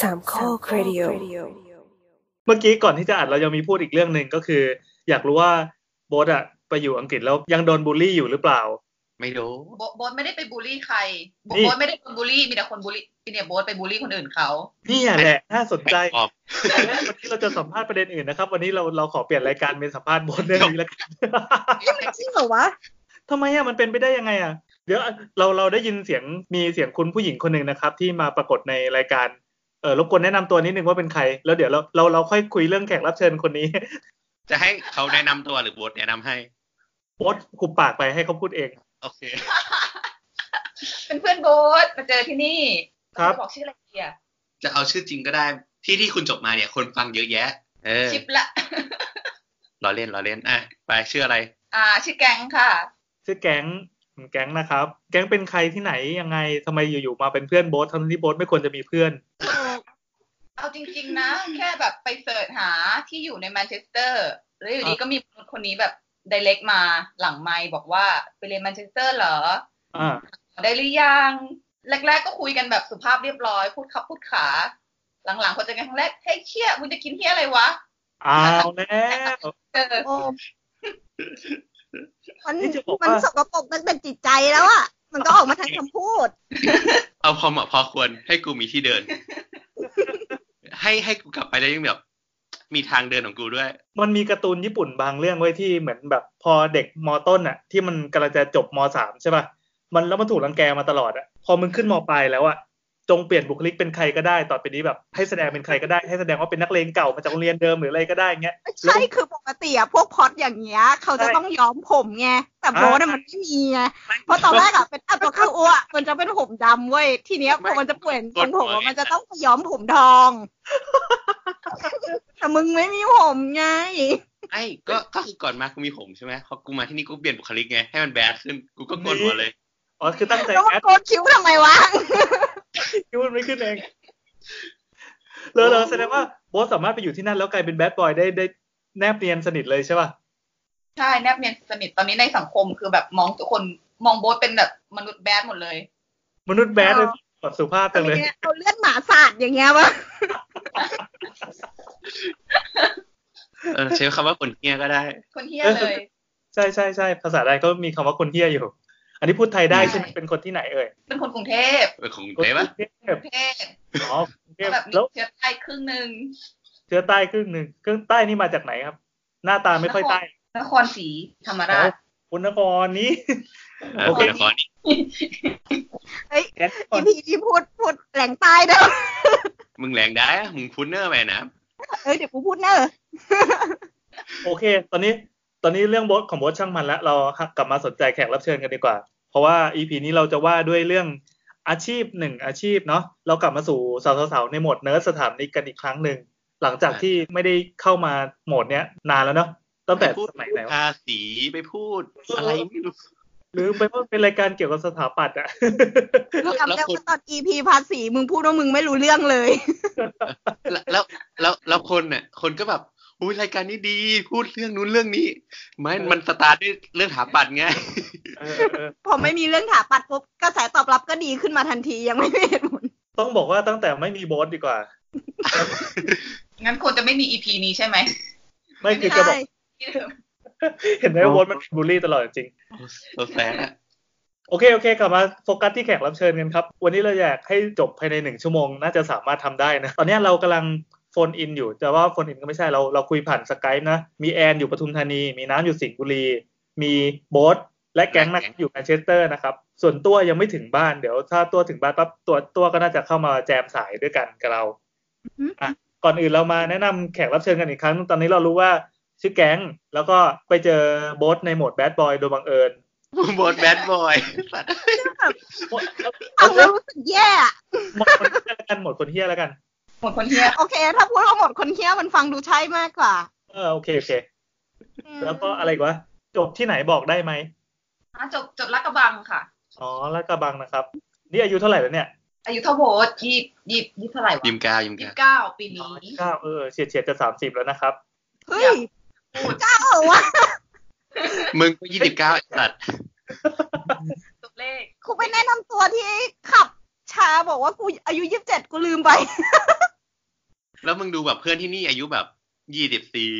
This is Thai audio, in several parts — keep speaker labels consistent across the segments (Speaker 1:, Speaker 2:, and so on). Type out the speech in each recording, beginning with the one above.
Speaker 1: สามข้อครดิโอ
Speaker 2: เมื่อกี้ก่อนที่จะอัดเรายังมีพูดอีกเรื่องหนึ่งก็คือ อยากรู้ว่าโบทอะไปอยู่อังกฤษแล้วยังโดนบูลลี่อยู่หรือเปล่า
Speaker 3: ไม่รู้
Speaker 4: โบโบทไม่ได้ไปบูลลี่ใคร โบ
Speaker 2: นี่
Speaker 4: โบทไม่ได้คนบูลลี่ มีแต่คนบูลลี่เนี่ยโบทไปบูลลี่คนอื่นเขา
Speaker 2: นี่แหละน่าสนใจ
Speaker 3: ออก
Speaker 2: วันนี้เราจะสัมภาษณ์ประเด็นอื่นนะครับ วันนี้เราเราขอเปลี่ยนรายการเป็นสัมภาษณ์โบทเรื่องนี้แล้วกัน
Speaker 1: จริงเหรอวะ
Speaker 2: ทำไมอ่ะมันเป็นไปได้ยังไงอ่ะ เดี๋ยวเราเราได้ยินเสียงมีเสียงคุณผู้หญิงคนหนึ่งนะครับ ที่มาปรากฏในรายการเออรบกวนแนะนำตัวนิดนึงว่าเป็นใคร แล้วเดี๋ยวเราเราเราค่อยคุยเรื่องแขกรับเชิญคนนี้
Speaker 3: จะให้เขาแนะนำตัวหรือโบทแนะนำให้
Speaker 2: โบทคุบปากไปให้เขาพูดเอง
Speaker 3: โอเค
Speaker 4: เป็นเพื่อนโบทมาเจอที่นี่
Speaker 2: ครับ
Speaker 4: จะบอกชื่ออะไรดีอ่ะ
Speaker 3: จะเอาชื่อจริงก็ได้ ที่ที่คุณจบมาเนี่ย คนฟังเยอะแยะ เออ
Speaker 4: ชิปละ
Speaker 3: รอเล่นรอเล่นอ่ะไปชื่ออะไร
Speaker 4: อ่า ชื่อแกงค่ะ
Speaker 2: ชื่อแก๊งแก๊งนะครับ แก๊งเป็นใครที่ไหนยังไงทำไมอยู่ๆมาเป็นเพื่อนโบททั้งที่โบทไม่ควรจะมีเพื่อน
Speaker 4: เอาจริง ๆ นะ แค่แบบไปเสิร์ชหาที่อยู่ในแมนเชสเตอร์ แล้วอยู่ดีก็มีมนุษย์คนนี้แบบไดเ c กมาหลังไมค์บอกว่าไปเรียนแมนเชสเตอร์เหรอ
Speaker 2: อ่า
Speaker 4: ได้หรือยัง แรก ๆ ก็คุยกันแบบสุภาพเรียบร้อย พูดขับพูดขา หลังๆพอเจอกันครั้งแรกเฮ้ยเคี้ยมึงจะกินเฮี้ยอะไรวะ
Speaker 2: เอาแล้ว
Speaker 4: เออ
Speaker 1: โอ้มัน
Speaker 2: นี่จะบอก
Speaker 1: มัน
Speaker 2: ว่า
Speaker 1: สกปรกตั้งแต่จิตใจแล้วอ่ะ มันก็ออกมาทางคำพูด
Speaker 3: เอาพอเหมาะพอควรให้กูมีที่เดิน ให้ให้กูกลับไปแล้วยังแบบ มีทางเดินของกูด้วย
Speaker 2: มันมีการ์ตูนญี่ปุ่นบางเรื่องไว้ที่เหมือนแบบพอเด็กมต้นอ่ะ ที่มันกำลังจะจบมสามใช่ป่ะมันแล้วมันถูกรังแกมาตลอดอ่ะพอมึงขึ้นมปลายแล้วอ่ะจงเปลี่ยนบุคลิกเป็นใครก็ได้ต่อไปนี้แบบ ให้แสดงเป็นใครก็ได้ให้แสดงว่าเป็นนักเลงเก่ามาจากโรงเรียนเดิมหรืออะไรก็ได้เงี้ย
Speaker 1: ใช่คือปกติอะพวกพล็อดอย่างเงี้ย เขาจะต้องย้อมผมไง แต่โบนอะ
Speaker 2: อ่ามั
Speaker 1: มันไม่มีไง เพราะตอนแรกอะเป็นอัปคาอ้วอะมันจะเป็นผมดำเว้ย ทีเนี้ยพอมันจะเปลี่ยนทรงผมอะมันจะต้องย้อมผมทอง แต่มึงไม่มีผมไง
Speaker 3: ไอ้ก็ก็คือก่อนมากูมีผมใช่ไหมพอกูมาที่นี่กูเปลี่ยนบุคลิกไงให้มันแบดขึ้นกูก็โกนหัวเลย
Speaker 2: อ๋อคือตั้งใจ
Speaker 1: แล้วมั
Speaker 2: แอน ด
Speaker 1: โกน คิ้วทำไมวะ
Speaker 2: คิวมันไม่ขึ้นเองเลยเลยแสดงว่าโบสสามารถไปอยู่ที่นั่นแล้วกลายเป็นแบดบอยได้ได้แนบเนียนสนิทเลยใช่ป่ะ
Speaker 4: ใช่แนบเนียนสนิทตอนนี้ในสังคมคือแบบมองทุกคนมองโบ๊ทเป็นแบบมนุษย์แบดหมดเลย
Speaker 2: มนุษย์แบดเลยแบบสุภาพจังเลย
Speaker 1: เอาเลือดหมาสาดอย่างเงี้ยวะ
Speaker 3: เออใช้คำว่าคนเฮี้ยก็ได้
Speaker 4: คนเฮี้ยเลย
Speaker 2: ใช่ใช่ใช่ภาษาไทยก็มีคำว่าคนเที่ยอยู่ อันนี้พูดไทยได้ใช่ไหม
Speaker 4: ใช่
Speaker 2: เป็นคนที่ไหนเอ่ย
Speaker 4: เป็นคนกรุงเทพ
Speaker 3: เออของเจ๊ปะ
Speaker 2: กรุงเทพ
Speaker 4: กรุงเทพ
Speaker 2: อ๋อกรุงเทพ
Speaker 4: แบบมี
Speaker 2: แล้ว
Speaker 4: เชื้อใต้ครึ่งหนึ่ง
Speaker 2: เชื้อใต้ครึ่งหนึ่งครึ่งใต้นี่มาจากไหนครับ หน้าตาไม่ค่อยใต้
Speaker 4: นครศรีธรรมราช
Speaker 2: คุณนครนี้
Speaker 3: เออ
Speaker 2: โอเค
Speaker 3: ขอนี่
Speaker 2: แก๊สก่อ
Speaker 1: อี
Speaker 2: น
Speaker 1: พีที่พูดพูดแหลงใต้เด้อ
Speaker 3: มึงแรงได้อะมึงพุ้นเนอร์ไปนะ
Speaker 1: เอ้ยเดี๋ยวกูพูดเนอะ
Speaker 2: โอเค ตอนนี้ตอนนี้เรื่องโบทของโบทช่างมันแล้ว เรากลับมาสนใจแขกรับเชิญกันดีกว่า เพราะว่าอีพีนี้เราจะว่าด้วยเรื่องอาชีพหนึ่งอาชีพเนาะเรากลับมาสู่สาวๆในโหมดเนิร์ดสถานิกกันอีกครั้งหนึ่งหลังจากที่ไม่ได้เข้ามาโหมดเนี้ยนานแล้วเนาะตั้งแต่
Speaker 3: พูด
Speaker 2: สมัยไหนวะ
Speaker 3: ภาษีไปพูด อะไรไม่รู้
Speaker 2: หรือไปว่าเป็นรายการเกี่ยวกับสถาปัตย์อะ
Speaker 1: กูจำได้
Speaker 3: แล้วคุณ
Speaker 1: ว่าตอนอีพีภาษีมึงพูดว่ามึงไม่รู้เรื่องเลย
Speaker 3: แล้วแล้วแล้วแล้วคนเนี่ยคนก็แบบอุ้ยรายการนี้ดี พูดเรื่องนู้นเรื่องนี้ ไม่
Speaker 2: เออ
Speaker 3: มันสตาร์ทด้วยเรื่องถาปัดไง
Speaker 2: เออเออ
Speaker 1: พอไม่มีเรื่องถาปัดปุ๊บกระแสตอบรับก็ดีขึ้นมาทันทียังไม่มีเหตุผล
Speaker 2: ต้องบอกว่าตั้งแต่ไม่มีโบสดีกว่า
Speaker 4: งั้นควรจะไม่มีอีพีนี้ใช่ไหม
Speaker 2: ไม่คือจะ
Speaker 1: ใช่
Speaker 2: บอกเห็นไหมว่าโบสมันบูลลี่ตลอดจริง
Speaker 3: โซแซดอะ
Speaker 2: โอเคโอเคกลับมาโฟกัสที่แขกรับเชิญกันครับ วันนี้เราอยากให้จบภายในหนึ่งชั่วโมง น่าจะสามารถทำได้นะ ตอนนี้เรากำลังโฟนอินอยู่ แต่ว่าโฟนอินก็ไม่ใช่เราเราคุยผ่านสกายนะ มีแอนอยู่ปทุมธานี มีน้ำอยู่สิงห์บุรี มีโบ๊ทและแก๊งนะครับอยู่แมนเชสเตอร์นะครับ ส่วนตัวยังไม่ถึงบ้านเดี๋ยวถ้าตัวถึงบ้านปั๊บตัวตัวก็น่าจะเข้ามาแจมสายด้วยกันกับเรา ก่อนอื่นเรามาแนะนำแขกรับเชิญกันอีกครั้ง ตอนนี้เรารู้ว่าชื่อแก๊ง แล้วก็ไปเจอโบทในโหมดแบดบอยโดยบังเอิญ
Speaker 3: บทแบดบอยสัตว์
Speaker 2: โบ๊ทเอา
Speaker 1: ฟังแล้วรู้สึกแย่อะ
Speaker 2: หมดคนเฮี้ยแล้วกันหมดคนเฮี้ยแล้วกัน
Speaker 4: หมดคนเฮี้ย
Speaker 1: โอเค ถ้าพูดว่าหมดคนเฮี้ยมันฟังดูใช่มากกว่า
Speaker 2: เออโอเคโอเค
Speaker 1: อืม
Speaker 2: แล้วก็อะไรอีกวะจบที่ไหนบอกได้ไหม
Speaker 4: อ่ะจบจบลักกระบังค่ะ
Speaker 2: อ๋อลาดกระบังนะครับ นี่อายุเท่าไหร่แล้วเนี่ย
Speaker 4: อายุเท่าโบสยี่ยี่ยี่เท่าไหร่วะ
Speaker 3: ยิมกาวยิม
Speaker 4: ยี่
Speaker 3: กาว
Speaker 4: สิบเก้าปี
Speaker 2: อ๋อ
Speaker 4: นี้
Speaker 2: เก้าเออเฉียดเฉียดจะสามสิบแล้วนะครับ
Speaker 1: เฮ้ยเจ้าเหรอวะ
Speaker 3: มึงก็ยี่สิบเก้าสัตว์
Speaker 4: ตัวเลข
Speaker 1: กูไปแนะนำตัวที่ขับชาบอกว่ากูอายุยี่สิบเจ็ดกูลืมไป
Speaker 3: แล้วมึงดูแบบเพื่อนที่นี่อายุแบบยี่สิบสี่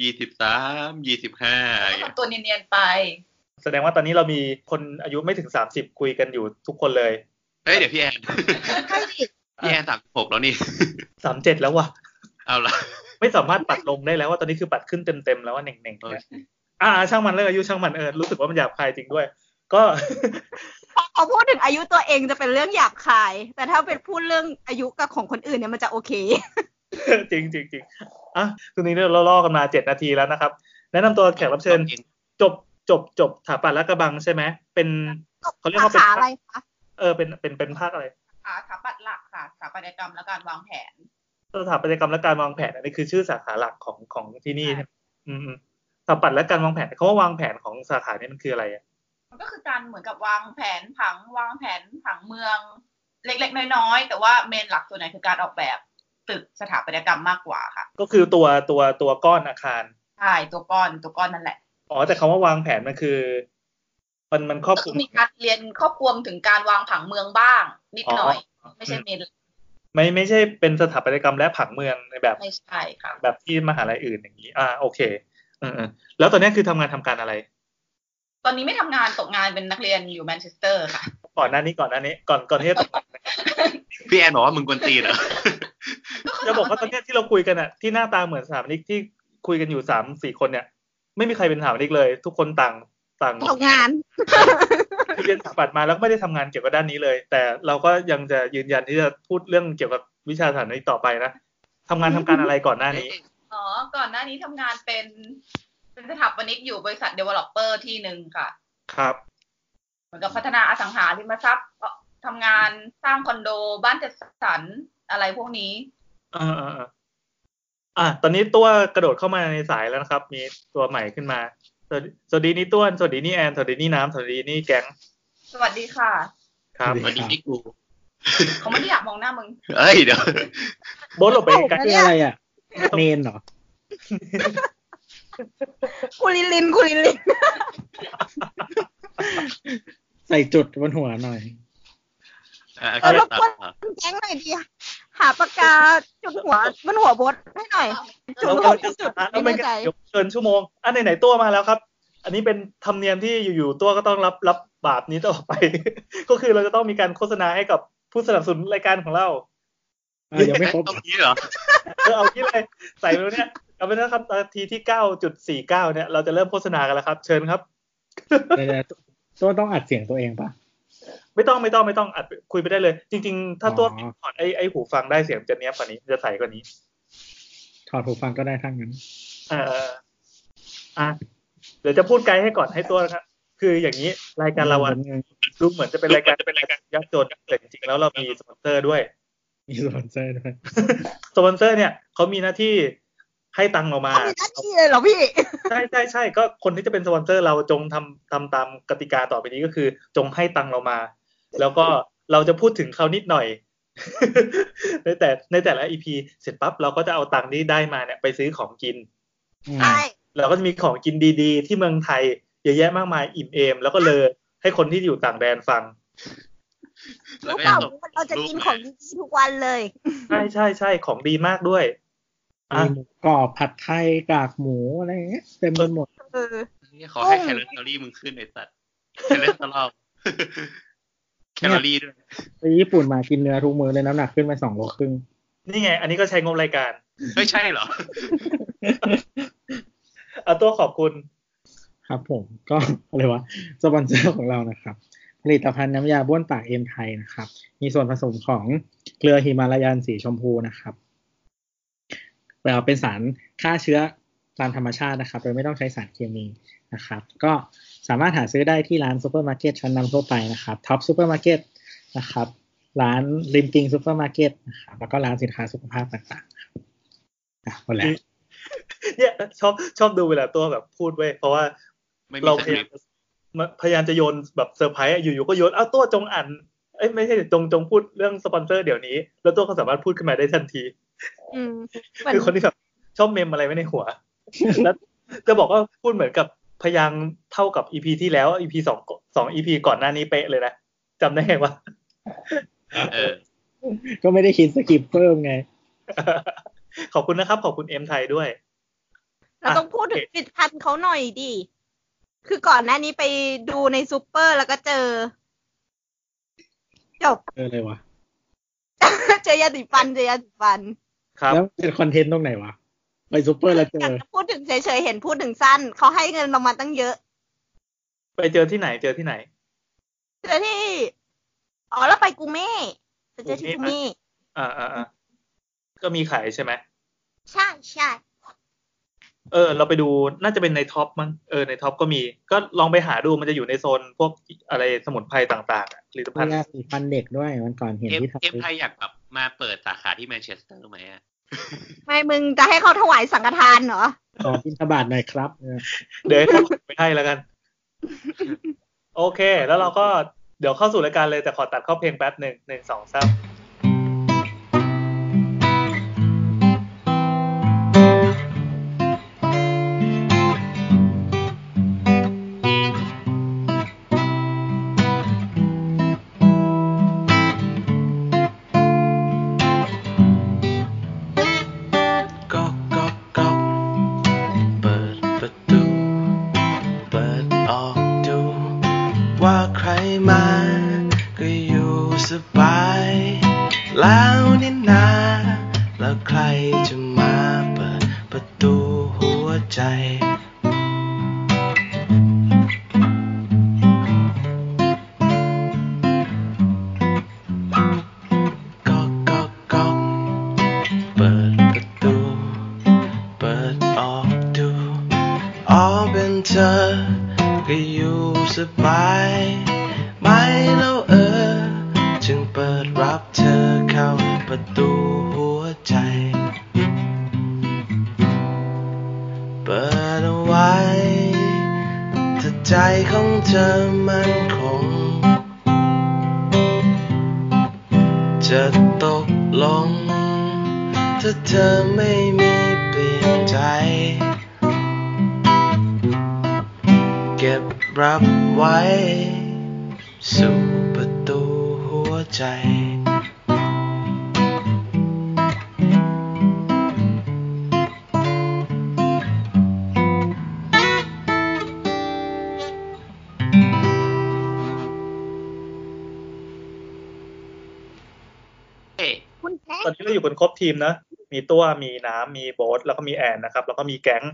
Speaker 3: ยี่สิบสามยี่สิบห้า
Speaker 4: ก็ทำตัวเนียนๆไป
Speaker 2: แสดงว่าตอนนี้เรามีคนอายุไม่ถึงสามสิบคุยกันอยู่ทุกคนเลย
Speaker 3: เฮ้ยเดี๋ยวพี่แอน
Speaker 1: ใช่ดิ
Speaker 3: พี่แอนสามหกแล้วนี่
Speaker 2: สามเจ็ดแล้วว่ะ
Speaker 3: เอาละ
Speaker 2: ไม่สามารถปัดลงได้แล้วว่าตอนนี้คือปัดขึ้นเต็มๆแล้วว่าเน่งๆ
Speaker 3: เออ
Speaker 2: เนี่ยอ่า ช่างมันเรื่องอายุช่างมันเออรู้สึกว่ามันหยาบคายจริงด้วย ก็
Speaker 1: พอพอพูดถึงอายุตัวเองจะเป็นเรื่องหยาบคาย แต่ถ้าเป็นพูดเรื่องอายุกับของคนอื่นเนี่ยมันจะโอเค
Speaker 2: จริงจริงจริงอ่ะทีนี้เราล่อกันมาเจ็ดนาทีแล้วนะครับ แนะนำตัวแขกรับเชิญ จบจบจบถาปัดและกระบังใช่ไหมเป็น เขาเรียกว่าเป็น
Speaker 1: สาขาอะไรคะ
Speaker 2: เออเป็นเป็นเป็นภาคอะไร
Speaker 4: ค่ะสถาปัตย์หลักค่ะสถาปัตยกรรมและการวางแผน
Speaker 2: สถาปัตยกรรมและการวางแผนอันนี้คือชื่อสาขาหลักของของที่นี่
Speaker 4: ใช่
Speaker 2: ใช่ไหมอืมอืมสถาปัตย์และการวางแผนเขาว่าวางแผนของสาขานี้มันคืออะไรอ่ะ
Speaker 4: มันก็คือการเหมือนกับวางแผนผังวางแผนผังเมือง เล็กๆ น้อยๆ แต่ว่าเมนหลักส่วนใหญ่คือการออกแบบตึกสถาปัตยกรรมมากกว่าค่ะ
Speaker 2: ก็คือตัวตัวตัวก้อนอาคาร
Speaker 4: ใช่ตัวก้อนตัวก้อนนั่นแหละ
Speaker 2: อ๋อแต่คำว่าวางแผนมันคือ มันมันครอบ
Speaker 4: ก็
Speaker 2: คลุม
Speaker 4: มีการเรียนครอบคลุมถึงการวางผังเมืองบ้าง นิดหน่อย ไม่ใช่เมนหลัก
Speaker 2: ไม่ไม่ใช่เป็นสถาปัตยกรรมและผังเมืองในแบบ
Speaker 4: ไม่ใช่ค่ะ
Speaker 2: แบบที่มหาลัยอื่นอย่างนี้ อ่า โอเคเออเออแล้วตอนนี้คือทำงานทำการอะไร
Speaker 4: ตอนนี้ไม่ทำงานตกงานเป็นนักเรียนอยู่แมนเชสเตอร์ค่ะ
Speaker 2: ก่อนหน้านี้ก่อนหน้านี้ ก่อนก่อนที่จะตกงาน
Speaker 3: พี่แอนบอกว่ามึงกวนตีนเหรอ
Speaker 2: จะบอกว่าตอนเนี้ยที่เราคุยกันอะที่หน้าตาเหมือนสถามนิกที่คุยกันอยู่สามสี่คนเนี่ย ไม่มีใครเป็นสถามนิกเลย ทุกคนต่างต่าง
Speaker 1: ตกงาน
Speaker 2: เรียนสถาปัตย์มาแล้วก็ไม่ได้ทำงานเกี่ยวกับด้านนี้เลย แต่เราก็ยังจะยืนยันที่จะพูดเรื่องเกี่ยวกับวิชาสถาปนิกต่อไปนะทำงานทำการอะไรก่อนหน้านี้
Speaker 4: อ๋อ ก่อนหน้านี้ทำงานเป็นเป็นสถาปนิกอยู่บริษัทเดเวลลอปเปอร์ที่หนึ่งค่ะ
Speaker 2: ครับ
Speaker 4: เหมือนกับพัฒนาอสังหาริมทรัพย์เอ่อทำงานสร้างคอนโดบ้านจัดสรรอะไรพวกนี้
Speaker 2: อ่าอ่าอ่าอ่ะตอนนี้ตัวกระโดดเข้ามาในสายแล้วนะครับ มีตัวใหม่ขึ้นมา สวัสดีสวัสดีนี่ต้วน สวัสดีนี่แอน สวัสดีนี่น้ำ สวัสดีนี่แก๊ง
Speaker 4: สวัสดีค่ะ
Speaker 2: ครับ
Speaker 3: วันนี้พี่กู
Speaker 4: เขาไม่ได้อยากมองหน้ามึง
Speaker 3: เอ้ยเดี๋ยว
Speaker 2: โบทหลบไปไกล
Speaker 1: อัน
Speaker 5: คื
Speaker 1: เนี้
Speaker 5: อย อะไรอ่ะ เมนเหรอ
Speaker 1: คุณลินลินคุณลินลิน
Speaker 5: ใส่จุดบนหัวหน่อย
Speaker 3: อ่ะโอเค
Speaker 1: เรารบ
Speaker 3: ต่
Speaker 1: กวน
Speaker 3: อ
Speaker 1: แก๊งหน่อยดีหาปากกาจุดหัวบนหัวบดให้หน่อย จุด
Speaker 2: เรา
Speaker 1: หัว
Speaker 2: กำลังจะ
Speaker 1: จุด
Speaker 2: สตาร์ท
Speaker 1: ไม่
Speaker 2: แล้วมัน
Speaker 1: แน่
Speaker 2: ก็
Speaker 1: ใจ
Speaker 2: เดี๋ยวเกินชั่วโมง อันไหนๆตัวมาแล้วครับ อันนี้เป็นธรรมเนียมที่อยู่ๆตัวก็ต้องรับรับบาปนี้ต่อไป ก็คือเราจะต้องมีการโฆษณาให้กับผู้สนับสนุนรายการของเรา
Speaker 5: อ่ะยังไม่ครบ
Speaker 3: ตรงนี้เหรอ
Speaker 2: เออเอาที่เลยใส่ไปแล้วเนี่ยเอาไปนะครับนาทีที่เก้าจุดสี่เก้าเนี่ยเราจะเริ่มโฆษณากันแล้วครับ เชิญครับ
Speaker 5: เดี๋ยวๆตัวต้องอัดเสียงตัวเองปะ
Speaker 2: ไม่ต้องไม่ต้องไม่ต้องอัดคุยไปได้เลย จริง ๆ ถ้าตัว
Speaker 5: อ๋อ
Speaker 2: ถอดไอ้ไอ้หูฟังได้เสียงจะเนี้ยบกว่านี้จะใสกว่านี้
Speaker 5: ถอดหูฟังก็ได้ทั้งนั้น
Speaker 2: เออเอออ่ะเดี๋ยวจะพูดไกลให้ก่อนให้ตัวนะครับ คืออย่างนี้รายการเราอะดูเหมือนจะเป็นรายการเป็นรายการยักษ์จนแต่จริงๆแล้วเรามีสปอนเซอร์ด้วย
Speaker 5: มีสปอนเซอร์ด้วย
Speaker 2: สปอนเซอร์เนี่ยเขามีหน้าที่ให้ตังค์เรามา
Speaker 1: เขามีหน้าที่เลยเหรอพี่
Speaker 2: ใช่ใช่ใช่ก็คนที่จะเป็นสปอนเซอร์เราจงทำทำตามกติกาต่อไปนี้ก็คือ จงให้ตังค์เรามา แล้วก็เราจะพูดถึงเขานิดหน่อย ในแต่ในแต่ละอีพีเสร็จปั๊บเราก็จะเอาตังค์ที่ได้มาเนี่ยไปซื้อของกิน
Speaker 5: อืม
Speaker 1: ใช่
Speaker 2: เราก็จะมีของกินดีๆ ที่เมืองไทยเยอะแยะมากมายอิ่มเอมแล้วก็เลยให้คนที่อยู่ต่างแดนฟัง
Speaker 3: แล้ว
Speaker 1: รู้
Speaker 3: ก็
Speaker 1: เปล่าง
Speaker 3: ยัส่ง
Speaker 1: เราจะกินของดีๆทุกวันเลย
Speaker 2: ใช่ใช่ใช่ของดีมากด้วยอ่ะ
Speaker 5: มีหมูกรอบผัดไทยกากหมูอะไรอย่างเงี้ยเต็มไปหมด
Speaker 1: เออ
Speaker 3: ขอให้แคลอรี่มึงขึ้นไอ้สัตว์แคลอรี่แคลอรี่ด้วย
Speaker 5: ไปญี่ปุ่นมากินเนื้อทุกมื้อเลยน้ำหนักขึ้นมาสองโลครึ่ง
Speaker 2: นี่ไง อันนี้ก็ใช้งบรายการ
Speaker 3: เฮ้ยใช่เหรอ
Speaker 2: เอาตัวขอบคุณ
Speaker 5: ครับผมก็ อะไรวะสปอนเซอร์ของเรานะครับ ผลิตภัณฑ์น้ำยาบ้วนปากเอ็มไทยนะครับ มีส่วนผสมของเกลือหิมาลายันสีชมพูนะครับเอ่อเป็นสารฆ่าเชื้อตามธรรมชาตินะครับ โดยไม่ต้องใช้สารเคมีนะครับ ก็สามารถหาซื้อได้ที่ร้านซูเปอร์มาร์เก็ตชั้นนำทั่วไปนะครับท็อปซูเปอร์มาร์เก็ตนะครับ ร้านริมปิงซูเปอร์มาร์เก็ตนะครับแล้วก็ร้านสินค้าสุขภาพต่างๆนะครับอ่ะหมดแล้ว
Speaker 2: เนี่ยชอบชอบดูเวลาตัวแบบพูดเว้ยเพราะว่า
Speaker 3: ไม่มี
Speaker 2: เรา
Speaker 3: ส
Speaker 2: พยา
Speaker 3: คริ
Speaker 2: ยา
Speaker 3: ป
Speaker 2: ม
Speaker 3: ต์
Speaker 2: พยายามจะโยนแบบเซอร์ไพรส์อะอยู่ๆก็โยน เอาตัวจงอ่านเอ้ยไม่ใช่จงจงพูดเรื่องสปอนเซอร์เดี๋ยวนี้ แล้วตัวเขาสามารถพูดขึ้นมาได้ทันที
Speaker 1: อืมเหมือน
Speaker 2: คือคนที่แบบชอบเมมอะไรไว้ในหัว แล้วจะบอกว่าพูดเหมือนกับพยางค์เท่ากับอีพีที่แล้วอีพีสองสองอีพีก่อนหน้านี้เป๊ะเลยนะจำได้ไงวะ
Speaker 3: เออ
Speaker 5: ก็ไม่ได้คิดสกิปเพิ่มไง
Speaker 2: ขอบคุณนะครับ ขอบคุณเอ็มไทยด้วย
Speaker 1: เราต้องพูดถึงผลิตภัณฑ์เขาหน่อยดิ คือก่อนหน้านี้ไปดูในซูเปอร์แล้วก็เจอ จบ
Speaker 5: เอออะไรวะ
Speaker 1: เจอยาสีฟันเจอยาสีฟัน
Speaker 2: ครับ
Speaker 5: แล้วเป็นคอนเทนต์ตรงไหนวะ ไปซูเปอร์แล้วเจ
Speaker 1: อยาก
Speaker 5: อ
Speaker 1: จะพูดถึงเฉยๆ เห็นพูดถึงสั้น เขาให้เงินเรามาตั้งเยอะ
Speaker 2: ไปเจอที่ไหนเจอที่ไหน
Speaker 1: เจอที่ อ๋อ แล้วไปกูเม่ไปเจอที่กูเม่
Speaker 2: อ่าอ่าอ่าก็มีขายใช่ไหม
Speaker 1: ใช่ใช่
Speaker 2: เออ เราไปดูน่าจะเป็นในท็อปมั้งเออในท็อปก็มี ก็ลองไปหาดูมันจะอยู่ในโซนพวกอะไรสมุนไพรต่างๆอะผลิตภัณฑ์
Speaker 5: ยาสีฟันเด็กด้วยวันก่อนเห็น
Speaker 3: เอฟ
Speaker 5: ที่ทำ
Speaker 3: เอฟไทยอยากแบบมาเปิดสาขาที่แมนเชสเตอร์ไหมอะ
Speaker 1: ไม่มึงจะให้เขาถวายสังฆทานเหรอ
Speaker 5: ขอบินทบาทหน่อยครับ เออ
Speaker 2: เดี๋ยวให้เขาไปให้แล้วกัน โอเค แล้วเราก็เดี๋ยวเข้าสู่รายการเลยแต่ขอตัดเข้าเพลงแป๊บหนึ่งหนึ่งสองสาม
Speaker 6: ก๊อกก๊อกก๊อกเปิดประตู เปิดออกดู ว่าใครมา ก็อยู่สบาย แล้วนี่นา แล้วใครจะมาเปิดประตูหัวใจ ก๊อกก๊อกก๊อก เปิดประตู เปิดออกดู อ๋อเป็นเธอ ก็อยู่สบายไหมแล้วเออ จึงเปิดรับเธอเข้าประตูหัวใจ เปิดเอาไว้ถ้าใจของเธอมันคง จะตกลง ถ้าเธอไม่มีเปลี่ยนใจ เก็บรับไว้ สู่ประตูหัวใจ
Speaker 3: เอ๊ะ
Speaker 1: คุณแพ้
Speaker 2: ตอนนี้เราอยู่กันครบทีมนะ มีตัวมีน้ำ มีโบ๊ท แล้วก็มีแอนนะครับ แล้วก็มีแก๊ง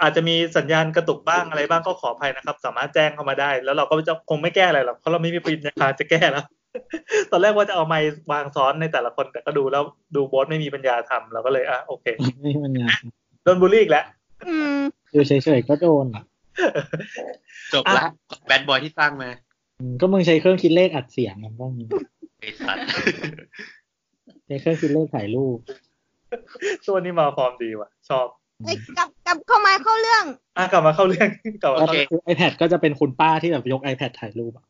Speaker 2: อาจจะมีสัญญาณกระตุกบ้างอะไรบ้างก็ขออภัยนะครับ สามารถแจ้งเข้ามาได้ แล้วเราก็จะคงไม่แก้อะไรหรอก เพราะเราไม่มีปัญญาจะแก้แล้ว ตอนแรกว่าจะเอาไม้วางซ้อนในแต่ละคน แต่ก็ดูแล้วดูโบ๊ทไม่มีปัญญาทำเราก็เลยอ่ะโอเค
Speaker 5: ไม่มันยา
Speaker 2: โดนบูลลี่อีกแล้ว
Speaker 1: อืม
Speaker 5: อยู่เฉยๆก็โดนอ่ะ
Speaker 3: จบละแบดบอยที่สร้างมา
Speaker 5: อืมก็มึงใช้เครื่องคิดเลขอัดเสียงกันบ้าง
Speaker 3: ไอสัตว์
Speaker 5: ใช้เครื่องคิดเลขถ่ายรูป
Speaker 2: ตัวนี้มาฟอร์มดีว่ะ ชอบ
Speaker 1: เอ้ยกลับกลับเข้ามาเข้าเรื่อง
Speaker 2: อ่ะกลับมาเข้าเรื่อง กลับมา
Speaker 5: ก็
Speaker 2: เข้า
Speaker 3: โอเค
Speaker 2: เรื่อง
Speaker 5: คือ iPad ก็จะเป็นคุณป้าที่แบบยก iPad ถ่ายรูปอะ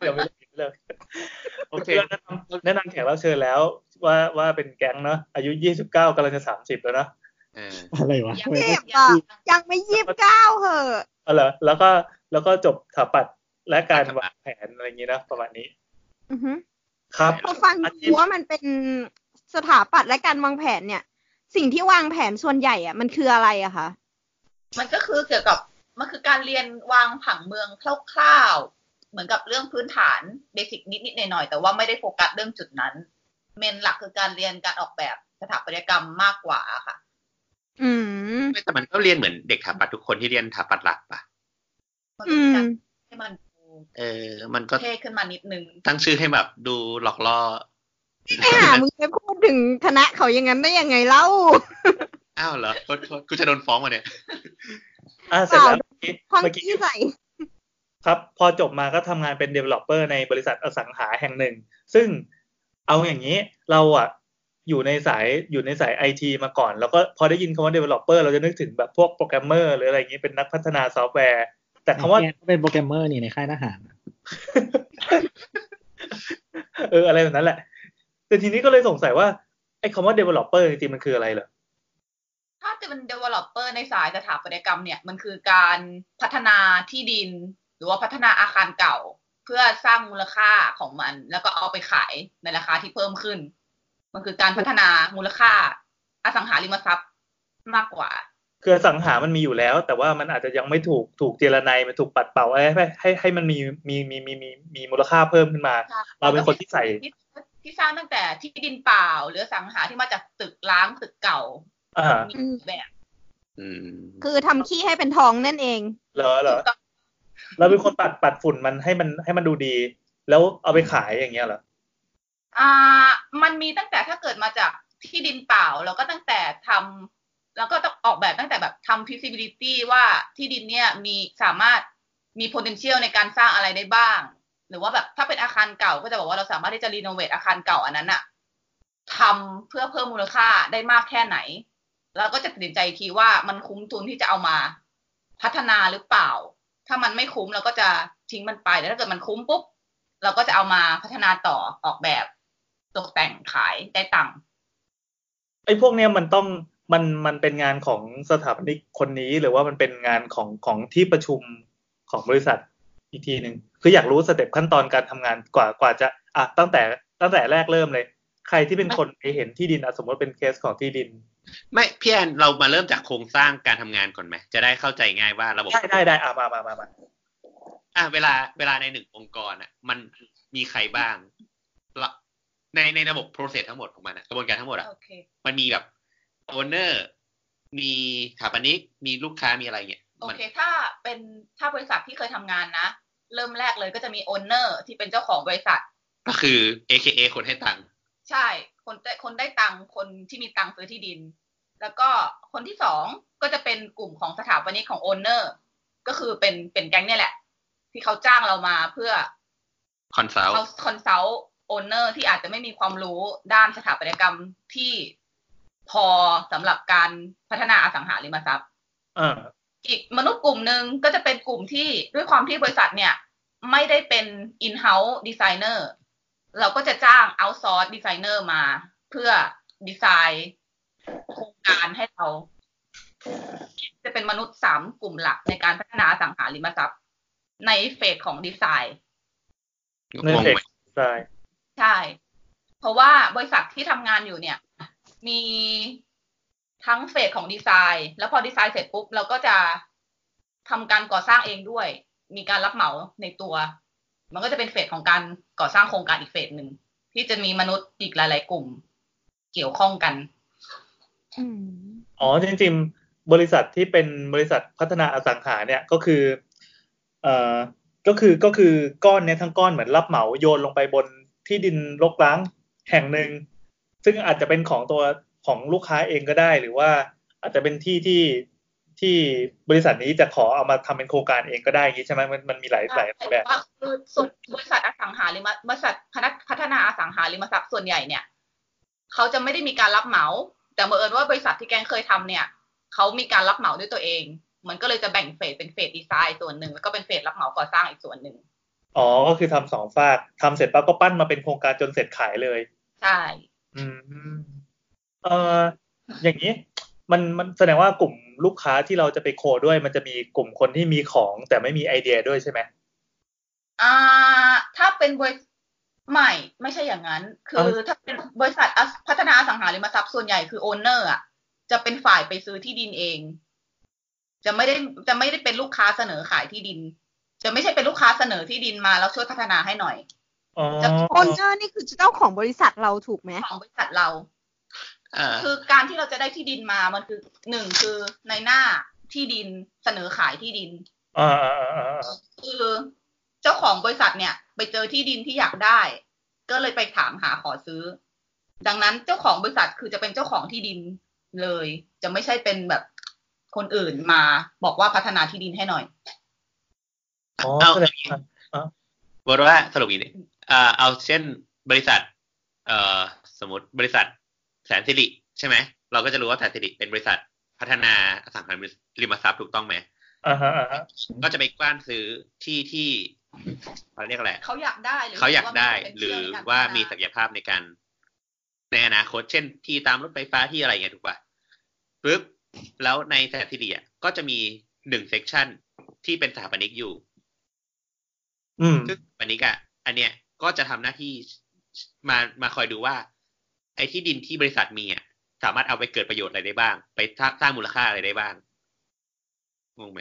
Speaker 2: เดี๋ยวไปเรื่อง
Speaker 3: โอเค
Speaker 2: แนะนำแนะนำแขกรับเชิญแล้ว ว่าว่าเป็นแก๊งเนาะ อายุยี่สิบเก้ากำลังจะสามสิบแล้วเนอะ
Speaker 3: เออ
Speaker 5: อะไรวะ
Speaker 4: ยั
Speaker 5: ทำ
Speaker 4: ง
Speaker 5: ไม
Speaker 1: เจ็
Speaker 5: ต้อบ ง
Speaker 1: อ่ะ ยังไม่ยีบเก้าเหอะ
Speaker 2: เออเหรอแล้วก็แล้วก็จบสถาปัตย์และการวางแผนอะไรอย่างนี้นะประมาณนี้
Speaker 1: อือฮึ
Speaker 2: ครับ
Speaker 1: พอฟังดูว่ามันเป็นสถาปัตย์และการวางแผนเนี่ย สิ่งที่วางแผนส่วนใหญ่อ่ะมันคืออะไรอะคะ
Speaker 4: มันก็คือเกี่ยวกับมันคือการเรียนวางผังเมืองคร่าวๆ เหมือนกับเรื่องพื้นฐานเบสิกนิดๆหน่อยๆแต่ว่าไม่ได้โฟกัสเรื่องจุดนั้น เมนหลักคือการเรียนการออกแบบสถาปัตยกรรมมากกว่าค่ะ
Speaker 1: อืม
Speaker 3: แต่มันก็เรียนเหมือนเด็กถาปัดทุกคนที่เรียนถาปัดหลักปะ
Speaker 4: มัน
Speaker 1: อื
Speaker 4: เป็
Speaker 1: ม
Speaker 4: นการให้มันดู
Speaker 3: เออ มันก็
Speaker 4: เท่ขึ้นมานิดนึง
Speaker 3: ตั้งชื่อให้แบบดูหลอกล่อ
Speaker 1: ไม่หามึงไปพูดถึงคณะเขาอย่างนั้นได้ยังไงเล่า
Speaker 3: อ้าวเหรอโทษโทษกูจะโดนฟ้องมาเนี่ย
Speaker 2: อ่าเสร็จแล้ว
Speaker 1: ห้อง
Speaker 2: เมื่อกี้
Speaker 1: ที่ใส่
Speaker 2: ครับ พอจบมาก็ทำงานเป็น developer ในบริษัทอสังหาแห่งหนึ่ง ซึ่งเอาอย่างนี้เราอะอยู่ในสายอยู่ในสายไอทีมาก่อน แล้วก็พอได้ยินคำว่า developer เราจะนึกถึงแบบพวกโปรแกรมเมอร์หรืออะไรอย่างนี้เป็นนักพัฒนาซอฟต์แวร์ แต่คำว่า
Speaker 5: แกก็เป็นโปรแกรมเมอร์นี่ในค่ายทหารอะ
Speaker 2: เอออะไรแบบนั้นแหละ แต่ทีนี้ก็เลยสงสัยว่าไอ้คำว่า developer จริงๆมันคืออะไรเหรอ
Speaker 4: ถ้าจะเป็น developer ในสายสถาปัตยกรรมเนี่ยมันคือการพัฒนาที่ดิน หรือว่าพัฒนาอาคารเก่า เพื่อสร้างมูลค่าของมัน แล้วก็เอาไปขายในราคาที่เพิ่มขึ้น มันคือการพัฒนามูลค่า อสังหาริมทรัพย์มากกว่า
Speaker 2: คืออสังหามันมีอยู่แล้ว แต่ว่ามันอาจจะยังไม่ถูกถูกเจรไนายมันถูกปัดเป่าอะไรให้ให้ให้มันมีมีมีมีมีมีมูลค่าเพิ่มขึ้นมา
Speaker 4: ค่ะ
Speaker 2: เราเป็นคนที่ใส่
Speaker 4: ที่ที่สร้างตั้งแต่ที่ดินเปล่า หรืออสังหาที่มาจากตึกล้างตึกเก่า
Speaker 2: อ่า
Speaker 4: มีรูปแบบ
Speaker 3: อืม
Speaker 1: คือทำขี้ให้เป็นทองนั่นเอง
Speaker 2: เหรอเหรอเราเป็นคนปัดปัดฝุ่นมันให้มันให้มันดูดี แล้วเอาไปขายอย่างเงี้ยเหรอ
Speaker 4: อ่า มันมีตั้งแต่ถ้าเกิดมาจากที่ดินเปล่า แล้วก็ตั้งแต่ทำแล้วก็ต้องออกแบบตั้งแต่แบบทำ feasibility ว่าที่ดินเนี่ยมีสามารถมี potential ในการสร้างอะไรได้บ้าง หรือว่าแบบถ้าเป็นอาคารเก่าก็จะบอกว่าเราสามารถที่จะรีโนเวทอาคารเก่าอันนั้นอะทำเพื่อเพิ่มมูลค่าได้มากแค่ไหน แล้วก็จะตัดสินใจอีกทีว่ามันคุ้มทุนที่จะเอามาพัฒนาหรือเปล่า ถ้ามันไม่คุ้มเราก็จะทิ้งมันไปแต่ถ้าเกิดมันคุ้มปุ๊บเราก็จะเอามาพัฒนาต่อออกแบบตกแต่งขายได้ตังค์
Speaker 2: ไอ้พวกเนี้ยมันต้องมันมันเป็นงานของสถาปนิกคนนี้หรือว่ามันเป็นงานของของที่ประชุมของบริษัทอีกทีหนึ่งคืออยากรู้สเต็ปขั้นตอนการทำงานกว่ากว่าจะอ่ะตั้งแต่ตั้งแต่แรกเริ่มเลย ใครที่เป็นคนไปเห็นที่ดินอ่ะสมมติเป็นเคสของที่ดิน
Speaker 3: ไม่พี่แอนเรามาเริ่มจากโครงสร้างการทำงานก่อนไหมจะได้เข้าใจง่ายว่าระบบ
Speaker 2: ได้ได้ได้อ่ะมามามามา
Speaker 3: อ่ะเวลาเวลาในหนึ่งองค์กรอ่ะ มันมีใครบ้างละในในระบบ process ทั้งหมดของมันอะกระบวนการทั้งหมดอ่ะ
Speaker 4: โอเค
Speaker 3: มันมีแบบ owner มีสถาปนิกมีลูกค้ามีอะไรเงี้ย
Speaker 4: โอ
Speaker 3: มัน
Speaker 4: เค ถ้าเป็นถ้าบริษัทที่เคยทำงานนะ เริ่มแรกเลยก็จะมีโอนเนอร์ที่เป็นเจ้าของบริษัท
Speaker 3: ก็คือ AKA คนให้ตังค์
Speaker 4: ใช่ คนได้คนได้ตังค์คนที่มีตังค์ซื้อที่ดิน แล้วก็คนที่สองก็จะเป็นกลุ่มของสถาปนิกของโอนเนอร์ ก็คือเป็นเป็นแก๊งเนี่ยแหละ ที่เขาจ้างเรามาเพื่อ
Speaker 3: คอนซัล
Speaker 4: เขาคอนซัลท์โอนเนอร์ที่อาจจะไม่มีความรู้ด้านสถาปัตยกรรมที่พอสำหรับการพัฒนาอสังหาริมทรัพย์
Speaker 2: อ่า
Speaker 4: อีกมนุษย์กลุ่มหนึ่งก็จะเป็นกลุ่มที่ด้วยความที่บริษัทเนี่ย ไม่ได้เป็น in-house designer เราก็จะจ้าง outsource designer มา เพื่อดีไซน์โครงการให้เรา จะเป็นมนุษย์สามกลุ่มหลักในการพัฒนาอสังหาริมทรัพย์ ในเฟสของดีไซน์
Speaker 2: ใน
Speaker 3: งง
Speaker 2: เด็ก
Speaker 3: ไหม
Speaker 2: ใช่
Speaker 4: ใช่ เพราะว่าบริษัทที่ทำงานอยู่เนี่ย มีทั้งเฟสของดีไซน์ แล้วพอดีไซน์เสร็จปุ๊บ เราก็จะทำการก่อสร้างเองด้วย มีการรับเหมาในตัว มันก็จะเป็นเฟสของการก่อสร้างโครงการอีกเฟสหนึ่ง ที่จะมีมนุษย์อีกหลาย ๆ กลุ่ม เกี่ยวข้องกัน
Speaker 2: อ๋อจริงๆ บริษัทที่เป็นบริษัทพัฒนาอสังหาเนี่ยก็คือเอ่อก็คือก็คือก้อนเนี้ยทั้งก้อนเหมือนรับเหมาโยนลงไปบนที่ดินรกร้างแห่งหนึ่ง ซึ่งอาจจะเป็นของตัวของลูกค้าเองก็ได้ หรือว่าอาจจะเป็นที่ที่ที่บริษัทนี้จะขอเอามาทำเป็นโครงการเองก็ได้อย่างงี้ใช่ไหมมันมันมีหลายหลายหลายแบบ
Speaker 4: ว่าคือส่วนบริษัทอสังหาริมบริษัทพนักพัฒนาอสังหาริมทรัพย์ส่วนใหญ่เนี่ยเขาจะไม่ได้มีการรับเหมา แต่บังเอิญว่าบริษัทที่แกงเคยทำเนี่ยเขามีการรับเหมาด้วยตัวเอง มันก็เลยจะแบ่งเฟสเป็นเฟสดีไซน์ส่วนหนึ่งแล้วก็เป็นเฟสรับเหมาก่อสร้างอีกส่วนหนึ่ง
Speaker 2: อ๋อก็คือทำสองฝากทำเสร็จปั๊บก็ปั้นมาเป็นโครงการจนเสร็จขายเลย
Speaker 4: ใช่
Speaker 2: อืมเอออย่างนี้ มันมันแสดงว่ากลุ่มลูกค้าที่เราจะไปโคด้วย มันจะมีกลุ่มคนที่มีของ แต่ไม่มีไอเดียด้วยใช่ไหม
Speaker 4: อ่าถ้าเป็นบริษัทไม่ ไม่ใช่อย่างนั้น คือถ้าเป็นบริษัทอสพัฒนาอสังหาริมทรัพย์ส่วนใหญ่คือโอนเนอร์อ่ะจะเป็นฝ่ายไปซื้อที่ดินเอง จะไม่ได้จะไม่ได้เป็นลูกค้าเสนอขายที่ดิน จะไม่ใช่เป็นลูกค้าเสนอที่ดินมาแล้วช่วยพัฒนาให้หน่อย
Speaker 2: อ๋อ
Speaker 1: โอนเนอร์นี่คือเจ้าของบริษัทเราถูกไหม
Speaker 4: ของบริษัทเรา
Speaker 3: เอ่อ
Speaker 4: คือการที่เราจะได้ที่ดินมามันคือหนึ่งคือในหน้าที่ดินเสนอขายที่ดิน
Speaker 2: อ่าอ่าอ่าอ่า
Speaker 4: คือเจ้าของบริษัทเนี่ย ไปเจอที่ดินที่อยากได้ ก็เลยไปถามหาขอซื้อ ดังนั้นเจ้าของบริษัทคือจะเป็นเจ้าของที่ดินเลย จะไม่ใช่เป็นแบบคนอื่นมาบอกว่าพัฒนาที่ดินให้หน่อย
Speaker 2: อ๋อ
Speaker 3: เอา
Speaker 2: แสดงว่า
Speaker 3: บอกว่าสรุปอย่างนี้เอ่อเอาเช่นบริษัท เอ่อสมมติบริษัทแสนสิริใช่ไหมเราก็จะรู้ว่าแสนสิริเป็นบริษัทพัฒนาอสังหาริมทรัพย์ถูกต้องไหม
Speaker 2: อ่าฮะอ่าฮะ
Speaker 3: ก็จะไปกว้านซื้อที่ที่เขาเรียกอะไร
Speaker 4: เขาอยากได้หรือ
Speaker 3: เขาอยากได้
Speaker 4: ว่มี potential
Speaker 3: หรือ
Speaker 4: ในก
Speaker 3: ว่ามี
Speaker 4: พัฒน
Speaker 3: ศักยภาพในการ ในอนาคต เช่น ที่ตามรถไฟฟ้าที่อะไรเงี้ยถูกป่ะปึ๊บแล้วในแสนสิริอ่ะก็จะมีหนึ่งเซกชันที่เป็นสถาปนิกอยู่
Speaker 2: อืม
Speaker 3: ซึ่งสถาปนิกอ่ะอันเนี้ยก็จะทำหน้าที่มามาคอยดูว่า ไอ้ที่ดินที่บริษัทมีอ่ะสามารถเอาไปเกิดประโยชน์อะไรได้บ้าง ไปสร้างสร้างมูลค่าอะไรได้บ้างงงไหม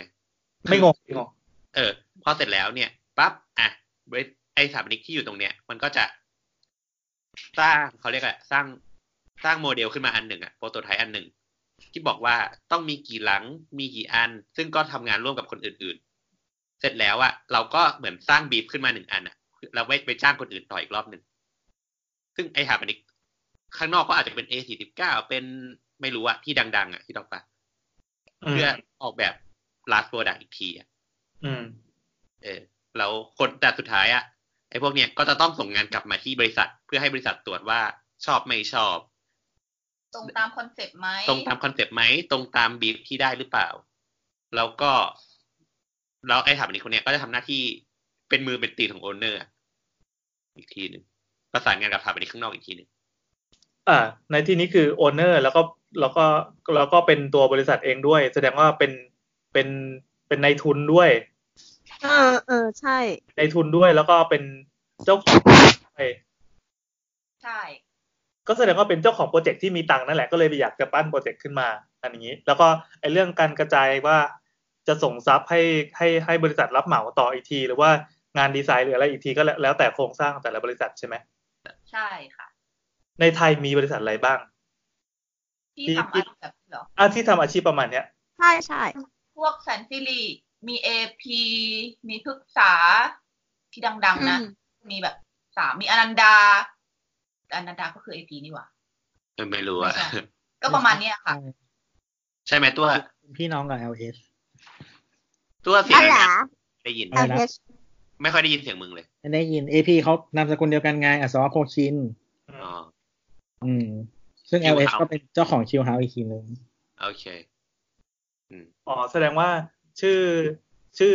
Speaker 2: ไม่งงไม่งง
Speaker 3: เออพอเสร็จแล้วเนี่ยปั๊บอ่ะบริไอสถาปนิกที่อยู่ตรงเนี้ย มันก็จะสร้างเขาเรียกอะไรสร้างสร้างโมเดลขึ้นมาอันหนึ่งอะโปรโตไทป์อันหนึ่ง ที่บอกว่าต้องมีกี่หลังมีกี่อัน ซึ่งก็ทำงานร่วมกับคนอื่นๆ เสร็จแล้วอะเราก็เหมือนสร้างบีฟขึ้นมาหนึ่งอันอะเราไปไปจ้างคนอื่นต่ออีกรอบหนึ่ง ซึ่งไอสถาปนิกข้างนอกก็อาจจะเป็น A49 เป็นไม่รู้อะที่ดัง ๆอะที่ต้องไปะเพื่อออกแบบ last product อีกทีอะ
Speaker 2: อืม
Speaker 3: เออแล้วคนแต่สุดท้ายอะไอ้พวกเนี้ยก็จะต้องส่งงานกลับมาที่บริษัท เพื่อให้บริษัทตรวจว่าชอบไม่ชอบ
Speaker 4: ตรงตามคอนเซปต์ไหม
Speaker 3: ตรงตามคอนเซปต์ไหมตรงตามบีฟที่ได้หรือเปล่า แล้วก็แล้วไอ้ถามนี้คนเนี้ยก็จะทำหน้าที่เป็นมือเป็นตีนของโอนเนอร์อะอีกทีหนึ่งประสานงานกับถามนี้ข้างนอกอีกทีหนึ่ง
Speaker 2: อ่า ในที่นี้คือโอเนอร์แล้วก็แล้วก็แล้วก็เป็นตัวบริษัทเองด้วย แสดงว่าเป็นเป็นเป็นนายทุนด้วย
Speaker 1: เออเออใช่
Speaker 2: นายทุนด้วย แล้วก็เป็นเจ้าของด้วย
Speaker 4: ใช่
Speaker 2: ก็แสดงว่าเป็นเจ้าของโปรเจกต์ที่มีตังค์นั่นแหละก็เลยอยากจะปั้นโปรเจกต์ขึ้นมาอันนี้ แล้วก็ไอ้เรื่องการกระจายว่าจะส่งทรัพย์ให้ให้ให้บริษัทรับเหมาต่ออีกที หรือว่างานดีไซน์หรืออะไรอีกทีก็แล้วแล้วแต่โครงสร้างแต่ละบริษัทใช่ไหม
Speaker 4: ใช่ค่ะ
Speaker 2: ในไทยมีบริษัทอะไรบ้าง
Speaker 4: ที่
Speaker 2: ที่
Speaker 4: ทำอะไรแบบนี้เหรอ
Speaker 2: อ่ะที่ทำอาชีพประมาณเนี้ย
Speaker 1: ใช่ใช่
Speaker 4: พวกแสนสิริมีเอพีมีพึกษาที่ดัง ๆ นะ
Speaker 1: อืม
Speaker 4: มีแบบสามมีอนันดาแต่อนันดาก็คือเอพีนี่หว่า
Speaker 3: เออไม่รู้อะ
Speaker 4: ไม่ใช่ ก็ประมาณเนี้ยค่ะ
Speaker 3: ใช่ไหมตัว
Speaker 5: พี่น้องกับ LS
Speaker 3: ตัวเสีย
Speaker 1: อะ
Speaker 3: ง
Speaker 1: ไร
Speaker 3: เนี่ย
Speaker 1: นะ
Speaker 3: ได้ยิน
Speaker 5: อะไรนะ
Speaker 1: LH
Speaker 3: ไม่ค่อยได้ยินเสียงมึงเลย
Speaker 5: ได้ยิน AP เขานามสกุลเดียวกันไงอัศวโพคิน
Speaker 3: อ๋อ
Speaker 5: อืม ซึ่ง
Speaker 3: Chill
Speaker 5: LS
Speaker 3: House
Speaker 5: ก็เป็นเจ้าของคิวเฮาอีกทีหนึ่ง
Speaker 3: โอเค
Speaker 2: อ๋อแสดงว่าชื่อชื่อ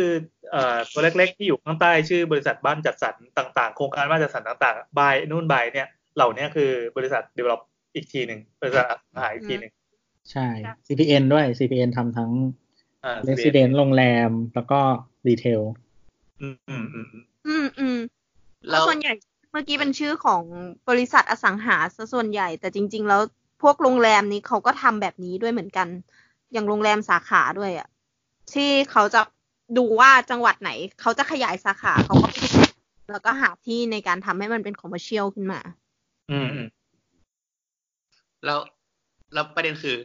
Speaker 2: เอ่อตัวเล็กๆที่อยู่ข้างใต้ชื่อบริษัทบ้านจัดสรรต่างๆ โครงการบ้านจัดสรรต่างๆบายนู่นบายเนี่ยเหล่าเนี้ยคือบริษัท develop อีกทีหนึ่งบริษัทอสังหาอีกทีหนึ่ง
Speaker 5: ใช่ CPN ด้วย CPN ทำทั้ง
Speaker 2: อ่า
Speaker 5: Resident โรงแรมแล้วก็รีเทล
Speaker 2: อืมอืมอืมอืม
Speaker 1: อืมอืม
Speaker 3: เรา
Speaker 1: ส่วนใหญ่เมื่อกี้เป็นชื่อของบริษัทอสังหาซะส่วนใหญ่ แต่จริง ๆ แล้วพวกโรงแรมนี้เขาก็ทำแบบนี้ด้วยเหมือนกัน อย่างโรงแรมสาขาด้วยอะที่เขาจะดูว่าจังหวัดไหน เขาจะขยายสาขาเขาก็แล้วก็หาที่ในการทำให้มันเป็นคอมเมอร์เชียลขึ้นมา
Speaker 2: อืมอืม
Speaker 3: เราเราประเด็นคือ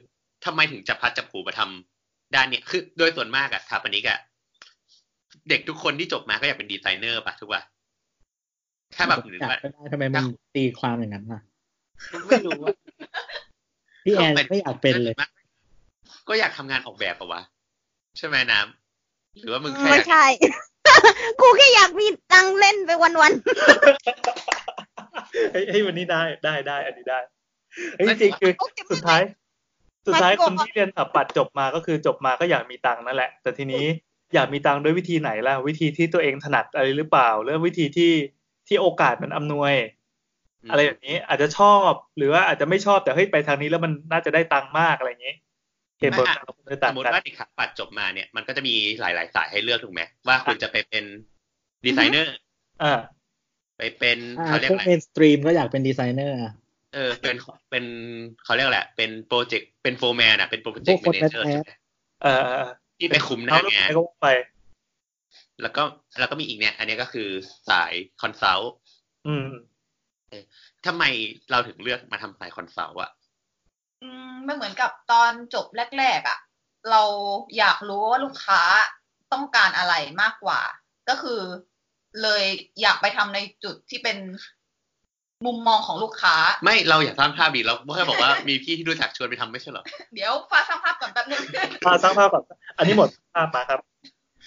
Speaker 3: ทำไมถึงจับพลัดจับผลูมาทำด้านเนี้ยคือโดยส่วนมากอะสถาปนิกอะเด็กทุกคนที่จบมาก็อยากเป็นดีไซเนอร์ปะถูกปะถ้าแบบหรือ
Speaker 5: จับ
Speaker 3: ว่า
Speaker 5: ไม่ได้ทำไมมึงตีความอย่างนั้นน่ะ
Speaker 3: ไม่รู้ว่า
Speaker 5: พี่แอนไม่อยากเป็นเลย
Speaker 3: ก็อยากทำงานออกแบบปะวะ ใช่ไหมน้ำหรือว่ามึงแค่
Speaker 1: ไม่
Speaker 3: อยาก
Speaker 1: ใช่ กูแค่อยากมีตังค์เล่นไปวัน
Speaker 2: เฮ้ยเฮ้ยวันนี้ได้ได้ได้อันนี้ได้เฮ้ยจริงๆคือ
Speaker 1: ๆโอเค
Speaker 2: สุดท้าย สุดท้ายคนที่เรียนสถาปัตย์จบมาก็คือจบมาก็อยากมีตังค์นั่นแหละ แต่ทีนี้อยากมีตังค์ด้วยวิธีไหนล่ะ วิธีที่ตัวเองถนัดอะไรหรือเปล่าหรือวิธีที่ที่โอกาสมันอำนวย อะไรแบบนี้อาจจะชอบหรือว่าอาจจะไม่ชอบแต่เฮ้ยไปทางนี้แล้วมันน่าจะได้ตังค์มากอะไรอย่างนี้เหตุผลแต่ละคนจะ
Speaker 3: ส
Speaker 2: ต่าง
Speaker 3: มมติ
Speaker 2: กัน
Speaker 3: ว่าเด็กขับปัดจบมาเนี่ย มันก็จะมีหลาย ๆ สายให้เลือกถูกไหมว่าคุณจะไปเป็นดีไซเนอร์
Speaker 2: อ่า
Speaker 3: ไปเป็น
Speaker 5: อ่า
Speaker 3: เขาเรียก
Speaker 5: พว
Speaker 3: อะ
Speaker 5: ก
Speaker 3: ไร
Speaker 5: เมนสตรีมก็อยากเป็นดีไซเนอร์อะ
Speaker 3: เออเป็นเป็นเขาเรียกแหละไรเป็นโปรเจกต์เป็นโฟร์แมนอะเป็นโปรเจกต์แมเนเจอร์
Speaker 2: เออเออ
Speaker 3: ที่ไปคุมห
Speaker 2: เขา
Speaker 3: น้า
Speaker 2: ลูก
Speaker 3: งาน
Speaker 2: ไปก็ไป
Speaker 3: แล้วก็แล้วก็มีอีกเนี่ย อันเนี้ยก็คือสายคอนซัลท์
Speaker 2: อืม
Speaker 3: ทำไมเราถึงเลือกมาทำสายคอนซัลท์อะ
Speaker 4: อืมมันเหมือนกับตอนจบแรก ๆ อ่ะ เราอยากรู้ว่าลูกค้าต้องการอะไรมากกว่า ก็คือเลยอยากไปทำในจุดที่เป็นมุมมองของลูกค้า
Speaker 3: ไม่เราอยากสร้างภาพดีเราเพื่อบอก ว่ามีพี่ที่รู้จักชวนไปทำไม่ใช่เหรอ
Speaker 4: เดี๋ยวฟ้าสร้างภาพก่อนแป๊บนึง
Speaker 2: มาสร้างภาพก่อนอันนี้หมดภาพมาครับ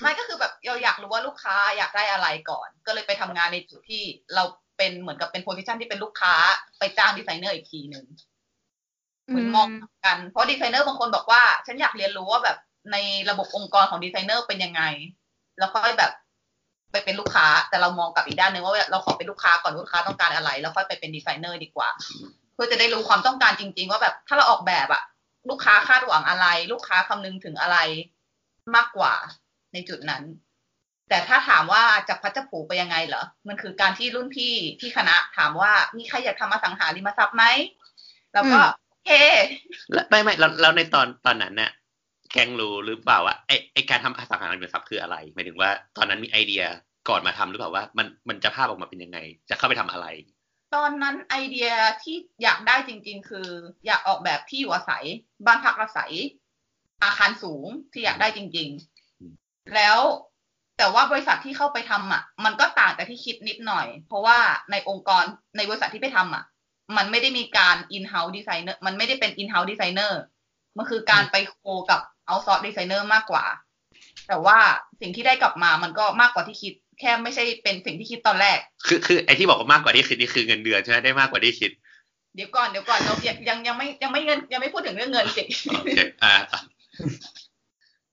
Speaker 4: ไม่ก็คือแบบเราอยากรู้ว่าลูกค้าอยากได้อะไรก่อน ก็เลยไปทำงานในจุดที่เราเป็นเหมือนกับเป็นโพซิชันที่เป็นลูกค้าไปจ้างดีไซเนอร์อีกทีหนึ่งเหมือนมองกัน เพราะดีไซเนอร์บางคนบอกว่า ฉันอยากเรียนรู้ว่าแบบในระบบองค์กรของดีไซเนอร์เป็นยังไง แล้วค่อยแบบไปเป็นลูกค้า แต่เรามองกลับอีกด้านหนึ่งว่าเราขอเป็นลูกค้าก่อนลูกค้าต้องการอะไร แล้วค่อยไปเป็นดีไซเนอร์ดีกว่า เพื่อจะได้รู้ความต้องการจริง ๆ ว่าแบบถ้าเราออกแบบอะลูกค้าคาดหวังอะไร ลูกค้าคำนึงถึงอะไรมากกว่า ในจุดนั้น แต่ถ้าถามว่าจากพัดจะผูไปยังไงเหรอ มันคือการที่รุ่นพี่ที่คณะถามว่ามีใครอยากทำอสังหาริมทรัพย์ไหม แล้วก็
Speaker 1: อืม
Speaker 4: โอเค
Speaker 3: แล้วไม่ไม่แล้วแล้วในตอนตอนนั้นน่ะแกงรู้หรือเปล่าว่าไอไอการทำอสังหาริมทรัพย์คืออะไรหมายถึงว่าตอนนั้นมีไอเดียก่อนมาทำหรือเปล่าว่า มันมันจะภาพออกมาเป็นยังไง จะเข้าไปทำอะไร
Speaker 4: ตอนนั้นไอเดียที่อยากได้จริง ๆ คือ อยากออกแบบที่อยู่อาศัย บ้านพักอาศัย อาคารสูงที่อยากได้จริง
Speaker 3: อืม
Speaker 4: ๆ แล้วแต่ว่าบริษัทที่เข้าไปทำอ่ะ มันก็ต่างจากที่คิดนิดหน่อย เพราะว่าในองค์กรในบริษัทที่ไปทำอ่ะ มันไม่ได้มีการ in-house designer มันไม่ได้เป็น in-house designer มันคือการไปโคกับ outsource designer มากกว่า แต่ว่าสิ่งที่ได้กลับมามันก็มากกว่าที่คิด แค่ไม่ใช่เป็นสิ่งที่คิดตอนแรก
Speaker 3: คือคือไอที่บอกว่ามากกว่าที่คิดนี่คือเงินเดือนใช่ไหมได้มากกว่าที่คิด
Speaker 4: เดี๋ยวก่อนเดี๋ยวก่อนเรายังยังยังไม่ยังไม่เงินยังไม่พูดถึงเรื่องเงิน สิ
Speaker 3: โอเคอ่า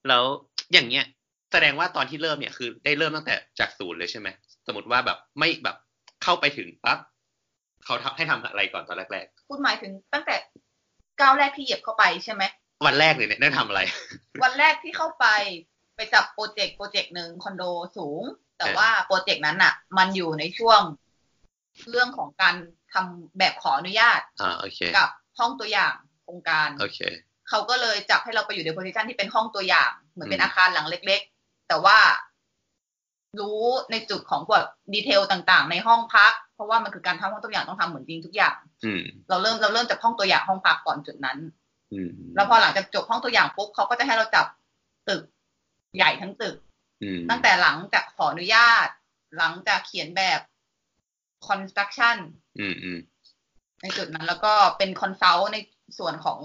Speaker 3: แล้วอย่างเงี้ย แสดงว่าตอนที่เริ่มเนี่ยคือได้เริ่มตั้งแต่จากศูนย์เลยใช่ไหมสมมติว่าแบบไม่แบบเข้าไปถึงปั๊บเขาทำให้ทำอะไรก่อนตอนแรก
Speaker 4: พูดหมายถึงตั้งแต่ก้าวแรกที่เหยียบเข้าไปใช่ไหม
Speaker 3: ๆวันแรกเลยเนี่ยได้ทำอะไร
Speaker 4: วันแรกที่เข้าไปไปจับโปรเจกต์โปรเจกต์หนึ่งคอนโดสูง แต่ว่าโปรเจกต์นั้นอ่ะ มันอยู่ในช่วงเรื่องของการทำแบบขออนุญาต
Speaker 3: อ่าโอเค
Speaker 4: กับห้องตัวอย่างโครงการ
Speaker 3: โอเค
Speaker 4: เขาก็เลยจับให้เราไปอยู่ในโพซิชันที่เป็นห้องตัวอย่าง เหมือนเป็
Speaker 3: อื
Speaker 4: น
Speaker 3: ม
Speaker 4: อาคารหลังเล็กๆ แต่ว่ารู้ในจุดของพวกดีเทลต่างๆ ในห้องพัก เพราะว่ามันคือการทำห้องตัวอย่างต้องทำเหมือนจริงทุกอย่าง
Speaker 3: อืม
Speaker 4: เราเริ่มเราเริ่มจากห้องตัวอย่างห้องพักก่อนจุดนั้น
Speaker 3: อืม
Speaker 4: แล้วพอหลังจากจบห้องตัวอย่างปุ๊บเขาก็จะให้เราจับตึกใหญ่ทั้งตึก
Speaker 3: อืม
Speaker 4: ตั้งแต่หลังจากขออนุญาต หลังจากเขียนแบบ construction
Speaker 3: อืมอืม
Speaker 4: ในจุดนั้นแล้วก็เป็นคอนซัลท์ในส่วนของ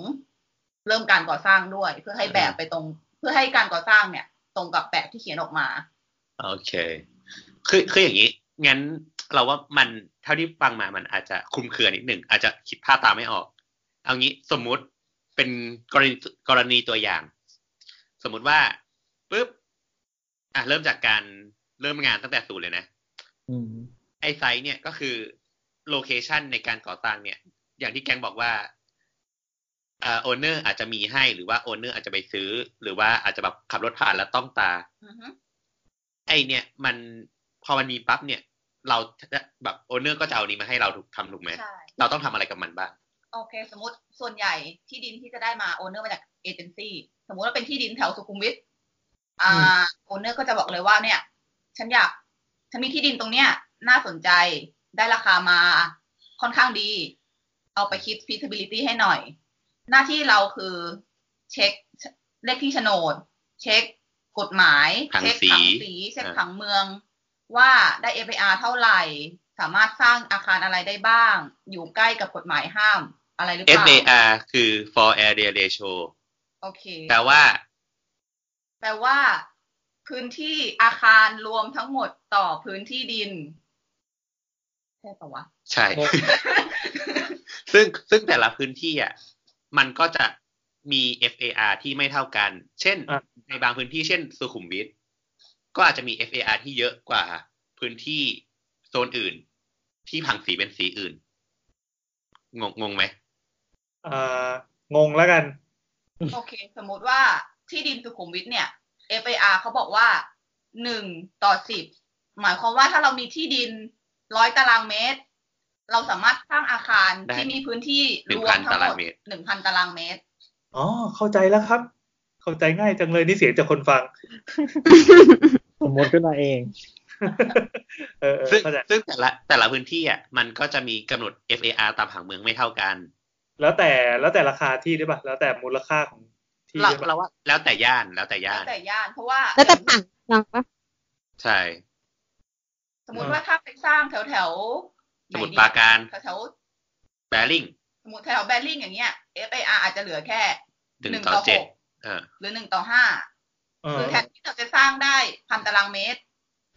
Speaker 4: เริ่มการก่อสร้างด้วย เพื่อให้แบบไปตรง เพื่อให้การก่อสร้างเนี่ย ตรงกับแบบที่เขียนออกมา
Speaker 3: โอเค คือคืออย่างนี้ งั้นเราว่ามันเท่าที่ฟังมามันอาจจะคลุมเครือนิดหนึ่งอาจจะคิดภาพตามไม่ออก เอางี้สมมุติเป็นกรณีกรณีตัวอย่าง สมมุติว่าปุ๊บอ่ะเริ่มจากการเริ่มงานตั้งแต่ศูนย์เลยนะ
Speaker 5: อืม
Speaker 3: ไอไซต์เนี่ยก็คือโลเคชันในการก่อสร้างเนี่ย อย่างที่แกงบอกว่าอ่าโอเนอร์อาจจะมีให้หรือว่าโอเนอร์อาจจะไปซื้อ หรือว่าอาจจะแบบขับรถผ่านแล้วต้องตา
Speaker 4: อือฮึ
Speaker 3: ไอเนี่ยมันพอมันมีปั๊บเนี่ย เราแบบโอเนอร์ก็จะเอานี้มาให้เราถูกทำถูกไหม
Speaker 4: ใช่
Speaker 3: เราต้องทำอะไรกับมันบ้าง
Speaker 4: โอเค สมมติส่วนใหญ่ที่ดินที่จะได้มาโอนเนอร์มาจากเอเจนซี่สมมติว่าเป็นที่ดินแถวสุขุมวิทอ่า
Speaker 5: อื
Speaker 4: โอนเนอร์ก็จะบอกเลยว่าเนี่ย ฉันอยากฉันมีที่ดินตรงเนี้ย น่าสนใจได้ราคามาค่อนข้างดี เอาไปคิด feasibility ให้หน่อย หน้าที่เราคือเช็คเลขที่โฉนด เช็คกฎหมาย
Speaker 3: ผัง
Speaker 4: เช็ค
Speaker 3: สี
Speaker 4: ผังสีเช็ค
Speaker 3: อ่า
Speaker 4: ผังเมือง ว่าได้ FAR เท่าไหร่ สามารถสร้างอาคารอะไรได้บ้าง อยู่ใกล้กับกฎหมายห้ามอะไรหรือเปล่า
Speaker 3: FAR คือ for area ratio
Speaker 4: โอเค
Speaker 3: แปลว่า
Speaker 4: แปลว่า พื้นที่อาคารรวมทั้งหมดต่อพื้นที่ดินใช่ปะ วะ
Speaker 3: ใช่ ซึ่งซึ่งแต่ละพื้นที่อ่ะมันก็จะมี FAR ที่ไม่เท่ากัน เช่น
Speaker 2: อ่ะ
Speaker 3: ในบางพื้นที่เช่นสุขุมวิทก็อาจจะมี FAR ที่เยอะกว่าพื้นที่โซนอื่น ที่ผังสีเป็นสีอื่น งงงงไหม
Speaker 2: อ่างงแล้วกัน
Speaker 4: โอเค สมมุติว่าที่ดินสุขุมวิทเนี่ย FAR เขาบอกว่าหนึ่งต่อสิบหมายความว่าถ้าเรามีที่ดินร้อยตารางเมตร เราสามารถสร้างอาคาร
Speaker 3: ได้
Speaker 4: ที่มีพื้นที่รวม
Speaker 3: 1,000
Speaker 4: ทั้ง
Speaker 3: ตา
Speaker 4: หม
Speaker 3: ราง
Speaker 4: ด
Speaker 3: เมตร
Speaker 4: หนึ่งพันตารางเมตร
Speaker 2: อ๋อ เข้าใจแล้วครับ เข้าใจง่ายจังเลยนี่เสียงจากคน ฟัง
Speaker 5: สมมติขึ้นมาเอง
Speaker 2: เออเออ
Speaker 3: ซึ่ง
Speaker 2: เข้าใจ
Speaker 3: ซึ่งแต่ละแต่ละพื้นที่อ่ะมันก็จะมีกำหนด FAR ตามผังเมืองไม่เท่ากัน
Speaker 2: แล้วแต่แล้วแต่ราคาที่ด้วยป่ะ แล้วแต่มูลค่าของที่
Speaker 3: เรา
Speaker 2: ด้วยป่ะ
Speaker 3: เราว่าแล้วแต่ย่านแล้วแต่ย่า
Speaker 4: แล้
Speaker 3: น
Speaker 4: วแต่ย่านเพราะว่า
Speaker 1: แล้วแต่ผังเมืองปะ
Speaker 3: ใช่
Speaker 4: สมมติว่าถ้าไปสร้างแถวแถว
Speaker 3: สมุทรปราการ
Speaker 4: แถวแถว
Speaker 3: แบริ่ง
Speaker 4: สมมติแถวแบริ่งอย่างเงี้ย FAR อาจจะเหลือแค่
Speaker 3: ถึงต่อเจ็ดเออ
Speaker 4: หรือหนึ่งต่อห้า
Speaker 2: เออ
Speaker 4: คือแทนที่เราจะสร้างได้พันตารางเมตร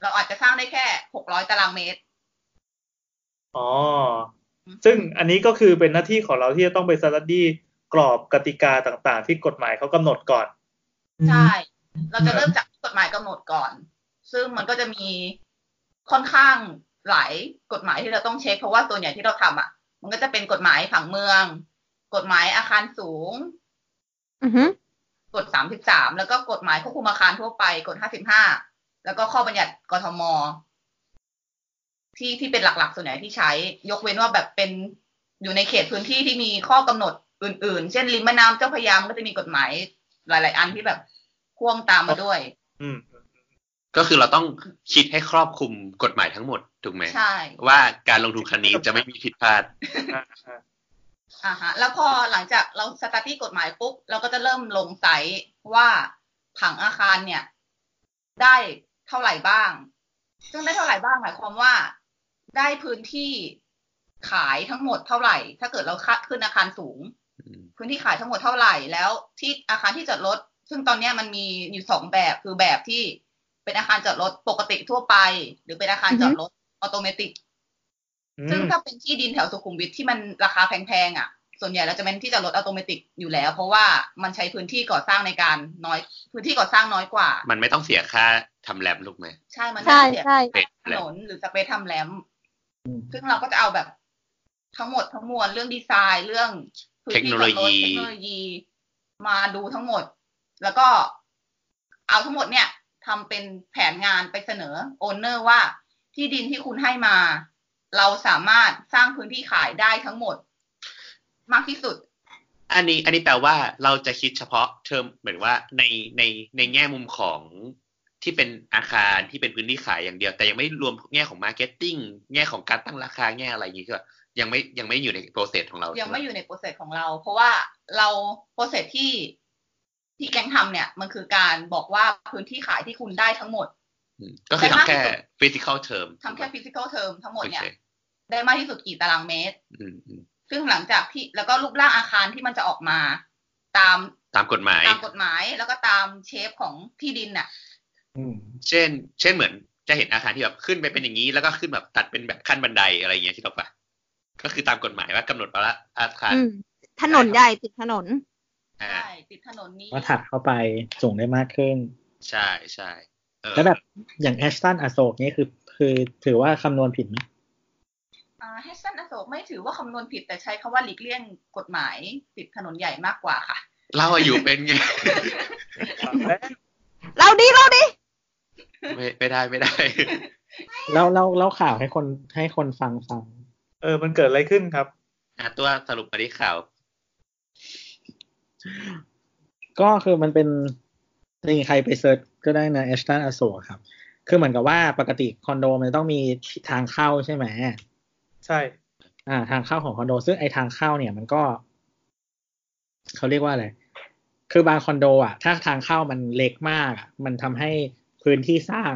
Speaker 4: เราอาจจะสร้างได้แค่หกร้อยตารางเมตร
Speaker 2: อ๋อ ซึ่งอันนี้ก็คือเป็นหน้าที่ของเราที่จะต้องไปสตัดดี้กรอบกติกาต่างๆ ที่กฎหมายเขากำหนดก่อน
Speaker 4: ใช่ เราจะเริ่มจากกฎหมายกำหนดก่อน ซึ่งมันก็จะมีค่อนข้างหลายกฎหมายที่เราต้องเช็ค เพราะว่าส่วนใหญ่ที่เราทำอ่ะ มันก็จะเป็นกฎหมายผังเมือง กฎหมายอาคารสูง
Speaker 1: อือหือก
Speaker 4: ฎสามสิบสามแล้วก็กฎหมายควบคุมอาคารทั่วไป กฎห้าสิบห้าแล้วก็ข้อบัญญัติกทม ที่ที่เป็นหลักๆ ส่วนใหญ่ที่ใช้ ยกเว้นว่าแบบเป็น อยู่ในเขตพื้นที่ที่มีข้อกำหนดอื่น ๆ เช่นริมแม่น้ำเจ้าพระยามนก็จะมีกฎหมายหลาย ๆ อันที่แบบพ่วงตามมาด้วย
Speaker 2: อืม
Speaker 3: ก็คือเราต้องคิดให้ครอบคลุมกฎหมายทั้งหมดถูกไหม
Speaker 4: ใช่
Speaker 3: ว่าการลงทุนครั้งนี้จะไม่มีผิดพลาด
Speaker 4: อ่าฮะแล้วพอหลังจากเราสตาร์ทที่กฎหมายปุ๊บเราก็จะเริ่มลงไซต์ว่าผังอาคารเนี่ย ได้เท่าไหร่บ้าง ซึ่งได้เท่าไหร่บ้างหมายความว่าได้พื้นที่ขายทั้งหมดเท่าไหร่ ถ้าเกิดเราคัดขึ้นอาคารสูง พื้นที่ขายทั้งหมดเท่าไหร่แล้วที่อาคารที่จอดรถ ซึ่งตอนเนี้ยมันมีอยู่สองแบบคือแบบที่เป็นอาคารจอดรถปกติทั่วไป หรือเป็นอาคารจอดรถออโตเมติก ซึ่งถ้าเป็นที่ดินแถวสุขุมวิทที่มันราคาแพงๆอ่ะ ส่วนใหญ่เราจะเป็นที่จอดรถอัตโนมัติอยู่แล้ว เพราะว่ามันใช้พื้นที่ก่อสร้างในการน้อย พื้นที่ก่อสร้างน้อยกว่า
Speaker 3: มันไม่ต้องเสียค่าทำแลบลูกไหม
Speaker 4: ใช่มันไม่
Speaker 1: ใช่
Speaker 4: เสีย
Speaker 1: ใช่
Speaker 3: เป็น
Speaker 4: ถ
Speaker 3: แล
Speaker 4: น
Speaker 3: บ
Speaker 4: นหรือสเปซทำแลม
Speaker 5: อืม
Speaker 4: ซึ่งเราก็จะเอาแบบทั้งหมดทั้งมวลเรื่องดีไซน์เรื่องพื้ที่จอดรถเทคโนโลยีมาดูทั้งหมด แล้วก็เอาทั้งหมดเนี่ยทำเป็นแผนงานไปเสนอโอนเนอร์ว่าที่ดินที่คุณให้มา เราสามารถสร้างพื้นที่ขายได้ทั้งหมด มากที่สุด
Speaker 3: อันนี้อันนี้แปลว่าเราจะคิดเฉพาะเทอมเหมือนว่าในในในแง่มุมของที่เป็นอาคารที่เป็นพื้นที่ขายอย่างเดียว แต่ยังไม่รวมแง่ของมาร์เก็ตติ้งแง่ของการตั้งราคาแง่อะไรอย่างนี้ก็ยังไม่ยังไม่อยู่ในโปรเซสของเรา
Speaker 4: ยั
Speaker 3: ยัง
Speaker 4: ไม่อยู่ในโปรเซสของเรา เพราะว่าเราโปรเซสที่ที่แกงทำเนี่ย มันคือการบอกว่าพื้นที่ขายที่คุณได้ทั้งหมด
Speaker 3: ก็คือทำแค่ physical term
Speaker 4: ทำแค่ physical term ทั้งหมด
Speaker 3: โอ
Speaker 4: เนี่ย
Speaker 3: เค
Speaker 4: ได้มากที่สุดกี่ตารางเมตร
Speaker 3: อืมอืม
Speaker 4: ซึ่งหลังจากที่แล้วก็รูปร่างอาคารที่มันจะออกมา ตาม
Speaker 3: ตามกฎหมาย
Speaker 4: ตามกฎหมายแล้วก็ตามเชฟของที่ดินน่ะ
Speaker 5: อืม
Speaker 3: เช่น เช่นเหมือนจะเห็นอาคารที่แบบขึ้นไปเป็นอย่างนี้ แล้วก็ขึ้นแบบตัดเป็นแบบขั้นบันไดอะไรอย่างเงี้ยที่เราปะก็คือตามกฎหมายว่ากำหนดว่าอาคาร
Speaker 1: อืมถนนใหญ่ติดถนน
Speaker 3: อ่า
Speaker 4: ใช่ติดถนนนี้
Speaker 5: ว่าถัดเข้าไปสูงได้มากขึ้น
Speaker 3: ใช่ใช่เออ
Speaker 5: แล้วแบบอย่างแอชตันอโศกนี่คือคือถือว่าคำนวณผิดไหม
Speaker 4: อ่าแฮชตันอโศกไม่ถือว่าคำนวณผิดแต่ใช้คำว่าหลีกเลี่ยงกฎหมายติดถนนใหญ่มากกว่าค่ะ
Speaker 3: เราอะอยู่เป็นไง
Speaker 1: เราดีเราดี
Speaker 3: ไม่ไม่ได้ไม่ได้
Speaker 5: แล้วเราเล่าข่าวให้คนให้คนฟังฟัง
Speaker 2: เออ มันเกิดอะไรขึ้นครับ
Speaker 3: อ่ะตัวสรุปมาที่ข่าว
Speaker 5: ก็คือมันเป็นจริงๆใครไปเซิร์ชก็ได้นะแอชตันอโศกครับ คือเหมือนกับว่าปกติคอนโดมันต้องมีทางเข้าใช่ไหม
Speaker 2: ใช่
Speaker 5: อ่าทางเข้าของคอนโด ซึ่งไอทางเข้าเนี่ยมันก็เขาเรียกว่าอะไร คือบางคอนโดอ่ะ ถ้าทางเข้ามันเล็กมากอะมันทำให้พื้นที่สร้าง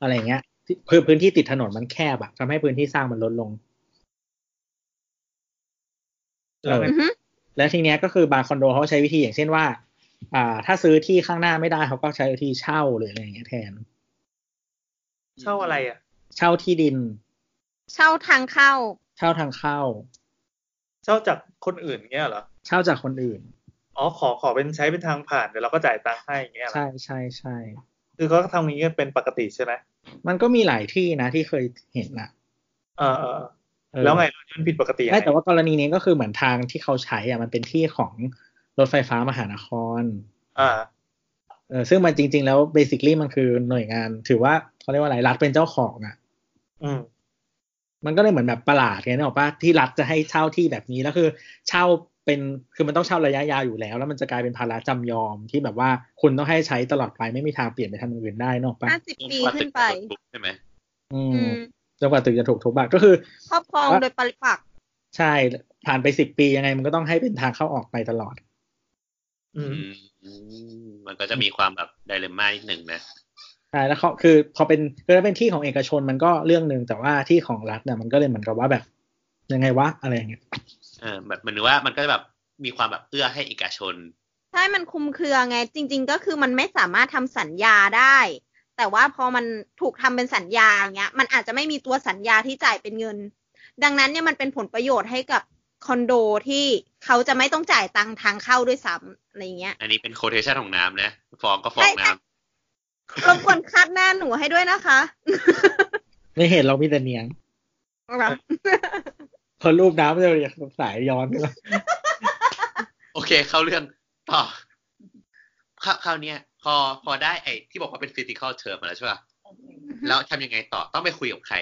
Speaker 5: อะไรเงี้ยที่คือพื้นที่ติดถนนมันแคบอ่ะทำให้พื้นที่สร้างมันลดลง เออ
Speaker 1: อือฮึ
Speaker 5: แล้วทีเนี้ยก็คือบางคอนโดเขาใช้วิธีอย่างเช่นว่า อ่า ถ้าซื้อที่ข้างหน้าไม่ได้เขาก็ใช้วิธีเช่าหรืออะไรอย่างเงี้ยแทน
Speaker 2: เช่าอะไรอ่ะ
Speaker 5: เช่าที่ดิน
Speaker 1: เช่าทางเข้า
Speaker 5: เช่าทางเข้า
Speaker 2: เช่าจากคนอื่นเงี้ยเหรอ
Speaker 5: เช่าจากคนอื่น
Speaker 2: อ๋อ ขอขอเป็นใช้เป็นทางผ่านเดี๋ยวเราก็จ่ายตังค์ให้อย่างเงี้ยเหรอ
Speaker 5: ใช่ใช่ใช่
Speaker 2: คือเขาก็ทำอย่างเงี้ยเป็นปกติใช่ไหม
Speaker 5: มันก็มีหลายที่นะที่เคยเห็นอ่ะ
Speaker 2: เออเออเออ
Speaker 5: เออ
Speaker 2: แล้วไงเราย้อนผิดปกติยัง
Speaker 5: ไม่
Speaker 2: ไง
Speaker 5: แต่ว่ากรณีนี้ก็คือเหมือนทางที่เขาใช้อะมันเป็นที่ของรถไฟฟ้ามหานคร
Speaker 2: อ่า
Speaker 5: เออซึ่งมันจริง ๆ แล้วเบสิค l ีมันคือหน่วยงาน ถือว่าเขาเรียกว่าอะไรรัฐเป็นเจ้าของอะ
Speaker 2: อืม
Speaker 5: มันก็เลยเหมือนแบบประหลาดไงนึกออกปะที่รัฐจะให้เช่าที่แบบนี้แล้วคือ เช่าเป็นคือมันต้องเช่าระยะยาวอยู่แล้ว แล้วมันจะกลายเป็นภาระจำยอมที่แบบว่าคุณต้องให้ใช้ตลอดไปไม่มีทางเปลี่ยนไปทำอย่างอื่นได้นึกออกปะ
Speaker 1: ห้าสิบปีขึ้นไป
Speaker 3: ใช่ไหม
Speaker 5: อื
Speaker 1: อื
Speaker 5: ม
Speaker 1: ม
Speaker 5: จนกว่าตึกจะถูกทุบอะก็คือ
Speaker 1: ครอบครองโดยปริปักษ์
Speaker 5: ใช่ผ่านไปสิบปียังไงมันก็ต้องให้เป็นทางเข้าออกไปตลอด
Speaker 2: อืม
Speaker 3: อืมมันก็จะมีความแบบไดเรม่านิดหนึ่งนะ
Speaker 5: ใช่แล้วเขาคือพอเป็นคือถ้าเป็นที่ของเอกชนมันก็เรื่องหนึ่งแต่ว่าที่ของรัฐเนี่ยมันก็เลยเหมือนกับว่าแบบ ยังไงวะอะไรอย่างเงี้ย
Speaker 3: เออแบบมันว่ามันก็แบบมีความแบบเอื้อให้เอกชน
Speaker 1: ใช่มันคุมเครือไง จริง ๆ ก็คือมันไม่สามารถทำสัญญาได้ แต่ว่าพอมันถูกทำเป็นสัญญาอย่างเงี้ย มันอาจจะไม่มีตัวสัญญาที่จ่ายเป็นเงิน ดังนั้นเนี่ยมันเป็นผลประโยชน์ให้กับคอนโดที่เขาจะไม่ต้องจ่ายตังค์ทางเข้าด้วยซ้ำอะไรอย่างเงี้ย
Speaker 3: อันนี้เป็นโคเทชันของน้ำนะฟ้องก็ฟ้องน้ำ
Speaker 1: รบกวนคาดหน้าหนูให้ด้วยนะคะ
Speaker 5: ไม่เห็นเรามีแต่เนียงพอรูปน้ำจะอยากสายย้อนไปแล้ว
Speaker 3: โอเค เข้าเรื่องต่อคราวคราวเนี้ยพอพอได้ไอ้ที่บอกว่าเป็นฟิสิกอลเทอมมาแล้วใช่ป่ะแล้วทำยังไงต่อต้องไปคุยกับใคร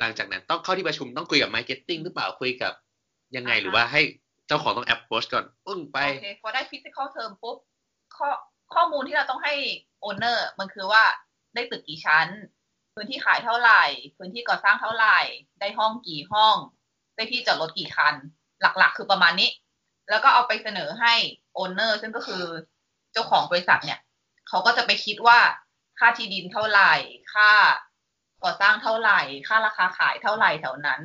Speaker 3: หลังจากนั้นต้องเข้าที่ประชุมต้องคุยกับมาร์เก็ตติ้งหรือเปล่าคุยกับ ยังไงหรือว่าให้เจ้าของต้องแอปโพสก่อนอึ้งไป
Speaker 4: โอเคพอได้ physical term ปุ๊บข้อข้อมูลที่เราต้องให้ owner มันคือว่าได้ตึกกี่ชั้น พื้นที่ขายเท่าไหร่ พื้นที่ก่อสร้างเท่าไหร่ ได้ห้องกี่ห้อง ได้ที่จอดรถกี่คัน หลักๆ คือประมาณนี้ แล้วก็เอาไปเสนอให้ owner ซึ่งก็คือเจ้าของบริษัทเนี่ย เขาก็จะไปคิดว่าค่าที่ดินเท่าไหร่ ค่าก่อสร้างเท่าไหร่ ค่าราคาขายเท่าไหร่แถวนั้น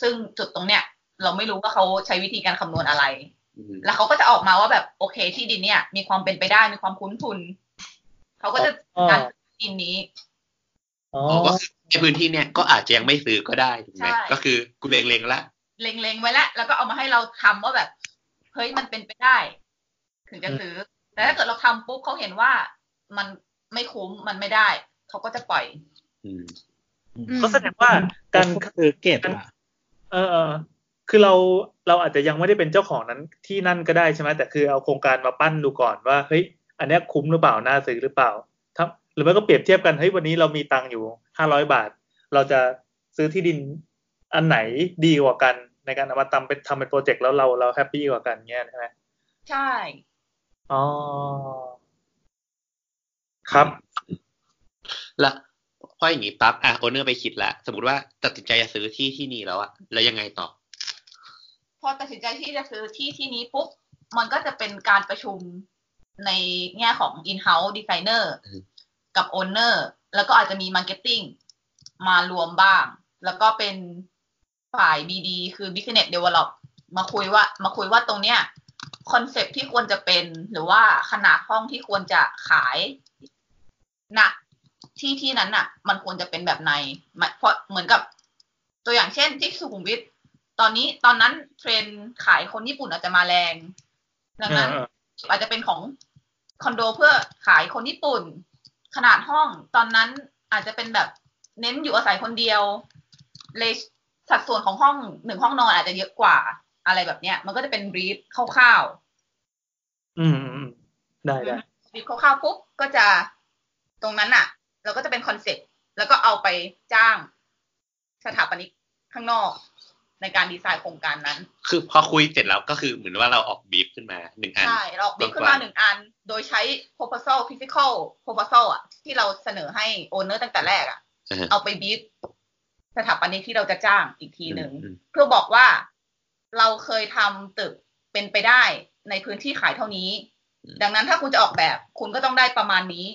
Speaker 4: ซึ่งจุดตรงเนี้ย เราไม่รู้ว่าเขาใช้วิธีการคำนวณอะไร
Speaker 3: อืม
Speaker 4: แล้วเขาก็จะออกมาว่าแบบโอเคที่ดินเนี่ย มีความเป็นไปได้มีความคุ้นทุน เขาก็จะ
Speaker 2: อ๋อ
Speaker 4: การที่ดินนี้
Speaker 2: อ๋อ
Speaker 3: อ๋อก็ในพื้นที่เนี่ยก็อาจจะยังไม่ซื้อก็ได้ถูกไหม
Speaker 4: ใช่
Speaker 3: ก็คือกูเล็งๆละ
Speaker 4: เล็งๆไว้แล้วแล้วก็เอามาให้เราทำว่าแบบเฮ้ยมันเป็นไปได้ ถึงจะซื้อ แต่ถ้าเกิดเราทำปุ๊บเขาเห็นว่ามันไม่คุ้มมันไม่ได้เขาก็จะปล่อย
Speaker 3: อืม
Speaker 1: อืม
Speaker 2: ก็แสดงว่าการ
Speaker 5: ก็คือเกตอะ
Speaker 2: เออเออคือเราเราอาจจะยังไม่ได้เป็นเจ้าของนั้นที่นั่นก็ได้ใช่ไหมแต่คือเอาโครงการมาปั้นดูก่อนว่าเฮ้ยอันเนี้ยคุ้มหรือเปล่าน่าซื้อหรือเปล่าถ้าหรือไม่ก็เปรียบเทียบกันเฮ้ยวันนี้เรามีตังค์อยู่ห้าร้อยบาท เราจะซื้อที่ดินอันไหนดีกว่ากัน ในการเอามาทำเป็นทำเป็นโปรเจกต์แล้วเราเราแฮปปี้กว่ากันเงี้ยใช่ไหม
Speaker 4: ใช่
Speaker 2: อ๋อครับ
Speaker 3: และพออย่างนี้ปั๊บอ่ะโอนเนอร์ไปคิดละสมมติว่าตัดสินใจจะซื้อที่ที่นี่แล้วอะแล้วยังไงต่อ
Speaker 4: พอตัดสินใจที่จะซื้อที่ที่นี้ปุ๊บ มันก็จะเป็นการประชุมในแง่ของ in-house designer
Speaker 3: อืม
Speaker 4: กับ owner แล้วก็อาจจะมี marketing มารวมบ้าง แล้วก็เป็นฝ่าย BD คือ business develop มาคุยว่า มาคุยว่าตรงเนี้ยคอนเซปที่ควรจะเป็น หรือว่าขนาดห้องที่ควรจะขายณที่ที่นั้นน่ะ มันควรจะเป็นแบบไหนหมายเพราะเหมือนกับตัวอย่างเช่นที่สุขุมวิท ตอนนี้ตอนนั้นเทรนด์ขายคนญี่ปุ่นอาจจะมาแรง ดังนั้น
Speaker 2: อ่า
Speaker 4: อาจจะเป็นของคอนโดเพื่อขายคนญี่ปุ่น ขนาดห้องตอนนั้นอาจจะเป็นแบบเน้นอยู่อาศัยคนเดียวเลยสัดส่วนของห้องหนึ่งห้องนอนอาจจะเยอะกว่าอะไรแบบเนี้ย มันก็จะเป็นรีฟคร่าว
Speaker 2: อืมอืมอืมได้ได้
Speaker 4: ๆรีฟคร่าวๆปุ๊บก็จะตรงนั้นอะเราก็จะเป็นคอนเซ็ปต์แล้วก็เอาไปจ้างสถาปนิกข้างนอกในการดีไซน์โครงการนั้น
Speaker 3: คือพอคุยเสร็จแล้วก็คือเหมือนว่าเราออกบีฟขึ้นมาหนึ่งอัน
Speaker 4: ใช่ เราออกบิดขึ้นมาหนึ่งอัน โดยใช้ proposal physical proposal อ่ะ ที่เราเสนอให้โอนเนอร์ตั้งแต่แรกอ่ะ
Speaker 3: อ่าฮะ
Speaker 4: เอาไปบีบสถาปนิกที่เราจะจ้างอีกทีหนึ่ง
Speaker 3: อืม
Speaker 4: เพื่อบอกว่าเราเคยทำตึกเป็นไปได้ในพื้นที่ขายเท่านี้ ดังนั้นถ้าคุณจะออกแบบคุณก็ต้องได้ประมาณนี้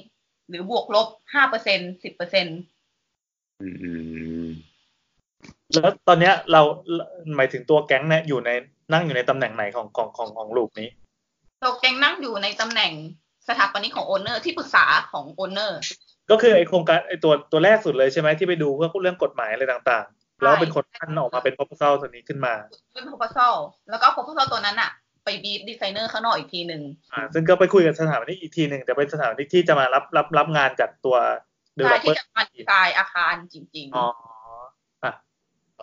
Speaker 4: หรือบวกลบห้าเปอร์เซ็นสิบเปอร์เซ็น
Speaker 3: อืมอืมอืม
Speaker 2: แล้วตอนเนี้ยเราหมายถึงตัวแก๊งเนี่ยอยู่ในนั่งอยู่ในตำแหน่งไหนของของของของลูกนี้
Speaker 4: ตกแกงนั่งอยู่ในตำแหน่งสถาปนิกของโอนเนอร์ที่ปรึกษาของโอนเนอร์
Speaker 2: ก็คือไอโครงการไอตัวตัวแรกสุดเลยใช่ไหมที่ไปดูเพื่อเรื่องกฎหมายอะไรต่างๆ แล้วเป็นคนพันออกมาเป็น proposal ตัวนี้ขึ้นมา
Speaker 4: เป็น proposal แล้วก็ proposal ตัวนั้นอะไปบีบดีไซเนอร์ข้างนอกอีกทีหนึ่ง
Speaker 2: อ่าซึ่งก็ไปคุยกับสถาปนิกอีกทีหนึ่งแต่เป็นสถาปนิกที่จะมารับรับรับงานจากตัว
Speaker 4: ใช่
Speaker 2: developer
Speaker 4: ที่จะมาดีไซน์อาคารจริง
Speaker 2: อ๋อ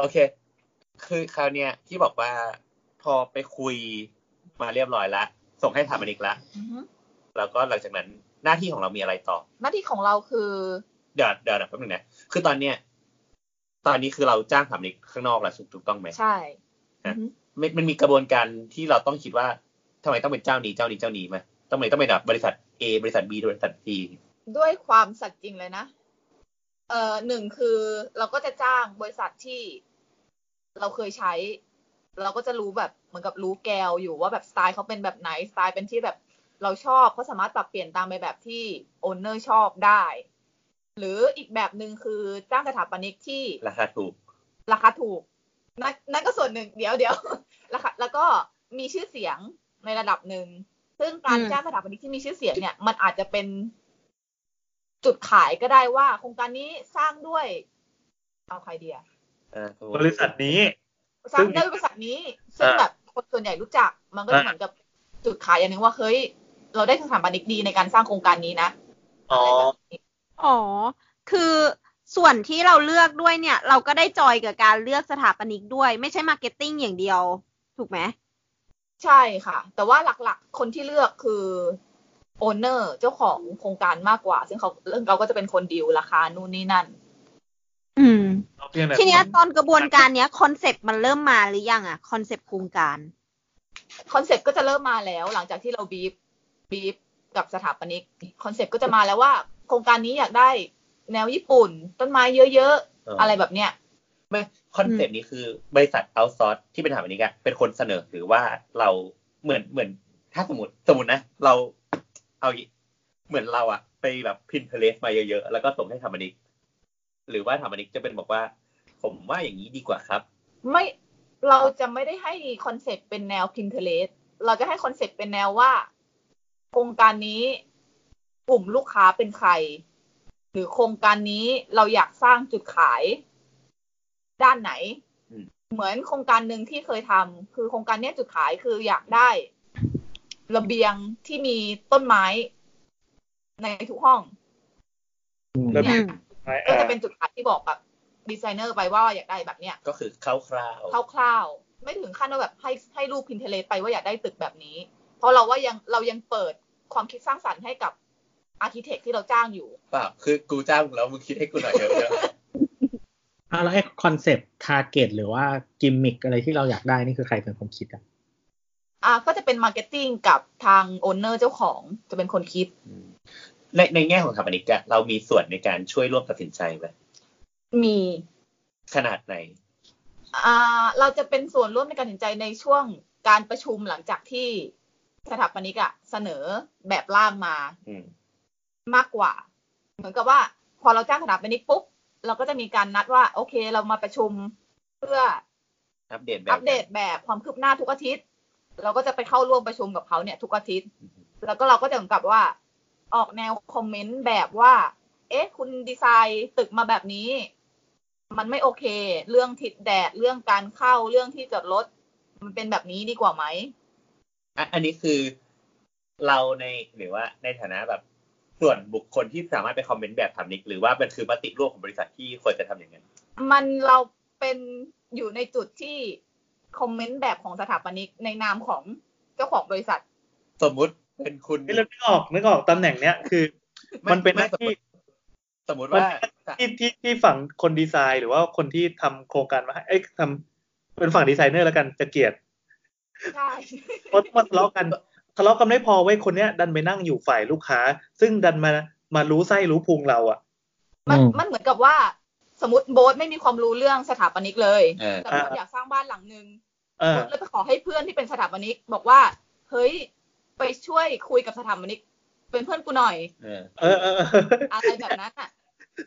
Speaker 7: โอเค คือคราวเนี้ยที่บอกว่าพอไปคุยมาเรียบร้อยละ ส่งให้ถามนิกละ
Speaker 4: ๆ
Speaker 7: แล้วก็หลังจากนั้นหน้าที่ของเรามีอะไรต่อ
Speaker 4: หน้าที่ของเราคือ
Speaker 7: เดี๋ยวเดี๋ยวเดี๋ยวแป๊บนึงนะ คือตอนเนี้ย ตอนนี้คือเราจ้างถามนิกข้างนอกแล้วถูกถูกต้องไหม
Speaker 4: ใช่
Speaker 7: ฮะ มันมันมีกระบวนการที่เราต้องคิดว่าทำไมต้องเป็นเจ้านี้เจ้านี้เจ้านี้ไหมต้องไมต้องเป็นแบบบริษัท A บริษัท B บริษัท C
Speaker 4: ด้วยความสัตย์จริงเลยนะ เอ่อหนึ่งคือเราก็จะจ้างบริษัทที่เราเคยใช้ เราก็จะรู้แบบเหมือนกับรู้แกวอยู่ว่าแบบสไตล์เขาเป็นแบบไหนสไตล์เป็นที่แบบเราชอบเขาสามารถปรับเปลี่ยนตามไปแบบที่โอนเนอร์ชอบได้ หรืออีกแบบหนึ่งคือจ้างสถาปนิกที่
Speaker 7: ราคาถูก
Speaker 4: ราคาถูกนั่นนั่นก็ส่วนหนึ่งเดี๋ยวเดี๋ยว ราคาแล้วก็มีชื่อเสียงในระดับหนึ่ง ซึ่งการ
Speaker 1: อืม
Speaker 4: จ้างสถาปนิกที่มีชื่อเสียงเนี่ย มันอาจจะเป็นจุดขายก็ได้ว่า โครงการนี้สร้างด้วย เอาใครเดีย
Speaker 7: เอ่อสมมุติ
Speaker 2: บริษัทนี้
Speaker 4: สร้าง
Speaker 2: ซึ่ง
Speaker 4: ด้วยบริษัทนี้ ซึ่ง
Speaker 2: อ่า
Speaker 4: แบบคนส่วนใหญ่รู้จัก มันก็จะ
Speaker 2: อ่า
Speaker 4: เหมือนกับจุดขายอย่างหนึ่งว่าเฮ้ย เราได้สถาปนิกดีในการสร้างโครงการนี้นะ
Speaker 2: อ๋อ
Speaker 4: ะไรแบบนี้
Speaker 1: อ๋อ คือส่วนที่เราเลือกด้วยเนี่ย เราก็ได้จอยกับการเลือกสถาปนิกด้วย ไม่ใช่มาร์เก็ตติ้งอย่างเดียว ถูกไหม
Speaker 4: ใช่ค่ะ แต่ว่าหลักๆ คนที่เลือกคือโอนเนอร์เจ้าของโครงการมากกว่า ซึ่งเขาเรื่องเราก็จะเป็นคนดีลราคานู่นนี่นั่น
Speaker 1: อืม
Speaker 2: เราเพียงแต่
Speaker 1: ทีเนี้ยตอนกระบวนการเนี้ยคอนเซปต์มันเริ่มมาหรือยังอะคอนเซปต์โครงการ
Speaker 4: คอนเซ็ปต์ก็จะเริ่มมาแล้ว หลังจากที่เราบีฟบีฟกับสถาปนิกคอนเซ็ปต์ก็จะมาแล้วว่า โครงการนี้อยากได้แนวญี่ปุ่น ต้นไม้เยอะ
Speaker 7: เออ
Speaker 4: ๆ
Speaker 7: อ
Speaker 4: อะไรแบบเนี้ย
Speaker 7: ไม่คอนเซ็ปต์นี้คือบริษัทเอาซอร์สที่เป็นสถาปนิกอะเป็นคนเสนอหรือว่าเราเหมือนเหมือน ถ้าสมมติสมมตินะ เราเอาอย่างงี้เหมือนเราอะไปแบบพินเพลสมาเยอะๆ แล้วก็ส่งให้สถาปนิก หรือว่าสถาปนิกจะเป็นบอกว่า ผมว่าอย่างนี้ดีกว่าครับ
Speaker 4: ไม่เราจะไม่ได้ให้คอนเซ็ปต์เป็นแนว Pinterest เราจะให้คอนเซ็ปต์เป็นแนวว่า โครงการนี้กลุ่มลูกค้าเป็นใคร หรือโครงการนี้เราอยากสร้างจุดขาย ด้านไหน
Speaker 7: อืม
Speaker 4: เหมือนโครงการหนึ่งที่เคยทำคือโครงการเนี้ยจุดขายคืออยากได้ระเบียงที่มีต้นไม้ ในทุกห้อง
Speaker 5: อืม
Speaker 2: ระ
Speaker 1: อื
Speaker 2: เบียบ
Speaker 1: ม
Speaker 2: ไม้
Speaker 4: ก็
Speaker 2: อ่า
Speaker 4: จะเป็นจุดขายที่บอกแบบดีไซเนอร์ไปว่าอยากได้แบบเนี้ย
Speaker 7: ก็คือคร่าวๆ
Speaker 4: คร่าวๆ ไม่ถึงขั้นว่าแบบให้ให้รูปพินเทเลไปว่าอยากได้ตึกแบบนี้ เพราะเราว่ายังเรายังเปิดความคิดสร้างสรรค์ให้กับอาร์เคเต็กที่เราจ้างอยู่
Speaker 7: เปล่าคือกูจ้างมึงแล้วมึงคิดให้กูหน่อยเถอะ
Speaker 5: อ่ะแล้วไอ้คอนเซปต์ทาร์เก็ตหรือว่ากิมมิคอะไรที่เราอยากได้นี่คือใครเป็นคนคิดอ่ะ
Speaker 4: อ่าก็จะเป็นมาร์เก็ตติ้งกับทางโอนเนอร์เจ้าของจะเป็นคนคิด
Speaker 7: ในในแง่ของสถาปนิกอะเรามีส่วนในการช่วยร่วมตัดสินใจไหม
Speaker 4: มี
Speaker 7: ขนาดไหน
Speaker 4: อ่าเราจะเป็นส่วนร่วมในการตัดสินใจในช่วงการประชุมหลังจากที่สถาปนิกอะเสนอแบบร่างมา
Speaker 7: อืม
Speaker 4: มากกว่า เหมือนกับว่า พอเราจ้างสถาปนิกปุ๊บเราก็จะมีการนัดว่า โอเค เรามาประชุมเพื่อ
Speaker 7: อัปเดตแบบ
Speaker 4: อัปเดตแบบความคืบหน้าทุกอาทิตย์ เราก็จะไปเข้าร่วมประชุมกับเขาเนี่ยทุกอาทิตย์ แล้วก็เราก็จะเหมือนกับว่า ออกแนวคอมเมนต์แบบว่า เอ๊ะ คุณดีไซน์ตึกมาแบบนี้ มันไม่โอเค เรื่องทิศแดดเรื่องการเข้าเรื่องที่จอดรถมันเป็นแบบนี้ดีกว่าไหม
Speaker 7: อ่ะอันนี้คือเราในหรือว่าในฐานะแบบส่วนบุคคลที่สามารถไปคอมเมนต์แบบสถาปนิก หรือว่ามันคือมติร่วมของบริษัทที่ควรจะทำอย่างนั้น
Speaker 4: มันเราเป็นอยู่ในจุดที่คอมเมนต์แบบของสถาปนิกในนามของเจ้าของบริษัท
Speaker 7: สมมุติเป็นคุณ
Speaker 2: นี่เรานึกออกนึกออกตำแหน่งเนี้ยคือ มันเป็นหน้าที่
Speaker 7: ไม่สมมุติสมมุติว่า
Speaker 2: ที่ที่ที่ฝั่งคนดีไซน์หรือว่าคนที่ทำโครงการมาให้เอ้ยทำเป็นฝั่งดีไซเนอร์แล้วกันจะเกลียด
Speaker 4: ใช่
Speaker 2: เพราะต้องมาทะเลาะกันทะเลาะกันไม่พอไว้ยคนเนี้ย ดันไปนั่งอยู่ฝ่ายลูกค้า ซึ่งดันมามารู้ไส้รู้พุงเราอะ
Speaker 4: มัน
Speaker 5: อืม
Speaker 4: มันเหมือนกับว่าสมมติโบ๊ทไม่มีความรู้เรื่องสถาปนิกเลย
Speaker 7: เออ
Speaker 4: แต่โบ๊ท
Speaker 2: อ่า
Speaker 4: อยากสร้างบ้านหลังนึง
Speaker 2: เออ
Speaker 4: โบ๊ทเลยไปขอให้เพื่อนที่เป็นสถาปนิกบอกว่า เฮ้ย ไปช่วยคุยกับสถาปนิก เป็นเพื่อนกูหน่อย
Speaker 7: เออ
Speaker 2: เออเออ เออ
Speaker 4: อะไรแบบนั้นอ่ะ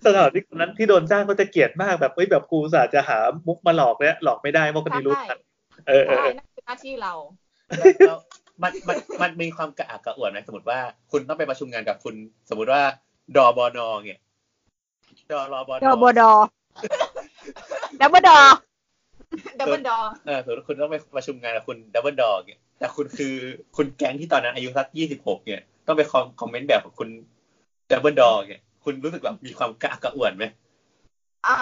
Speaker 2: สถานที่คนนั้นที่โดนจ้างก็จะเกลียดมากแบบเอ้ยแบบกูอุตสาห์จะหามุกมาหลอกเนี่ยหลอกไม่ได้เพราะคนนี้รู้ทันเออเอ
Speaker 4: ใช่
Speaker 2: อ
Speaker 4: นั่นคือหน้าที่เรา
Speaker 7: แล้วแล้วมันมันมันมีความกระอักกระอ่วนไหมสมมติว่าคุณต้องไปประชุมงานกับคุณ สมมติว่าดอบอนอเนี่ยดอรอบอน
Speaker 1: ดอบดอ ดับเบดอ
Speaker 4: ดับเบิลดอ
Speaker 7: เออสมมติคุณต้องไปประชุมงานกับคุณดับเบิลดอเนี่ยแต่คุณคือคุณแก๊งที่ตอนนั้นอายุสักยี่สิบหกเนี่ยต้องไปคอมคอมเมนต์แบบของคุณดับเบิลดอเนี่ยคุณรู้สึกแบบมีความกระอักกระอ่วนไหม
Speaker 4: อ่า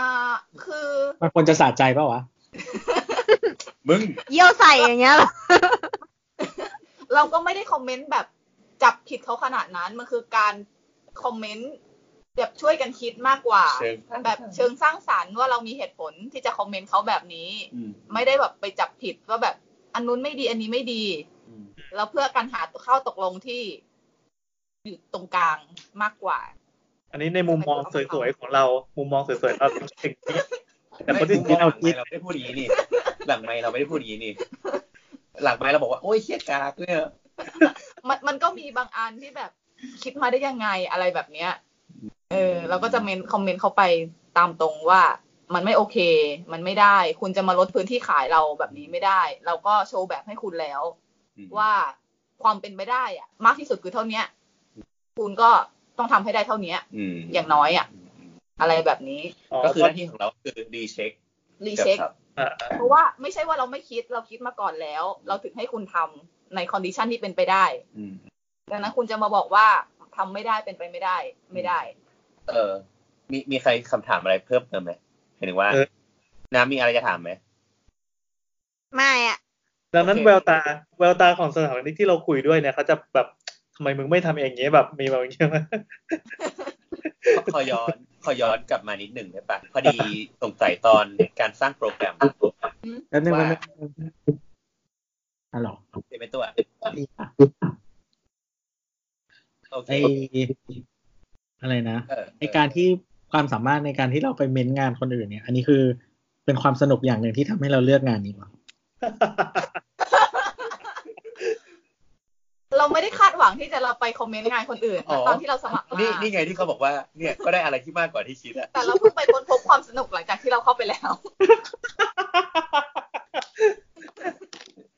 Speaker 4: คือ
Speaker 5: มันควรจะสะใจป่าวะ
Speaker 7: มึง
Speaker 1: เยี่ยวใส่อย่างเงี้ยเหรอ
Speaker 4: เราก็ไม่ได้คอมเมนต์แบบจับผิดเขาขนาดนั้น มันคือการคอมเมนต์แบบช่วยกันคิดมากกว่า
Speaker 7: เชิง
Speaker 4: แบบเชิงสร้างสรรค์ว่าเรามีเหตุผลที่จะคอมเมนต์เขาแบบนี้
Speaker 7: อืม
Speaker 4: ไม่ได้แบบไปจับผิดว่าแบบอันนู้นไม่ดีอันนี้ไม่ดี
Speaker 7: อืม
Speaker 4: แล้วเพื่อการหาข้อตกลงที่อยู่ตรงกลางมากกว่า
Speaker 2: อันนี้ในมุมมองสวยๆของเรา มุมมองสวยๆเราเก่งนี้แต่คนที่
Speaker 7: ไม่
Speaker 2: คิด
Speaker 7: ห
Speaker 2: เอา
Speaker 7: ลังไมค์เราไม่ได้พูดอย่างนี้นี่ หลังไมค์เราไม่ได้พูดอย่างนี้นี่ หลังไมค์เราบอกว่าโอ้ยเชี่ยกากเนี่ย
Speaker 4: มันมันก็มีบางอันที่แบบคิดมาได้ยังไงอะไรแบบเนี้ย เออ เราก็จะเมนคอมเมนต์เขาไปตามตรงว่ามันไม่โอเค มันไม่ได้ คุณจะมาลดพื้นที่ขายเราแบบนี้ไม่ได้ เราก็โชว์แบบให้คุณแล้ว ว่าความเป็นไปได้อะมากที่สุดคือเท่าเนี้ย คุณก็ต้องทำให้ได้เท่าเนี้ย
Speaker 7: ม
Speaker 4: อย่างน้อยอะ อะไรแบบนี้
Speaker 2: อ๋อ
Speaker 7: ก็คือห
Speaker 2: ก็
Speaker 7: น้าที่ของเราคือรีเช็ค
Speaker 4: รีเช็ค
Speaker 7: ครับ
Speaker 2: อ่า
Speaker 4: เพราะว่าไม่ใช่ว่าเราไม่คิดเราคิดมาก่อนแล้ว เราถึงให้คุณทำในคอนดิชันที่เป็นไปได้
Speaker 7: อืม
Speaker 4: ดังนั้นคุณจะมาบอกว่าทำไม่ได้เป็นไปไม่ได้ ไม่ได้
Speaker 7: เออ มีมีใครคำถามอะไรเพิ่มเติมไหมเห็นว่า น้ำมีอะไรจะถามไหม
Speaker 1: ไม่อะ
Speaker 2: ดังนั้น
Speaker 4: โอเค
Speaker 2: แววตาแววตาของสถาปนิกที่เราคุยด้วยเนี่ยเขาจะแบบทำไมมึงไม่ทำเองเงี้ยแบบมีแบบอย่างเงี้ยไหม
Speaker 7: ขอย้อน ขอย้อนกลับมานิดหนึ่งได้ปะพอดีสงสัยตอนการสร้างโปรแกรม
Speaker 5: แล้วนึงมันงอ่ะหรอ
Speaker 7: เป็นไหมตัวโอเค
Speaker 5: ไออะไรนะ
Speaker 7: เออ
Speaker 5: ในการที่ความสามารถในการที่เราไปเม้นงานคนอื่นเนี่ย อันนี้คือเป็นความสนุกอย่างหนึ่งที่ทำให้เราเลือกงานนี้ว่ะ
Speaker 4: เราไม่ได้คาดหวังที่จะเราไปคอมเมนต์งานคนอื่นนะตอนที่เราสมัครมา
Speaker 7: นี่นี่ไงที่เขาบอกว่าเนี่ยก็ได้อะไรที่มากกว่าที่คิดอะ
Speaker 4: แต่เราเพิ่งไปค้นพบความสนุกหลังจากที่เราเข้าไปแล้ว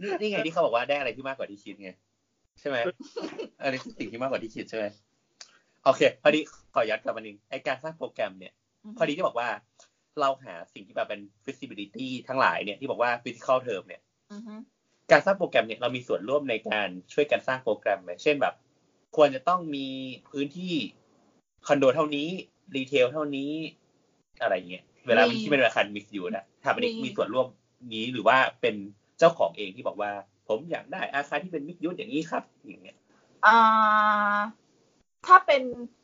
Speaker 7: นี่นี่ไงที่เขาบอกว่าได้อะไรที่มากกว่าที่คิดไงใช่ไหมอันนี้คือสิ่งที่มากกว่าที่คิดใช่ไหมโอเค พอดีขอย้อนกลับมานิดนึงไอการสร้างโปรแกรมเนี่ย พอดีที่บอกว่าเราหาสิ่งที่แบบเป็น feasibility ทั้งหลายเนี่ยที่บอกว่า physical term เนี่ย
Speaker 4: อือฮึ
Speaker 7: การสร้างโปรแกรมเนี่ยเรามีส่วนร่วมในการช่วยกันสร้างโปรแกรมไหมเช่นแบบ ควรจะต้องมีพื้นที่คอนโดเท่านี้รีเทลเท่านี้ อะไรเงี้ยเวลาที่เป็นธนาคารมิสยูนะถามอันนี้มีส่วนร่วมนี้หรือว่าเป็นเจ้าของเองที่บอกว่า ผมอยากได้อาคารที่เป็นมิสยูอย่างนี้ครับอย่างเงี้ย
Speaker 4: อ่าถ้าเป็น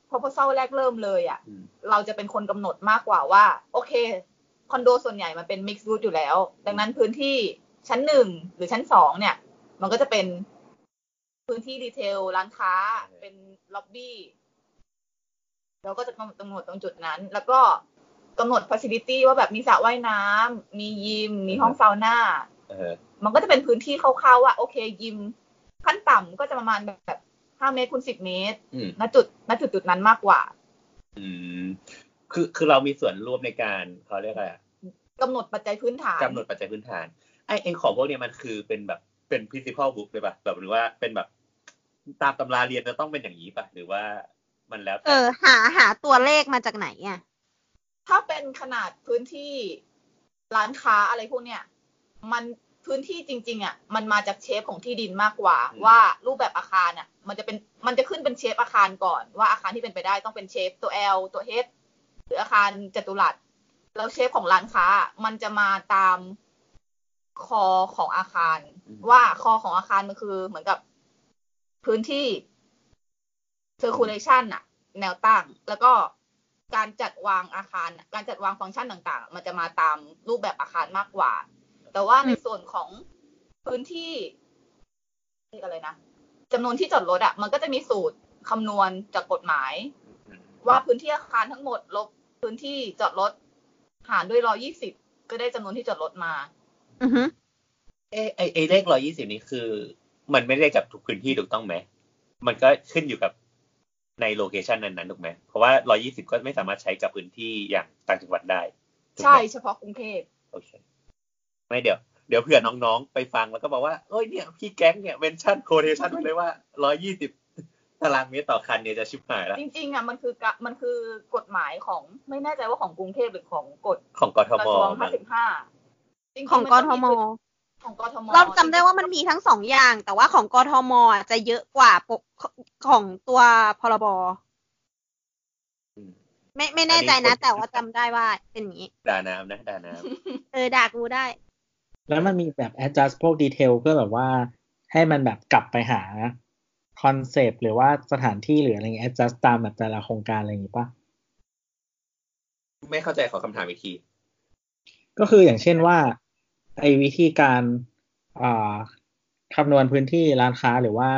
Speaker 4: proposal แรกเริ่มเลยอ่ะ
Speaker 7: อืม
Speaker 4: เราจะเป็นคนกำหนดมากกว่าว่า โอเค คอนโดส่วนใหญ่มันเป็น mixed use อยู่แล้ว ดังนั้นพื้นที่ชั้นหนึ่งหรือชั้นสองเนี่ย มันก็จะเป็นพื้นที่ดีเทล ร้านค้าเป็นล็อบบี้เราก็จะกำหนดตรงจุดนั้น แล้วก็กำหนด facility ว่าแบบมีสระว่ายน้ำมียิม มีห้องซาวน่า
Speaker 7: เออ
Speaker 4: มันก็จะเป็นพื้นที่คร่าวๆว่าโอเคยิม ขั้นต่ำก็จะประมาณแบบห้าเมตรคูณสิบเมตร
Speaker 7: อืม
Speaker 4: ณจุดณจุดจุดนั้นมากกว่า
Speaker 7: อืม คือคือเรามีส่วนร่วมในการเขาเรียกอะไรอะ
Speaker 4: กำหนดปัจจัยพื้นฐาน
Speaker 7: กำหนดปัจจัยพื้นฐานไอเองของพวกเนี้ยมันคือเป็นแบบเป็น principle book เลยป่ะแบบหรือว่าเป็นแบบตามตำราเรียนจะต้องเป็นอย่างนี้ป่ะ หรือว่ามันแล้ว
Speaker 1: เอ
Speaker 7: แต่
Speaker 1: อ หาหาตัวเลขมาจากไหนอ่ะ
Speaker 4: ถ้าเป็นขนาดพื้นที่ร้านค้าอะไรพวกเนี้ยมันพื้นที่จริง ๆอ่ะมันมาจากเชฟของที่ดินมากกว่า ว่ารูปแบบอาคารอ่ะ มันจะเป็นมันจะขึ้นเป็นเชฟอาคารก่อนว่าอาคารที่เป็นไปได้ต้องเป็นเชฟตัว L ตัว H หรืออาคารจัตุรัส แล้วเชฟของร้านค้า มันจะมาตามคอของอาคาร ว่าคอของอาคารมันคือเหมือนกับพื้นที่ circulation อะแนวตั้ง แล้วก็การจัดวางอาคารน่ะการจัดวางฟังก์ชันต่างๆ มันจะมาตามรูปแบบอาคารมากกว่า แต่ว่าในส่วนของพื้นที่เรียกอะไรนะจำนวนที่จอดรถอะมันก็จะมีสูตรคำนวณจากกฎหมาย ว่าพื้นที่อาคารทั้งหมดลบพื้นที่จอดรถหารด้วยร้อยี่สิบก็ได้จำนวนที่จอดรถมา
Speaker 1: อือฮึ
Speaker 7: เอยไอไอเลขร้อยี่สิบนี้คือ มันไม่ได้กับทุกพื้นที่ถูกต้องไหม มันก็ขึ้นอยู่กับในโลเคชันนั้นๆถูกไหมเพราะว่าร้อยี่สิบก็ไม่สามารถใช้กับพื้นที่อย่างต่างจังหวัดได้ถูกไหม
Speaker 4: ใช่เฉพาะกรุงเทพ
Speaker 7: โอเค ไม่เดี๋ยว เดี๋ยวเผื่อน้องๆ ไปฟังแล้วก็บอกว่า เอ้ยเนี่ย พี่แก๊งเนี่ยเมนชั่นโคเทชันไปเลยว่า 120 ตารางเมตรต่อคันเนี่ยจะชิบหายแล้ว
Speaker 4: จริงๆอ่ะมันคือกะมันคือกฎหมายของไม่แน่ใจว่าของกรุงเทพหรือของกฎ
Speaker 7: ของกท
Speaker 4: กระ
Speaker 7: ม
Speaker 4: ทรวง
Speaker 7: มั้ง
Speaker 4: 55จริๆ
Speaker 1: ของก
Speaker 4: น
Speaker 1: ท
Speaker 4: มี
Speaker 1: ม
Speaker 4: พื้นของกทม
Speaker 1: เราจำได้ว่ามันมีทั้งสองอย่าง แต่ว่าของกทมอ่ะจะเยอะกว่าปกของตัวพรบ
Speaker 7: อืม
Speaker 1: ไม่ไม่แน่ใจนะ แต่ว่าจำได้ว่าเป็นอย่างนี้
Speaker 7: ด่าน้ำนะด่าน้
Speaker 1: เออด่ากูได้
Speaker 5: แล้วมันมีแบบ adjust พวกดีเทลเพื่อแบบว่า ให้มันแบบกลับไปหาคอนเซปต์หรือว่าสถานที่หรืออะไรเงี้ย adjust ตามแบบแต่ละโครงการอะไรอย่างงี้ป่ะ
Speaker 7: ำ ไม่เข้าใจขอคำถามอีกที
Speaker 5: ก็คืออย่างเช่นว่าไอ้วิธีการอ่าคำนวณพื้นที่ร้านค้าหรือว่า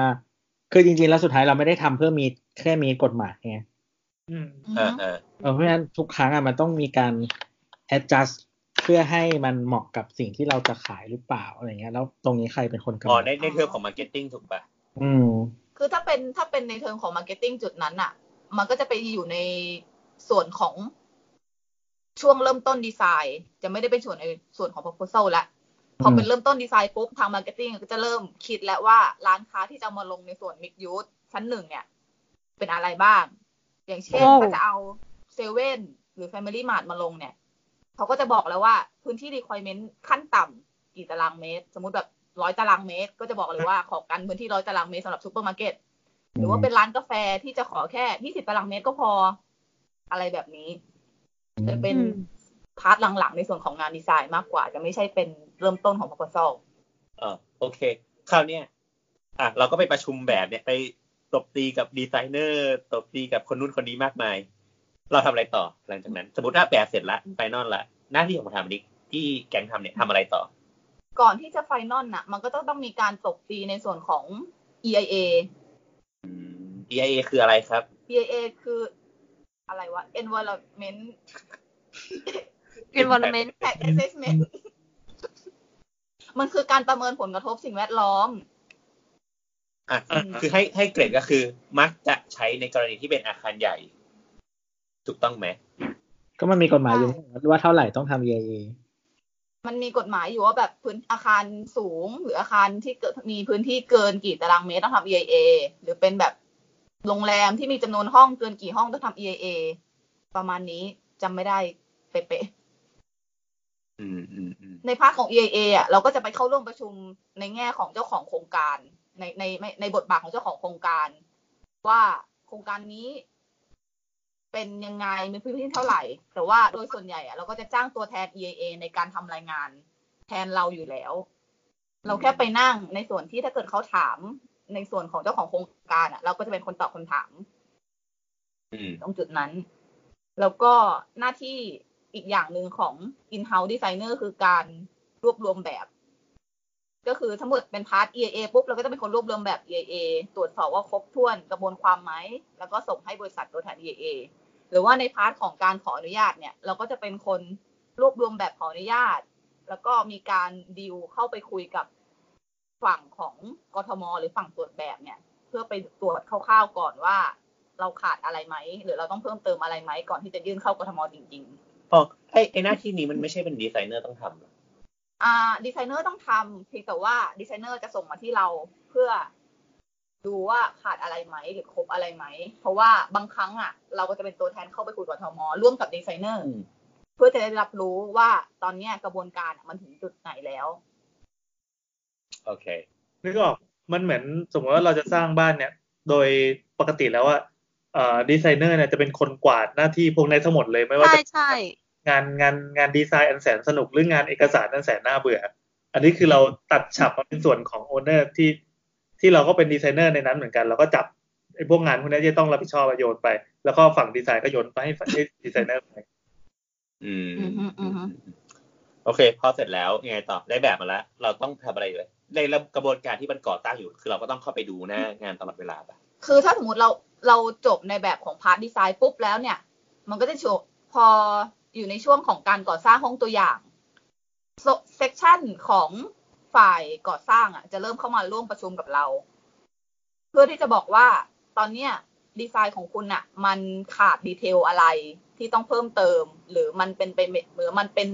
Speaker 5: คือจริงๆแล้วสุดท้ายเราไม่ได้ทำเพื่อมีแค่มีกฎหมายไง
Speaker 2: อืม
Speaker 4: อือฮึ
Speaker 7: อ่าอ่า
Speaker 5: เออเพราะฉะนั้นทุกครั้งอะมันต้องมีการ adjust เพื่อให้มันเหมาะกับสิ่งที่เราจะขายหรือเปล่าอะไรเงี้ย แล้วตรงนี้ใครเป็นคนกำห
Speaker 7: อ๋อน ใน
Speaker 5: ด
Speaker 7: ในเรื่องของมาร์เก็ตติ้งถูกป่ะ
Speaker 5: อืม
Speaker 4: คือถ้าเป็นถ้าเป็นในเทิงของมาร์เก็ตติ้งจุดนั้นอ่ะ มันก็จะไปอยู่ในส่วนของช่วงเริ่มต้นดีไซน์ จะไม่ได้เป็นส่วนในส่วนของ proposal ละพอเป็นเริ่มต้นดีไซน์ปุ๊บทางมาร์เก็ตติ้งก็จะเริ่มคิดแล้วว่าร้านค้าที่จะเอามาลงในส่วน mix use ชั้นหนึ่งเนี่ย เป็นอะไรบ้าง อย่างเช่น
Speaker 1: โอ้
Speaker 4: ถ้าจะเอาเซเว่นหรือ Family Mart มาลงเนี่ย เขาก็จะบอกแล้วว่าพื้นที่ requirement ขั้นต่ำกี่ตารางเมตร สมมุติแบบร้อยตารางเมตร ก็จะบอกเลยว่าขอกันพื้นที่ร้อยตารางเมตรสำหรับซูเปอร์มาร์เก็ตหรือว่าเป็นร้านกาแฟที่จะขอแค่ยี่สิบตารางเมตรก็พออะไรแบบนี้ จะเป็น
Speaker 1: อืม
Speaker 4: พาร์ทหลังๆ ในส่วนของงานดีไซน์มากกว่า จะไม่ใช่เป็นเริ่มต้นของ proposal
Speaker 7: อ่าโอเค คราวเนี้ยอ่ะเราก็ไปประชุมแบบเนี่ยไปตบตีกับดีไซเนอร์ ตบตีกับคนนู้นคนนี้มากมาย เราทำอะไรต่อหลังจากนั้น สมมติว่าแบบเสร็จละไฟนอลละหน้าที่ของประธานบดีที่แก๊งทำเนี่ยทำอะไรต่อ
Speaker 4: ก่อนที่จะไฟนอลน่ะ มันก็ต้องต้องมีการตบตีในส่วนของ EIA
Speaker 7: EIA คืออะไรครับ
Speaker 4: EIA คืออะไรวะ Environment
Speaker 1: เป็นวันเมน
Speaker 4: Impact Assessment มันคือการประเมินผลกระทบสิ่งแวดล้อม
Speaker 7: อ่ะ
Speaker 2: อ่า
Speaker 7: คือให้ให้เกรดก็คือมักจะใช้ในกรณีที่เป็นอาคารใหญ่ ถูกต้องไหม
Speaker 5: ก็มันมีกฎหมายอยู่ว่าเท่าไหร่ต้องทำ EIA
Speaker 4: มันมีกฎหมายอยู่ว่าแบบพื้นอาคารสูง หรืออาคารที่เกิดมีพื้นที่เกินกี่ตารางเมตรต้องทำ EIA หรือเป็นแบบโรงแรมที่มีจำนวนห้องเกินกี่ห้องต้องทำ EIA ประมาณนี้จำไม่ได้เป๊ะ
Speaker 7: อืมอืมอืม
Speaker 4: ๆในภาคของ EIA อ่ะเราก็จะไปเข้าร่วมประชุมในแง่ของเจ้าของโครงการ ในในในในบทบาทของเจ้าของโครงการ ว่าโครงการนี้ เป็นยังไงมีพื้นที่เท่าไหร่ แต่ว่าโดยส่วนใหญ่อะเราก็จะจ้างตัวแทน EIA ในการทำรายงาน แทนเราอยู่แล้ว เราแค่ไปนั่งในส่วนที่ถ้าเกิดเขาถามในส่วนของเจ้าของโครงการอะเราก็จะเป็นคนตอบคำถาม
Speaker 7: อืม
Speaker 4: ตรงจุดนั้น แล้วก็หน้าที่อีกอย่างหนึ่งของ in-house designer คือการรวบรวมแบบ ก็คือทั้งหมดเป็นพาร์ท EIA ปุ๊บเราก็จะเป็นคนรวบรวมแบบ EIA ตรวจสอบว่าครบถ้วนกระบวนความไหม แล้วก็ส่งให้บริษัทตัวแทน EIA หรือว่าในพาร์ทของการขออนุญาตเนี่ย เราก็จะเป็นคนรวบรวมแบบขออนุญาต แล้วก็มีการดีลเข้าไปคุยกับฝั่งของกทม หรือฝั่งตรวจแบบเนี่ย เพื่อไปตรวจคร่าวๆก่อนว่า เราขาดอะไรไหม หรือเราต้องเพิ่มเติมอะไรไหม ก่อนที่จะยื่นเข้ากทมจริง
Speaker 7: อ๋อไอไอหน้าที่นี้มันไม่ใช่เป็นดีไซเนอร์ต้องทำเหรอ
Speaker 4: ๆ อ่า ดีไซเนอร์ต้องทำเพียงแต่ว่าดีไซเนอร์จะส่งมาที่เราเพื่อดูว่าขาดอะไรไหม หรือครบอะไรไหม เพราะว่าบางครั้งอ่ะ เราก็จะเป็นตัวแทนเข้าไปคุยกับกทม ร่วมกับดีไซเนอร์
Speaker 7: อืม
Speaker 4: เพื่อจะได้รับรู้ว่าตอนเนี้ยกระบวนการอะมันถึงจุดไหนแล้ว
Speaker 7: โอเค
Speaker 2: นึกออกมันเหมือนสมมติว่าเราจะสร้างบ้านเนี่ย โดยปกติแล้วว่าเอ่อดีไซเนอร์เนี่ยจะเป็นคนกวาดหน้าที่พวกนี้ทั้งหมดเลยไม่ว่า
Speaker 1: ใช่
Speaker 2: จะ
Speaker 1: ใช่
Speaker 2: งานงานงานดีไซน์อันแสนสนุกหรืองานเอกสารอันแสนน่าเบื่อ อันนี้คือเราตัดฉับมาเป็นส่วนของโอเนอร์ที่ที่เราก็เป็นดีไซเนอร์ในนั้นเหมือนกันเราก็จับไอ้พวกงานพวกนี้ที่ต้องรับผิดชอบโยนไป แล้วก็ฝั่งดีไซน์ก็โยนไปให้ฝั่งให้ดีไซเนอร์ไป
Speaker 7: อืม
Speaker 4: อืมอืมอืม
Speaker 7: โอเค พอเสร็จแล้วยังไงต่อได้แบบมาแล้ว เราต้องทำอะไรเลยในระบบกระบวนการที่มันก่อตั้งอยู่ คือเราก็ต้องเข้าไปดูหน้างานตลอดเวลาป่ะ
Speaker 4: คือถ้าสมมติเราเราจบในแบบของพาร์ทดีไซน์ปุ๊บแล้วเนี่ย มันก็จะโชว์พออยู่ในช่วงของการก่อสร้างห้องตัวอย่างเซกชันของฝ่ายก่อสร้างอ่ะ จะเริ่มเข้ามาร่วมประชุมกับเรา เพื่อที่จะบอกว่าตอนเนี้ยดีไซน์ของคุณอ่ะ มันขาดดีเทลอะไรที่ต้องเพิ่มเติม หรือมันเป็นไปไม่หรือมันเป็น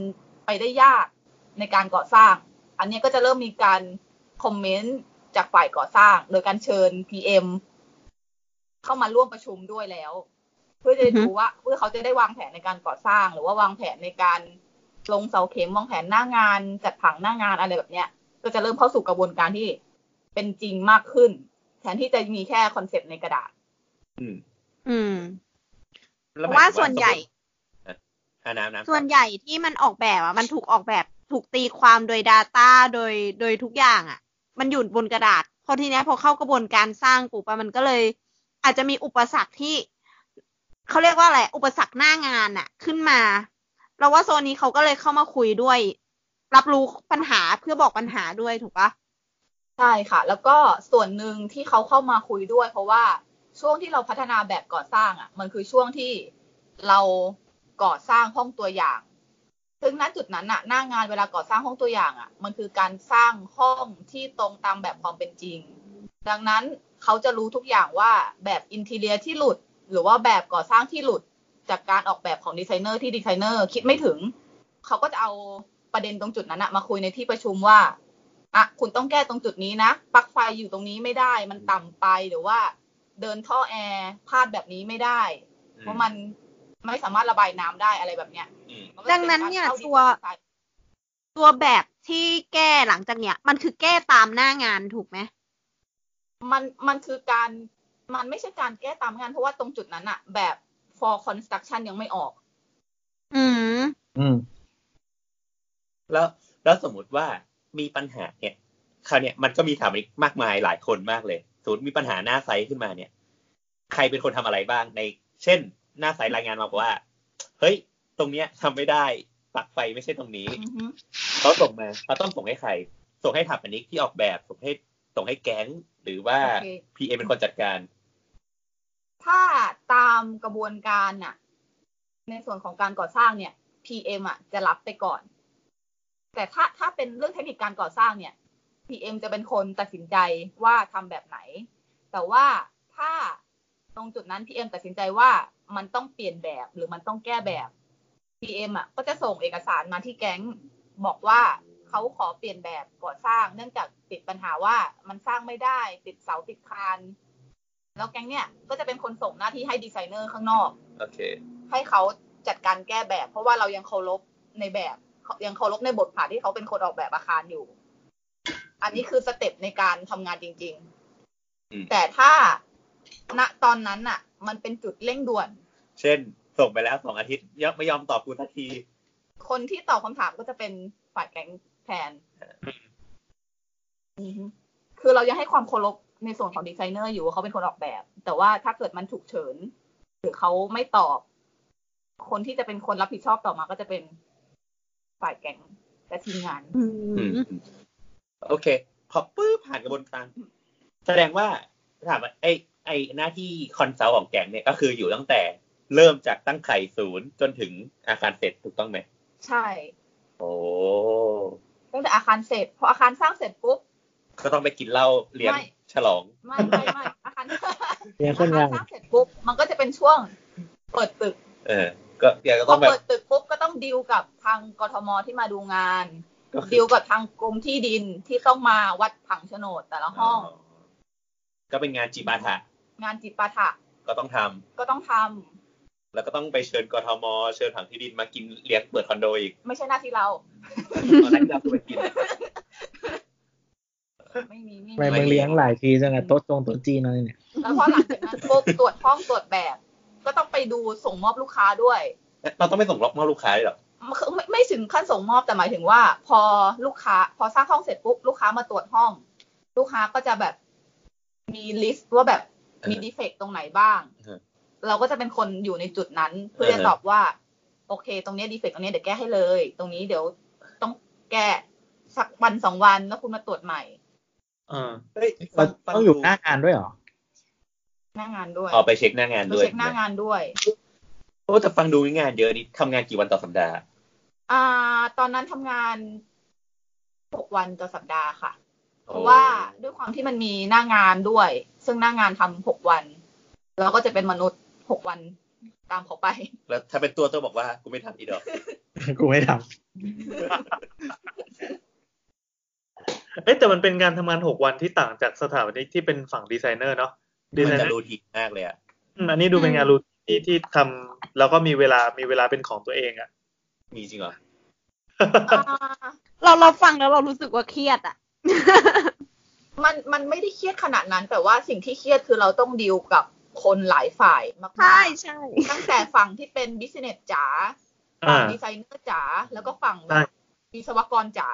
Speaker 4: ไปได้ยากในการก่อสร้าง อันเนี้ยก็จะเริ่มมีการคอมเมนต์จากฝ่ายก่อสร้าง โดยการเชิญ PM เข้ามาร่วมประชุมด้วยแล้ว เพื่อจะได้ดูว่าเพื่อเขาจะได้วางแผนในการก่อสร้าง หรือว่าวางแผนในการลงเสาเข็มวางแผนหน้างาน จัดผังหน้างานอะไรแบบเนี้ย ก็จะเริ่มเข้าสู่กระบวนการที่เป็นจริงมากขึ้น แทนที่จะมีแค่คอนเซปต์ในกระดาษ
Speaker 7: อืม
Speaker 1: อืม
Speaker 7: แล้
Speaker 1: เพราะว่าส่วนใหญ่
Speaker 7: อ่าน้ำน้ำ
Speaker 1: ส่วนใหญ่ที่มันออกแบบอ่ะมันถูกออกแบบถูกตีความโดย Data โดยโดยทุกอย่างอ่ะ มันอยู่บนกระดาษพอทีเนี้ยพอเข้ากระบวนการสร้างปุ๊บอะมันก็เลย อาจจะมีอุปสรรคที่เขาเรียกว่าอะไรอุปสรรคหน้างานอ่ะ ขึ้นมาเราว่าโซนนี้เขาก็เลยเข้ามาคุยด้วย รับรู้ปัญหาเพื่อบอกปัญหาด้วยถูกปะ
Speaker 4: ใช่ค่ะ แล้วก็ส่วนหนึ่งที่เขาเข้ามาคุยด้วย เพราะว่าช่วงที่เราพัฒนาแบบก่อสร้างอ่ะ มันคือช่วงที่เราก่อสร้างห้องตัวอย่าง ซึ่งณจุดนั้นน่ะหน้างานเวลาก่อสร้างห้องตัวอย่างอ่ะ มันคือการสร้างห้องที่ตรงตามแบบความเป็นจริง ดังนั้นเขาจะรู้ทุกอย่างว่าแบบอินทีเรียที่หลุด หรือว่าแบบก่อสร้างที่หลุด จากการออกแบบของดีไซเนอร์ที่ดีไซเนอร์คิดไม่ถึง เขาก็จะเอาประเด็นตรงจุดนั้นน่ะมาคุยในที่ประชุมว่า อ่ะคุณต้องแก้ตรงจุดนี้นะปลั๊กไฟอยู่ตรงนี้ไม่ได้ มันต่ำไปหรือว่าเดินท่อแอร์พลาดแบบนี้ไม่ได้ เพราะมันไม่สามารถระบายน้ำได้อะไรแบบเนี้ย
Speaker 7: อืม
Speaker 4: มัก็จะ
Speaker 1: ดังนั้นเนี่ย
Speaker 4: ป็การข้า
Speaker 1: ตัว
Speaker 4: design
Speaker 1: ตัวแบบที่แก้หลังจากเนี้ย มันคือแก้ตามหน้างานถูกไหม
Speaker 4: มันมันคือการมันไม่ใช่การแก้ตามงาน เพราะว่าตรงจุดนั้นอะแบบ for construction ยังไม่ออก
Speaker 1: อืม
Speaker 5: อืม
Speaker 7: แล้วแล้วสมมติว่ามีปัญหาเนี่ยคราวเนี่ยมันก็มีถามอีกมากมายหลายคนมากเลยสมมติมีปัญหาหน้าไซต์ขึ้นมาเนี่ย ใครเป็นคนทำอะไรบ้างใน เช่น หน้าสายรายงานมาบอกว่า เฮ้ย ตรงเนี้ยทำไม่ได้ปลักไฟไม่ใช่ตรงนี้
Speaker 4: อือฮึ
Speaker 7: เขาส่งมาเขาต้องส่งให้ใคร ส่งให้ทำอันนี้ที่ออกแบบส่งให้ส่งให้แก๊งหรือว่า
Speaker 4: โอเค
Speaker 7: PM เป็นคนจัดการ
Speaker 4: ถ้าตามกระบวนการน่ะ ในส่วนของการก่อสร้างเนี่ย PM อ่ะจะรับไปก่อน แต่ถ้าถ้าเป็นเรื่องเทคนิคการก่อสร้างเนี่ย PM จะเป็นคนตัดสินใจว่าทำแบบไหน แต่ว่าถ้าตรงจุดนั้น PM ตัดสินใจว่ามันต้องเปลี่ยนแบบหรือมันต้องแก้แบบ PM อ่ะก็จะส่งเอกสารมาที่แก๊งบอกว่าเขาขอเปลี่ยนแบบก่อสร้าง เนื่องจากติดปัญหาว่ามันสร้างไม่ได้ติดเสาติดคาน แล้วแก๊งเนี่ยก็จะเป็นคนส่งหน้าที่ให้ดีไซเนอร์ข้างนอก
Speaker 7: โอเค
Speaker 4: ให้เขาจัดการแก้แบบ เพราะว่าเรายังเคารพในแบบยังเคารพในบทบาทที่เขาเป็นคนออกแบบอาคารอยู่ อันนี้คือสเต็ปในการทำงานจริง
Speaker 7: อืม
Speaker 4: ๆ แต่ถ้าณตอนนั้นน่ะ มันเป็นจุดเร่งด่วน
Speaker 7: เช่น ส่งไปแล้วสองอาทิตย์ยังไม่ยอมตอบกูสักที
Speaker 4: คนที่ตอบคำถามก็จะเป็นฝ่ายแก๊งแทนอือฮึคือเรายังให้ความเคารพในส่วนของดีไซเนอร์อยู่ว่าเขาเป็นคนออกแบบ แต่ว่าถ้าเกิดมันฉุกเฉิน หรือเขาไม่ตอบ คนที่จะเป็นคนรับผิดชอบต่อมาก็จะเป็นฝ่ายแก๊งและทีมงาน
Speaker 1: อื
Speaker 7: อืม
Speaker 1: ม
Speaker 7: โอเค พอปื้บผ่านกระบวนการ แสดงว่าถามว่าไอไอหน้าที่คอนซัลท์ของแกงเนี่ยก็คืออยู่ตั้งแต่เริ่มจากตั้งไข่ศูนย์จนถึงอาคารเสร็จถูกต้องไหม
Speaker 4: ใช่
Speaker 7: โอ้
Speaker 4: ตั้งแต่อาคารเสร็จพออาคารสร้างเสร็จปุ๊บ
Speaker 7: ก็ต้องไปกินเหล้าเลี้ยง
Speaker 4: ไม่
Speaker 7: ฉลอง
Speaker 4: ไม่ไม่ไม่อาคาร
Speaker 5: เลี้ยง
Speaker 4: อา
Speaker 5: ค
Speaker 4: คาร
Speaker 5: น
Speaker 4: ส
Speaker 5: งาน
Speaker 4: ร้างเสร็จปุ๊บมันก็จะเป็นช่วง เปิดตึก
Speaker 7: เออ ก็เดี๋ยวก็
Speaker 4: พ
Speaker 7: ต้
Speaker 4: อ
Speaker 7: องแบบ
Speaker 4: เปิดตึกปุ๊บก็ต้องดีลกับทางกทมที่มาดูงาน
Speaker 7: ก็คือ
Speaker 4: ดีลกับทางกรมที่ดินที่ต้องมาวัดผังโฉนดแต่ละห้อง
Speaker 7: ก็เป็นงานจีบาถะ
Speaker 4: งานจิปาถะ
Speaker 7: ก็ต้องทำ
Speaker 4: ก็ต้องทำ
Speaker 7: แล้วก็ต้องไปเชิญกทมเชิญผังที่ดินมากินเลี้ยงเปิดคอนโดอีก
Speaker 4: ไม่ใช่หน้าที่เรา
Speaker 7: ตอนแรกที่เราคือไปกิน
Speaker 4: ไม่มี
Speaker 5: ทำไมมึงเลี้ยงหลายทีจังอะโต๊ะจงโต๊ะจีนอะไรเนี่ย
Speaker 4: แล้วพอหลังจากนั้นปุ๊บตรวจห้องตรวจแบบ ก็ต้องไปดูส่งมอบลูกค้าด้วย
Speaker 7: เราต้องไปส่งล็อกมอบลูกค้าด้วยเหรอ
Speaker 4: มันคือไม่ไม่ถึงขั้นส่งมอบแต่หมายถึงว่า พอลูกค้า พอสร้างห้องเสร็จปุ๊บลูกค้ามาตรวจห้อง ลูกค้าก็จะแบบมีลิสต์ว่าแบบ
Speaker 7: เออ
Speaker 4: มีดีเฟกตรงไหนบ้าง
Speaker 7: เออ
Speaker 4: เราก็จะเป็นคนอยู่ในจุดนั้น เพื่อ
Speaker 7: เออ
Speaker 4: จะตอบว่า โอเค ตรงเนี้ดีเฟกตรงเนี้ยเดี๋ยวแก้ให้เลย ตรงนี้เดี๋ยวต้องแก้สักวันสองวันแล้วคุณมาตรวจใหม่
Speaker 2: อ่า
Speaker 7: เฮ้ย
Speaker 5: เรา
Speaker 7: ฟั
Speaker 5: ต้องอยู่หน้างานด้วยเหรอ
Speaker 4: หน้างานด้วย
Speaker 7: อ๋อไปเช็คหน้างาน
Speaker 4: ไป
Speaker 7: ด้วย
Speaker 4: เช็คหน้างานด้วย
Speaker 7: โอ้แต่ฟังดูงานเยอะนี่ทำงานกี่วันต่อสัปดาห์
Speaker 4: อ่า ตอนนั้นทำงานหกวันต่อสัปดาห์ค่ะ เพราะว่าด้วยความที่มันมีหน้างานด้วย ซึ่งหน้างานทำหกวัน เราก็จะเป็นมนุษย์หกวันตาม เขาไป
Speaker 7: แล้วถ้าเป็นตัวตัวบอกว่ากูไม่ทำอี ดอก
Speaker 5: กูไม่ท
Speaker 2: เอ้ยแต่มันเป็นการทำงานหกวันที่ต่างจากสถาปนิกที่เป็นฝั่งดีไซเนอร์เนาะดี
Speaker 7: มั
Speaker 2: ไซเน
Speaker 7: นจะ
Speaker 2: อร์
Speaker 7: รูทีนมากเลยอ่ะ
Speaker 2: อืมอันนี้ดูเป็นงานรูทีนที่ที่ทำแล้วก็มีเวลามีเวลาเป็นของตัวเองอะ
Speaker 7: มีจริงเหรอ
Speaker 4: อ่า
Speaker 1: เราเราฟังแล้วเรารู้สึกว่าเครียดอ่ะ
Speaker 4: มันมันไม่ได้เครียดขนาดนั้น แต่ว่าสิ่งที่เครียดคือเราต้องดีลกับคนหลายฝ่ายมากๆ
Speaker 1: ใช่ใช่
Speaker 4: ตั้งแต่ฝั่งที่เป็นบิสเนสจ๋าฝั่ง
Speaker 2: อ่า
Speaker 4: ดีไซเนอร์จ๋าแล้วก็ฝั่งแบ
Speaker 2: ใช่
Speaker 4: บวิศวกรจ๋า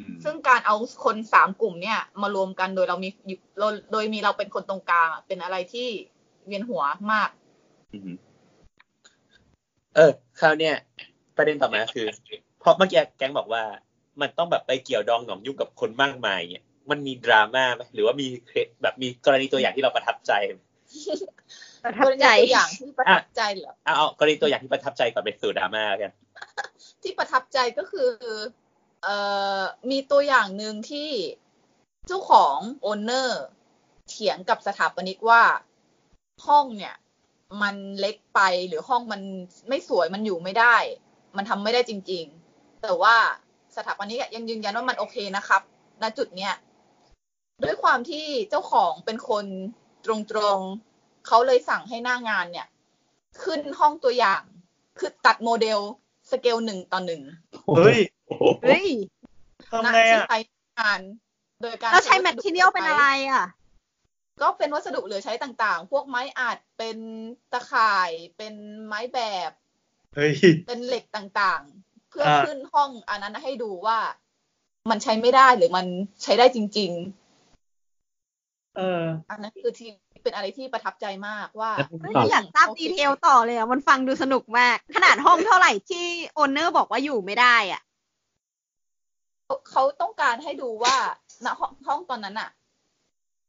Speaker 7: อืม
Speaker 4: ซึ่งการเอาคนสามกลุ่มเนี่ยมารวมกันโดยเรามีอยู่โดยโดยมีเราเป็นคนตรงกลางอะเป็นอะไรที่เวียนหัวมาก
Speaker 7: อืมเออคราวเนี้ยประเด็นต่อมาคือ เพราะเมื่อกี้แก๊งบอกว่า มันต้องแบบไปเกี่ยวดองหนองยุ่งกับคนมากมายเนี่ยมันมีดราม่าไหมหรือว่ามีเคสแบบมีกรณีตัวอย่างที่เราประทับใจไหม
Speaker 1: ประทับใจ
Speaker 4: ตัวอย่างที่ประทับใจเหรอ
Speaker 7: เอาเอากรณีตัวอย่างที่ประทับใจก่อนเป็นสู่ดราม่าแล้วกัน
Speaker 4: ที่ประทับใจก็คือ เอ่อ มีตัวอย่างหนึ่งที่เจ้าของโอนเนอร์เถียงกับสถาปนิกว่าห้องเนี่ย มันเล็กไปหรือห้องมันไม่สวยมันอยู่ไม่ได้ มันทำไม่ได้จริง ๆ แต่ว่าสถาปนิกอะยังยืนยันว่ามันโอเคนะครับ ณจุดเนี้ยด้วยความที่เจ้าของเป็นคนตรงๆเขาเลยสั่งให้หน้างานเนี่ย ขึ้นห้องตัวอย่าง คือตัดโมเดลสเกลหนึ่งต่อหนึ่ง
Speaker 5: ำ
Speaker 2: เฮ้ย
Speaker 1: เฮ้ย
Speaker 2: ทำไง
Speaker 4: ที่
Speaker 2: อะ
Speaker 4: ใช้งาน โดยการ
Speaker 1: แล้วใช้แมทเทียลเป็นอะไรอ่ะ
Speaker 4: ก็เป็นวัสดุเหลือใช้ต่างๆ พวกไม้อัดเป็นตะข่าย เป็นไม้แบบ
Speaker 2: เฮ้ย
Speaker 4: เป็นเหล็กต่างๆ เพื่อ
Speaker 2: อ่า
Speaker 4: ขึ้นห้องอันนั้นให้ดูว่ามันใช้ไม่ได้หรือมันใช้ได้จริง
Speaker 2: เออ
Speaker 4: ๆ อันนั้นคือที่ไป เป็นอะไรที่ประทับใจมากว่า
Speaker 5: แล้ว
Speaker 1: เฮ้ย
Speaker 5: ต่อ
Speaker 1: อยากทราบดีเทลต่อเลยอ่ะ มันฟังดูสนุกมาก ขนาดห้องเท่าไหร่ที่โอนเนอร์บอกว่าอยู่ไม่ได้อ่ะ
Speaker 4: เขาต้องการให้ดูว่าณห้องห้องตอนนั้นอะ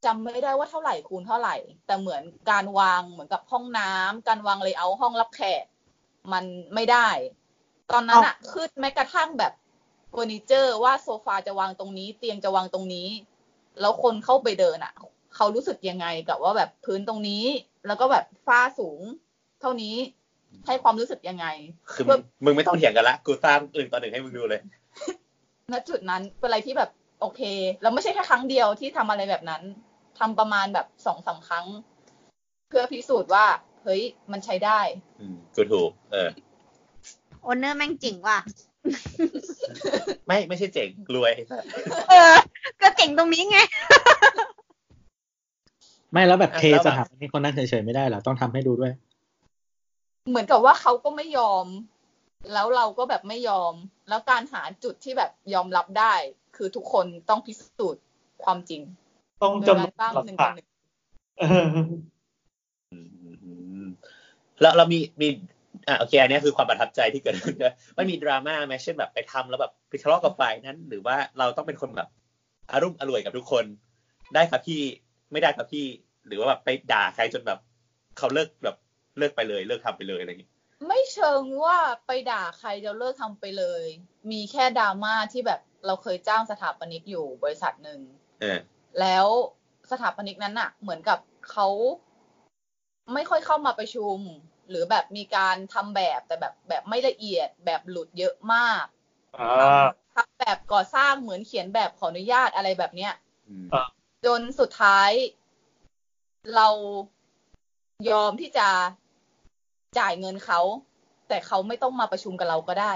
Speaker 4: จำไม่ได้ว่าเท่าไหร่คูณเท่าไหร่ แต่เหมือนการวางเหมือนกับห้องน้ำการวางเลเยอร์ห้องรับแขกมันไม่ได้ ตอนนั้นอะขึ้นแม้กระทั่งแบบเฟอร์นิเจอร์ว่าโซฟาจะวางตรงนี้ เตียงจะวางตรงนี้ แล้วคนเข้าไปเดินอะเขารู้สึกยังไงกับว่าแบบพื้นตรงนี้ แล้วก็แบบฝ้าสูง เท่านี้ให้ความรู้สึกยังไง
Speaker 7: คือมึงมึงไม่ต้องเถียงกันละ กูสร้างหนึ่งต่อหนึ่งให้มึงดูเลย
Speaker 4: ณจุดนั้นเป็นอะไรที่แบบโอเค แล้วไม่ใช่แค่ครั้งเดียวที่ทำอะไรแบบนั้นทำประมาณแบบสองสามครั้ง เพื่อพิสูจน์ว่า เฮ้ยมันใช้ได้
Speaker 7: อืมกูถูก เออ
Speaker 1: โอนเนอร์แม่งเจ๋งว่ะ
Speaker 7: ไม่ไม่ใช่เจ๋งรวย
Speaker 1: เออ ก็เจ๋งตรงนี้ไง
Speaker 5: ไม่แล้วแบบเท
Speaker 7: แล้วแบบ
Speaker 5: สถาปนิกคนนั้นเฉยๆไม่ได้เหรอต้องทำให้ดูด้วย
Speaker 4: เหมือนกับว่าเขาก็ไม่ยอม แล้วเราก็แบบไม่ยอม แล้วการหาจุดที่แบบยอมรับได้ คือทุกคนต้องพิสูจน์ความจริง
Speaker 2: ต้อง
Speaker 4: โดย
Speaker 2: จำน
Speaker 4: การ
Speaker 2: ว
Speaker 4: สร้าง
Speaker 2: นหลัก
Speaker 4: หนึ่งต่
Speaker 2: ฐา
Speaker 4: อน หนึ่ง
Speaker 2: เออ
Speaker 7: อืมแล้วเรามีมีอ่ะโอเคอันเนี้ยคือความประทับใจที่เกิดขึ้นนะ ไม่มีดราม่าไหมเช่นแบบไปทำแล้วแบบไปทะเลาะกับฝ่ายนั้น หรือว่าเราต้องเป็นคนแบบอารมณ์อร่วยกับทุกคน ได้ครับพี่ไม่ได้ครับพี่ หรือว่าแบบไปด่าใครจนแบบเขาเลิกแบบเลิกไปเลย เลิกทำไปเลยอะไรอย่างงี้
Speaker 4: ไม่เชิงว่าไปด่าใครจะเลิกทำไปเลย มีแค่ดราม่าที่แบบเราเคยจ้างสถาปนิกอยู่บริษัทหนึ่ง
Speaker 7: เออ
Speaker 4: แล้วสถาปนิกนั้นน่ะ เหมือนกับเขาไม่ค่อยเข้ามาประชุม หรือแบบมีการทำแบบแต่แบบแบบไม่ละเอียดแบบหลุดเยอะมาก
Speaker 2: อ่า
Speaker 4: ทำแบบก่อสร้างเหมือนเขียนแบบขออนุญาตอะไรแบบเนี้ย
Speaker 7: อืม
Speaker 4: จนสุดท้ายเรายอมที่จะจ่ายเงินเขา แต่เขาไม่ต้องมาประชุมกับเราก็ได้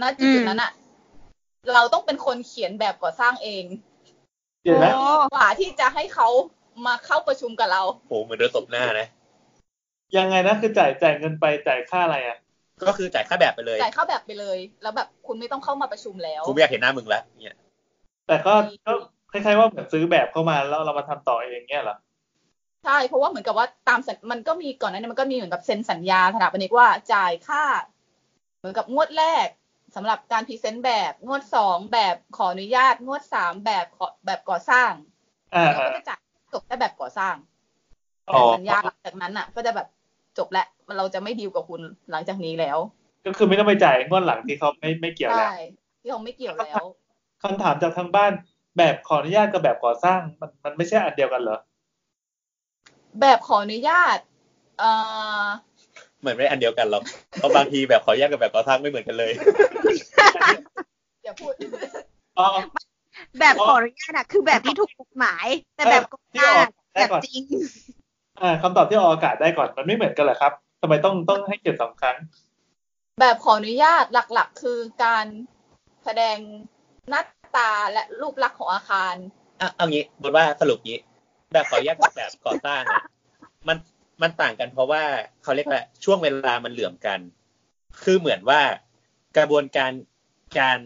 Speaker 4: ณจุด
Speaker 1: อื
Speaker 4: จุด
Speaker 1: ม
Speaker 4: นั้นอะเราต้องเป็นคนเขียนแบบก่อสร้างเอง
Speaker 2: เห็นไหม
Speaker 1: โอ้
Speaker 4: กว่าที่จะให้เขามาเข้าประชุมกับเรา
Speaker 7: โหเหมือนโดนตบหน้านะ
Speaker 2: ยังไงนะคือจ่ายจ่ายเงินไปจ่ายค่าอะไรอ่ะ
Speaker 7: ก็คือจ่ายค่าแบบไปเลย
Speaker 4: จ่ายเข้าแบบไปเลย แล้วแบบคุณไม่ต้องเข้ามาประชุมแล้ว
Speaker 7: กูไม่อยากเห็นหน้ามึงละเนี่ย
Speaker 2: แต่ก็ก็คล้ายๆว่าเหมือนซื้อแบบเข้ามาแล้วเรามาทำต่อเองเงี้ยเหรอ
Speaker 4: ใช่ เพราะว่าเหมือนกับว่าตามสัญมันก็มีก่อนหนั้านนมันก็มีเหมือนแบบเซ็นสัญญาสถาปนิกว่าจ่ายค่า เหมือนกับงวดแรกสำหรับการพรีเซนต์แบบงวดสองแบบขออนุญาตงวดสามแบบขอแบบก่อสร้าง
Speaker 2: อ่า
Speaker 4: แล้ว
Speaker 2: อ่า
Speaker 4: ก็จะจ่ายจบแค่แบบก่อสร้าง
Speaker 2: อ๋
Speaker 4: แต่
Speaker 2: อ
Speaker 4: สัญญาหลังจากนั้นอ่ะ ก็จะแบบจบแล้วเราจะไม่ดีลกับคุณหลังจากนี้แล้ว
Speaker 2: ก็คือไม่ต้องไปจ่ายงวดหลังที่เขาไม่ไม่เกี่ยวแล้ว
Speaker 4: ใช่ที่เขาไม่เกี่ยวแล้ว
Speaker 2: คำถามจากทางบ้านแบบขออนุญาตกับแบบก่อสร้างมันมันไม่ใช่อันเดียวกันเหรอ
Speaker 4: แบบขออนุญาตเอ่อ
Speaker 7: เหมือนไม่ได้อันเดียวกันหรอกเพราะบางทีแบบขอแยกกับแบบก่อสร้างไม่เหมือนกันเลย
Speaker 4: อย่าพูด
Speaker 2: อ๋อ
Speaker 1: แบบขออนุญาตอะคือแบบที่ถูกกฎหมาย แต่แบบกฎหน้า
Speaker 2: ที่ออกได้
Speaker 1: แบบ
Speaker 2: ก่อน
Speaker 1: จริง
Speaker 2: อ่าคำตอบที่ออกอากาศได้ก่อนมันไม่เหมือนกันเหรอครับทำไมต้องต้องให้เกียรติสองครั้ง
Speaker 4: แบบขออนุญาตหลักๆ คือการแสดงหน้าตาและรูปลักษณ์ของอาคาร
Speaker 7: อ่ะเอางี้บทว่าสรุปงี้ แบบขอแยกกับแบบก่อสร้างอ่ะมันมันต่างกันเพราะว่าเขาเรียกว่าช่วงเวลามันเหลื่อมกัน คือเหมือนว่ากระบวนการการ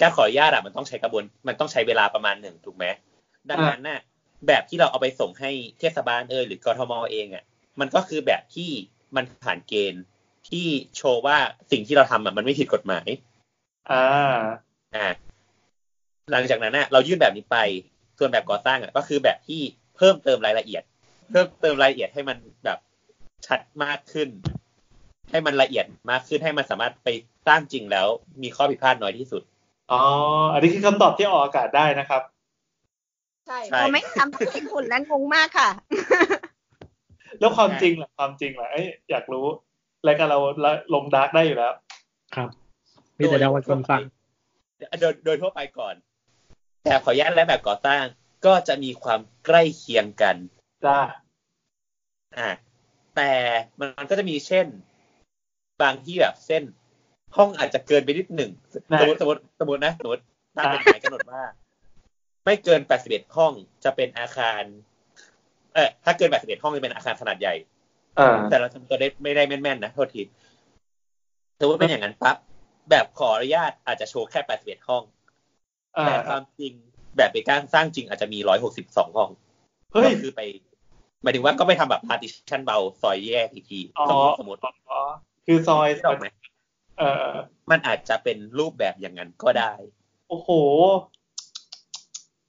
Speaker 7: การขออนุญาตอะมันต้องใช้กระบวน มันต้องใช้เวลาประมาณหนึ่งถูกไหมดังนั้นน่ะ แบบที่เราเอาไปส่งให้เทศบาลเอยหรือกทมเองอ่ะ มันก็คือแบบที่มันผ่านเกณฑ์ที่โชว์ว่าสิ่งที่เราทำอ่ะมันไม่ผิดกฎหมาย
Speaker 2: อ่า
Speaker 7: อ่าหลังจากนั้นนะเรายื่นแบบนี้ไป ส่วนแบบก่อสร้างอ่ะก็คือแบบที่เพิ่มเติมรายละเอียด เพิ่มเติมรายละเอียดให้มันแบบชัดมากขึ้น ให้มันละเอียดมากขึ้นให้มันสามารถไปสร้างจริงแล้ว มีข้อผิดพลาดน้อยที่สุด
Speaker 2: อ๋ออันนี้คือคำตอบที่ออกอากาศได้นะครับ
Speaker 4: ใช่
Speaker 7: ใช่
Speaker 1: โอไม่ทำที่คุณและงงมากค่ะ
Speaker 2: แล้วความจริงล่ะความจริงล่ะเอ้ยอยากรู้รายการเราเราลงดาร์กได้อยู่แล้ว
Speaker 5: ครับมีแต่เยาวชนฟัง
Speaker 7: โดยโดยทั่วไปก่อน แบบขออนุญาตและแบบก่อสร้าง ก็จะมีความใกล้เคียงกัน
Speaker 2: จ้า
Speaker 7: อ่ะแต่มันมันก็จะมีเช่น บางที่แบบเส้น ห้องอาจจะเกินไปนิดหนึ่งสมมติสมมติสมมตินะสมมติตามกฎหมายกำหนดว่า ไม่เกิน 81 ห้องจะเป็นอาคาร เออถ้าเกิน 81 ห้องจะเป็นอาคารขนาดใหญ่
Speaker 2: อ่า
Speaker 7: แต่เราจำตัวได้ไม่ได้แม่นๆนะโทษทีสมมติเป็นอย่างนั้นปั๊บแบบขออนุญาตอาจจะโชว์แค่ 81 ห้อง
Speaker 2: อ่า
Speaker 7: แต่ความจริงแบบเป็นการสร้างจริงอาจจะมี 162 ห้อง
Speaker 2: เฮ้ย
Speaker 7: ก็คือไปหมายถึงว่าก็ไปทำแบบพาร์ติชันเบาซอยแยกอีกที
Speaker 2: อ๋อ
Speaker 7: สมมติ
Speaker 2: อ๋อคือซอย
Speaker 7: ถูกไหม
Speaker 2: เออ
Speaker 7: มันอาจจะเป็นรูปแบบอย่างนั้นก็ได้
Speaker 2: โอ้โห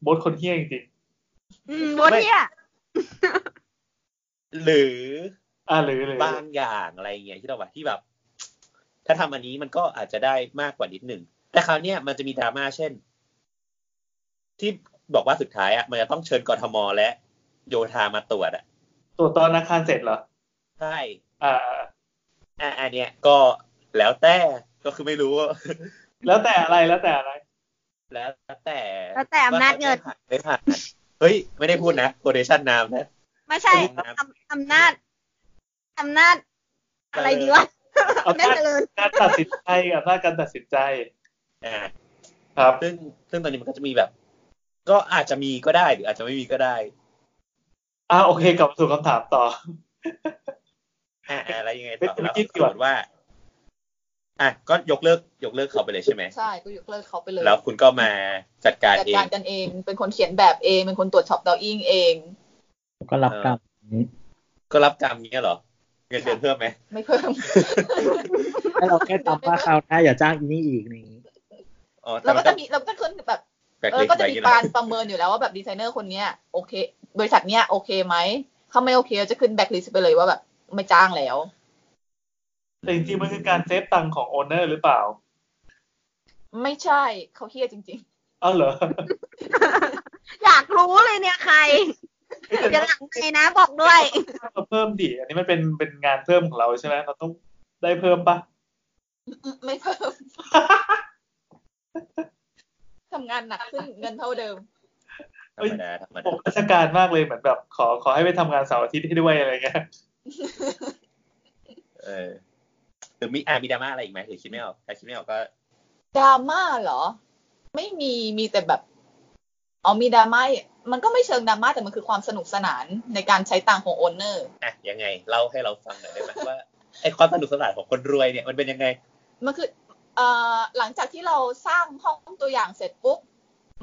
Speaker 2: โบทคนเฮี้ยจริง
Speaker 1: อืมวนเนี่ย
Speaker 7: หรือ
Speaker 2: ๆอ่าหรือหรือ
Speaker 7: บางอย่างอะไรเงี้ยที่เราแบบที่แบบ ถ้าทำอันนี้มันก็อาจจะได้มากกว่านิดหนึ่งแต่คราวเนี้ยมันจะมีดราม่าเช่น ที่บอกว่าสุดท้ายอ่ะมันจะต้องเชิญกทมและ โยธามาตรวจอ่ะ
Speaker 2: ตรวจตอนอาคารเสร็จเหรอ
Speaker 7: ใช่
Speaker 2: อ่า
Speaker 7: อ่ะอันเนี้ยก็แล้วแต่ก็คือไม่รู้
Speaker 2: แล้วแต่อะไรแล้วแต่อะไร
Speaker 7: แล้วแต่
Speaker 1: แล้วแต่อำนาจเงิน
Speaker 7: ไม่ผ่านไม่ผ่านเฮ้ย ไม่ได้พูดนะโคเดชันนามนะ
Speaker 1: ไม่ใช่
Speaker 7: ครับ
Speaker 1: อำอำนาจอำนาจ อะไรดีวะ
Speaker 2: เอา
Speaker 1: อำ
Speaker 2: แค่
Speaker 1: นาจเจริญ
Speaker 2: การตัดสินใจ กับหน้าจการตัดสินใจ
Speaker 7: อ่า
Speaker 2: ครับ
Speaker 7: ซึ่งซึ่งตอนนี้มันก็จะมีแบบ ก็อาจจะมีก็ได้หรืออาจจะไม่มีก็ได้
Speaker 2: อ่าโอเคกลับมาสู่คำถามต่อ
Speaker 7: อ่าอะไรยังไงต่อ
Speaker 2: เมื่
Speaker 7: แล้
Speaker 2: อ
Speaker 7: ว
Speaker 2: กี้
Speaker 7: สมมติว่า อ่ะก็ยกเลิกยกเลิกเขาไปเลยใช่ไหม
Speaker 4: ใช่ก็ยกเลิกเขาไปเลย
Speaker 7: แล้วคุณก็มาจัดการ
Speaker 4: จัด
Speaker 7: เอง
Speaker 4: การกันเอง เป็นคนเขียนแบบเอง เป็นคนตรวจช็อปดาวอิงเอง
Speaker 5: ก็รับกรรมนี้
Speaker 7: ก็รับกรรมเนี้ยเหรอเงินเดือนเพิ่มไหม
Speaker 4: ไม่เพิ่ม
Speaker 5: ให้เราแค่จำว่าคราวหน้าอย่าจ้างอีนี่อีกนี่างงี้
Speaker 7: อ๋อแต่
Speaker 4: แล้ว
Speaker 7: มั
Speaker 4: ก็
Speaker 7: นก็
Speaker 4: จะมีแล้วก็ขึ้นแบบ
Speaker 7: แบล็ค
Speaker 4: เออ
Speaker 7: ลิสต์
Speaker 4: ก็จะ
Speaker 7: ไป
Speaker 4: มี
Speaker 7: นี่
Speaker 4: การ
Speaker 7: แหละ
Speaker 4: ประเมินอยู่แล้วว่าแบบดีไซเนอร์คนเนี้ยโอเค บริษัทเนี้ยโอเคไหมถ้าไม่โอเคจะขึ้นแบ็คลิสต์ไปเลยว่าแบบไม่จ้างแล้ว
Speaker 2: แต่จริงๆมันคือการเซฟตังค์ของโอนเนอร์หรือเปล่า
Speaker 4: ไม่ใช่เขาเฮี้ยจริง
Speaker 2: เอ้าเหรอ
Speaker 1: อยากรู้เลยเนี่ยใครเดี๋ยวหลังไงนะบอกด้วย
Speaker 2: เราเพิ่มดิอันนี้มันเป็นเป็นงานเพิ่มของเราใช่ไหมเราต้องได้เพิ่มปะ
Speaker 4: ๆ ไม่เพิ่ม ทำงานหนักขึ้นเงินเท่าเดิม
Speaker 7: ธร
Speaker 2: เอ้ย
Speaker 7: รมดาธรร
Speaker 2: ผ
Speaker 7: มดาม
Speaker 2: ราชการมากเลยเหมือนแบบ ขอขอให้ไปทำงานเสาร์อาทิตย์ให้ด้วยอะไรเงี้ย
Speaker 7: เออหรือมีอ่ามีดราม่าอะไรอีกไหมหรือคิดไม่ออกถ้าคิดไม่ออกก็
Speaker 4: ดราม่าเหรอ ไม่มีมีแต่แบบเอามีดราม่ามันก็ไม่เชิงดราม่าแต่มันคือความสนุกสนานในการใช้ตังค์ของโอนเนอร์
Speaker 7: อ่ะยังไงเล่าให้เราฟังหน่อยได้ไหมว่าไอความสนุกสนานของคนรวยเนี่ยมันเป็นยังไง
Speaker 4: มันคือเอ่อหลังจากที่เราสร้างห้องตัวอย่างเสร็จปุ๊บ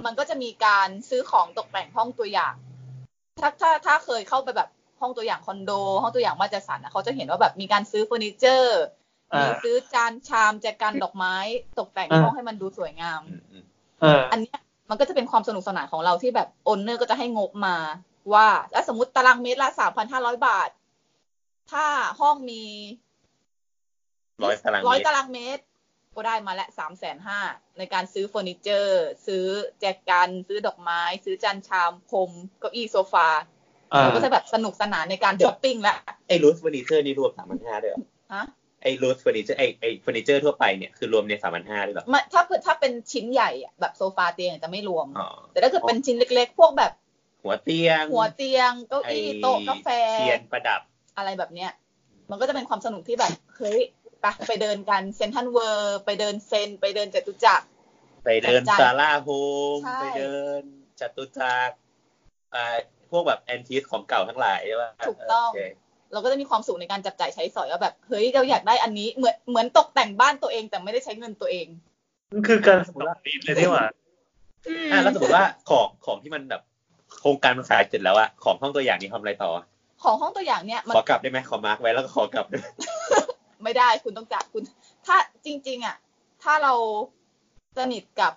Speaker 4: มันก็จะมีการซื้อของตกแต่งห้องตัวอย่าง ถ้าถ้าถ้าเคยเข้าไปแบบห้องตัวอย่างคอนโด ห้องตัวอย่างมาจัดสรรนะเขาจะเห็นว่าแบบมีการซื้อเฟอร์นิเจอร์มี
Speaker 2: อ่า
Speaker 4: ซื้อจานชามแจกันดอกไม้ ตกแต่ง
Speaker 2: อ่า
Speaker 4: ห้องให้มันดูสวยงาม
Speaker 2: เออ
Speaker 4: อันเนี้ยมันก็จะเป็นความสนุกสนานของเราที่แบบโอนเนอร์ก็จะให้งบมา ว่าถ้าสมมติตารางเมตรละสามพันห้าร้อยบาท ถ้าห้องมี
Speaker 7: ร้อยตารางเมตร
Speaker 4: ร้อยตารางเมตร ก็ได้มาละสามแสนห้าในการซื้อเฟอร์นิเจอร์ ซื้อแจกัน ซื้อดอกไม้ ซื้อจานชามพรมเก้าอี้โซฟา
Speaker 2: อ่า
Speaker 4: เราก็จะแบบสนุกสนานในการช้อปปิ้งละ
Speaker 7: ไอรูสเฟอร์นิเจอร์นี่รวมสามพันห้าด้วยเหรอ
Speaker 4: ฮะ
Speaker 7: ไอรูสเฟอร์นิเจอร์ไอไอเฟอร์นิเจอร์ทั่วไปเนี่ยคือรวมในสามพันห้าด้วยเหรอ
Speaker 4: ไม่ถ้าถ้าเป็นชิ้นใหญ่อะแบบโซฟาเตียงจะไม่รวม
Speaker 7: อ๋อ
Speaker 4: แต่ถ้าเกิดเป็นชิ้นเล็ก ๆ พวกแบบ
Speaker 7: หัวเตียง
Speaker 4: หัวเตียง เก้าอี้โต๊ะกาแฟ
Speaker 7: เทียนประดับ
Speaker 4: อะไรแบบเนี้ย มันก็จะเป็นความสนุกที่แบบ เฮ้ยไปไปเดินกันเซนทันเวิร์ไปเดินเซน ไปเดินจตุจักร
Speaker 7: ไปเดิน
Speaker 4: จัด
Speaker 7: ซาร่าโฮม
Speaker 4: ใช่
Speaker 7: ไปเดินจตุจักรอ่าพวกแบบแอนทีสของเก่าทั้งหลายใช่ปะ
Speaker 4: ถูกต้อง
Speaker 7: โเค
Speaker 4: เราก็จะมีความสุขในการจับจ่ายใช้สอยว่าแบบ เฮ้ย เราอยากได้อันนี้ เหมือนเหมือนตกแต่งบ้านตัวเองแต่ไม่ได้ใช้เงินตัวเอง
Speaker 2: มันคือการสมรับดีเลยนี่หว่า
Speaker 1: อืม
Speaker 7: อ่ะแล้วสมมติว่าของของที่มันแบบโครงการมันขายเสร็จแล้วอะของห้องตัวอย่างนี้ทำอะไรต่อ
Speaker 4: ของห้องตัวอย่างเนี้ยมัน
Speaker 7: ขอกลับได้ไหมขอมาร์กไว้แล้วก็ขอกลับ
Speaker 4: ไม่ได้คุณต้องจ่ายคุณ ถ้าจริง ๆ อ่ะ ถ้าเราสนิทกับ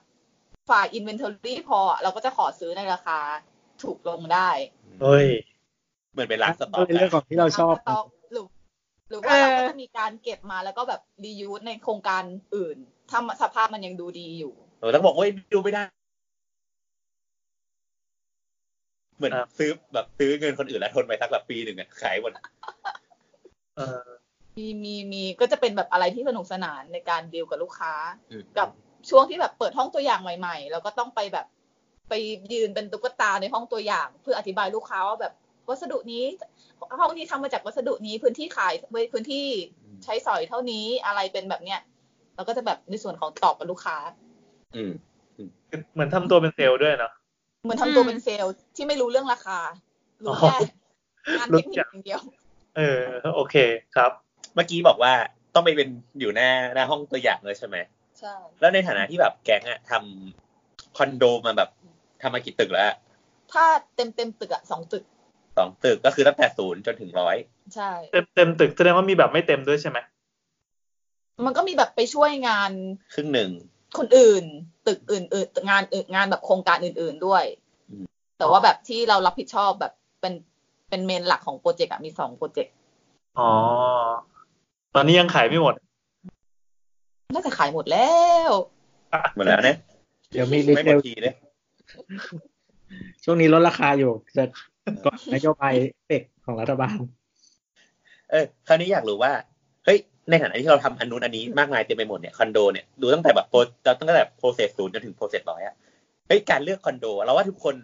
Speaker 4: ฝ่ายอินเวนทอรี่พออะเราก็จะขอซื้อในราคาถูกลงได้
Speaker 2: เฮ้ย
Speaker 7: เหมือนเป็นร้านสต็
Speaker 5: ก็
Speaker 7: อก
Speaker 5: เป็นเรื่องขอ
Speaker 7: อะ
Speaker 5: งที่เราชอบ
Speaker 4: ตอกหรือ หรือว่าเราก็จะมีการเก็บมาแล้วก็แบบรียูสในโครงการอื่น ถ้าสภาพมันยังดูดีอยู่
Speaker 7: เออต้องบอกว่าดูไม่ได้ เหมือน
Speaker 2: ครับ
Speaker 7: ซื้อแบบซื้อเงินคนอื่นแล้วทนไปสักแบบปีหนึ่งอะขายหมด
Speaker 2: เออ
Speaker 4: มีมีมีก็จะเป็นแบบอะไรที่สนุกสนานในการดีลกับลูกค้า กั
Speaker 7: กั
Speaker 4: บบ ช่วงที่แบบเปิดห้องตัวอย่างใหม่ๆ แล้วก็ต้องไปแบบไปยืนเป็นตุ๊กตาในห้องตัวอย่าง เพื่ออธิบายลูกค้าว่าแบบวัสดุนี้ ห้องนี้ทำมาจากวัสดุนี้พื้นที่ขายพื้นที่ใช้สอยเท่านี้อะไรเป็นแบบเนี้ยเราก็จะแบบในส่วนของตอบกับลูกค้า
Speaker 7: อืม
Speaker 2: คือเหมือนทำตัวเป็นเซลล์ด้วยเนาะ
Speaker 4: เหมือนทำตัวเป็นเซลล์ที่ไม่รู้เรื่องราคารู้แค่งานเทคนิคอย่างเดียว
Speaker 2: เออ โอเคครับ
Speaker 7: เมื่อกี้บอกว่าต้องไปเป็นอยู่หน้าหน้าห้องตัวอย่างเลยใช่ไหม
Speaker 4: ใช่
Speaker 7: แล้วในฐานะที่แบบแก๊งอะทำคอนโดมาแบบทำมากี่ตึกแล้วอะ
Speaker 4: ถ้าเต็มเต็มๆตึกอะสองตึก
Speaker 7: สองตึกก็คือตั้งแต่ศูนย์จนถึงร้อย
Speaker 4: ใช่
Speaker 2: เต็มเต็มตึกแสดงว่ามีแบบไม่เต็มด้วยใช่ไหม
Speaker 4: มันก็มีแบบไปช่วยงาน
Speaker 7: ครึ่งหนึ่ง
Speaker 4: คนอื่น ตึกอื่นๆงานอื่นงานแบบโครงการอื่น ๆด้วย
Speaker 7: อืม
Speaker 4: แต่ว่าแบบที่เรารับผิดชอบแบบเป็นเป็นเมนหลักของโปรเจกต์อะมีสองโปรเจกต์
Speaker 2: อ๋อ ตอนนี้ยังขายไม่หมด
Speaker 4: น่าจะขายหมดแล้ว
Speaker 7: หมดแล้วนะ
Speaker 5: เดี๋ยวมีรี
Speaker 7: ไม่
Speaker 5: เซ
Speaker 7: หมด
Speaker 5: ล
Speaker 7: ทีเลย
Speaker 5: ช่วงนี้ลดราคาอยู่จะก่อนนโยบายเปกของรัฐบาล
Speaker 7: เออคราวนี้อยากรู้ว่าเฮ้ยในฐานะที่เราทำอันนู้นอันนี้มากมายเต็มไปหมดเนี่ยคอนโดเนี่ยดูตั้งแต่แบบโปรเราตั้งแต่โปรเซสศูนย์จนถึงโปรเซสร้อยอะเฮ้ยการเลือกคอนโดเราว่าทุกคน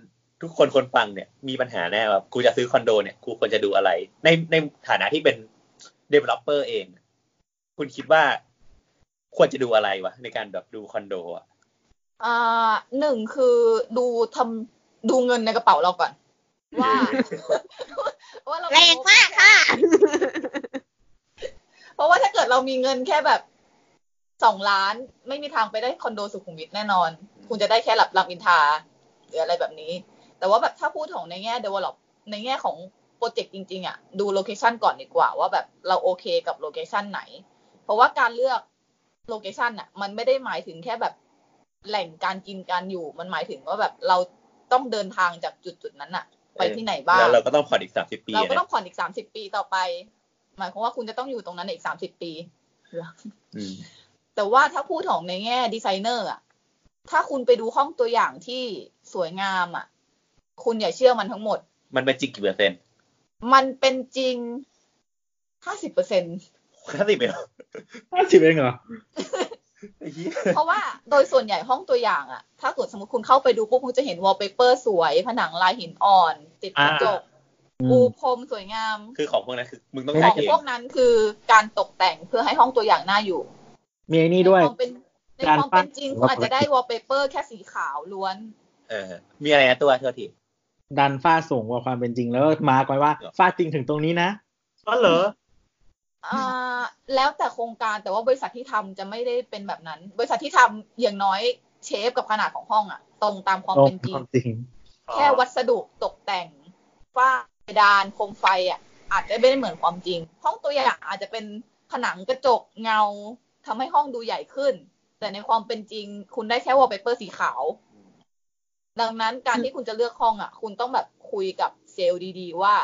Speaker 7: ทุกคนคนฟังเนี่ยมีปัญหาแน่แบบกูจะซื้อคอนโดเนี่ยกูควรจะดูอะไร ในในฐานะที่เป็น developer เอง คุณคิดว่าควรจะดูอะไรวะในการแบบดูคอนโดอะ
Speaker 4: อ่าหนึ่งคือดูทำดูเงินในกระเป๋าเราก่อน ว่า ว่าเรา
Speaker 1: แรงมากค่ะ
Speaker 4: เพราะว่าถ้าเกิดเรามีเงินแค่แบบสองล้าน ไม่มีทางไปได้คอนโดสุขุมวิทแน่นอน คุณจะได้แค่หลับลำอินทราหรืออะไรแบบนี้ แต่ว่าแบบถ้าพูดของในแง่ develop ในแง่ของโปรเจกต์จริง ๆ อ่ะ ดูโลเคชันก่อนดีกว่า ว่าแบบเราโอเคกับโลเคชันไหน เพราะว่าการเลือกโลเคชันอ่ะ มันไม่ได้หมายถึงแค่แบบแหล่งการกินการอยู่ มันหมายถึงว่าแบบเราต้องเดินทางจากจุดจุดๆนั้นอ่ะ ไปที่ไหนบ้าง
Speaker 7: แล้วเราก็ต้องผ่อนอีกสามสิบปี
Speaker 4: เราก็
Speaker 7: นะ
Speaker 4: ต้องผ่อนอีกสามสิบปีต่อไป หมายความว่าคุณจะต้องอยู่ตรงนั้นอีกสามสิบปี
Speaker 7: อืม
Speaker 4: แต่ว่าถ้าพูดของในแง่ดีไซเนอร์อะถ้าคุณไปดูห้องตัวอย่างที่สวยงามอะคุณอย่าเชื่อมันทั้งหมด
Speaker 7: มันเป็นจริงกี่เปอร์เซ็นต์
Speaker 4: มันเป็นจริงห้าสิบเปอร์เซ็น
Speaker 7: ห้าสิบเปอร์เซ็นต์
Speaker 5: ห้าสิบเองเหรอ
Speaker 7: ไอ้เหี้ย
Speaker 4: เพราะว่าโดยส่วนใหญ่ห้องตัวอย่างอะถ้าเกิดสมมติคุณเข้าไปดูปุ๊บคุณจะเห็นวอลเปเปอร์สวย ผนังลายหินอ่อน ติดกระจกปูพรมสวยงาม
Speaker 7: คือของพวกนั้นคือมึงต้อง
Speaker 5: ไม่
Speaker 4: ของ
Speaker 5: ได้
Speaker 7: เอง
Speaker 4: พวกนั้นคือการตกแต่งเพื่อให้ห้องตัวอย่างน่าอยู่
Speaker 5: มีไอ้นี่ด้วย
Speaker 4: ในความเป็นในความเป็นจริงคุณอาจจะได้วอลเปเปอร์แค่สีขาวล้วน
Speaker 7: เออ มีอะไรนะตัวเธอที
Speaker 5: ดันฝ้าสูงกว่าความเป็นจริงแล้วก็มาร์กไว้ว่าฝ้าจริงถึงตรงนี้นะ
Speaker 2: ก็เหรอ
Speaker 4: อ่า แล้วแต่โครงการแต่ว่าบริษัทที่ทำจะไม่ได้เป็นแบบนั้น บริษัทที่ทำอย่างน้อยเชฟกับขนาดของห้องอะตรงตามความเป็นจริ
Speaker 5: ค
Speaker 4: ง
Speaker 5: วามจริง
Speaker 4: แค่วัสดุตกแต่งฝ้าเพดานโคมไฟอะอาจจะไม่ได้เหมือนความจริง ห้องตัวอย่างอาจจะเป็นผนังกระจกเงาทำให้ห้องดูใหญ่ขึ้น แต่ในความเป็นจริง คุณได้แค่วอลเปเปอร์สีขาว ดังนั้นการที่คุณจะเลือกห้องอ่ะ คุณต้องแบบคุยกับเซลล์ดีๆว่า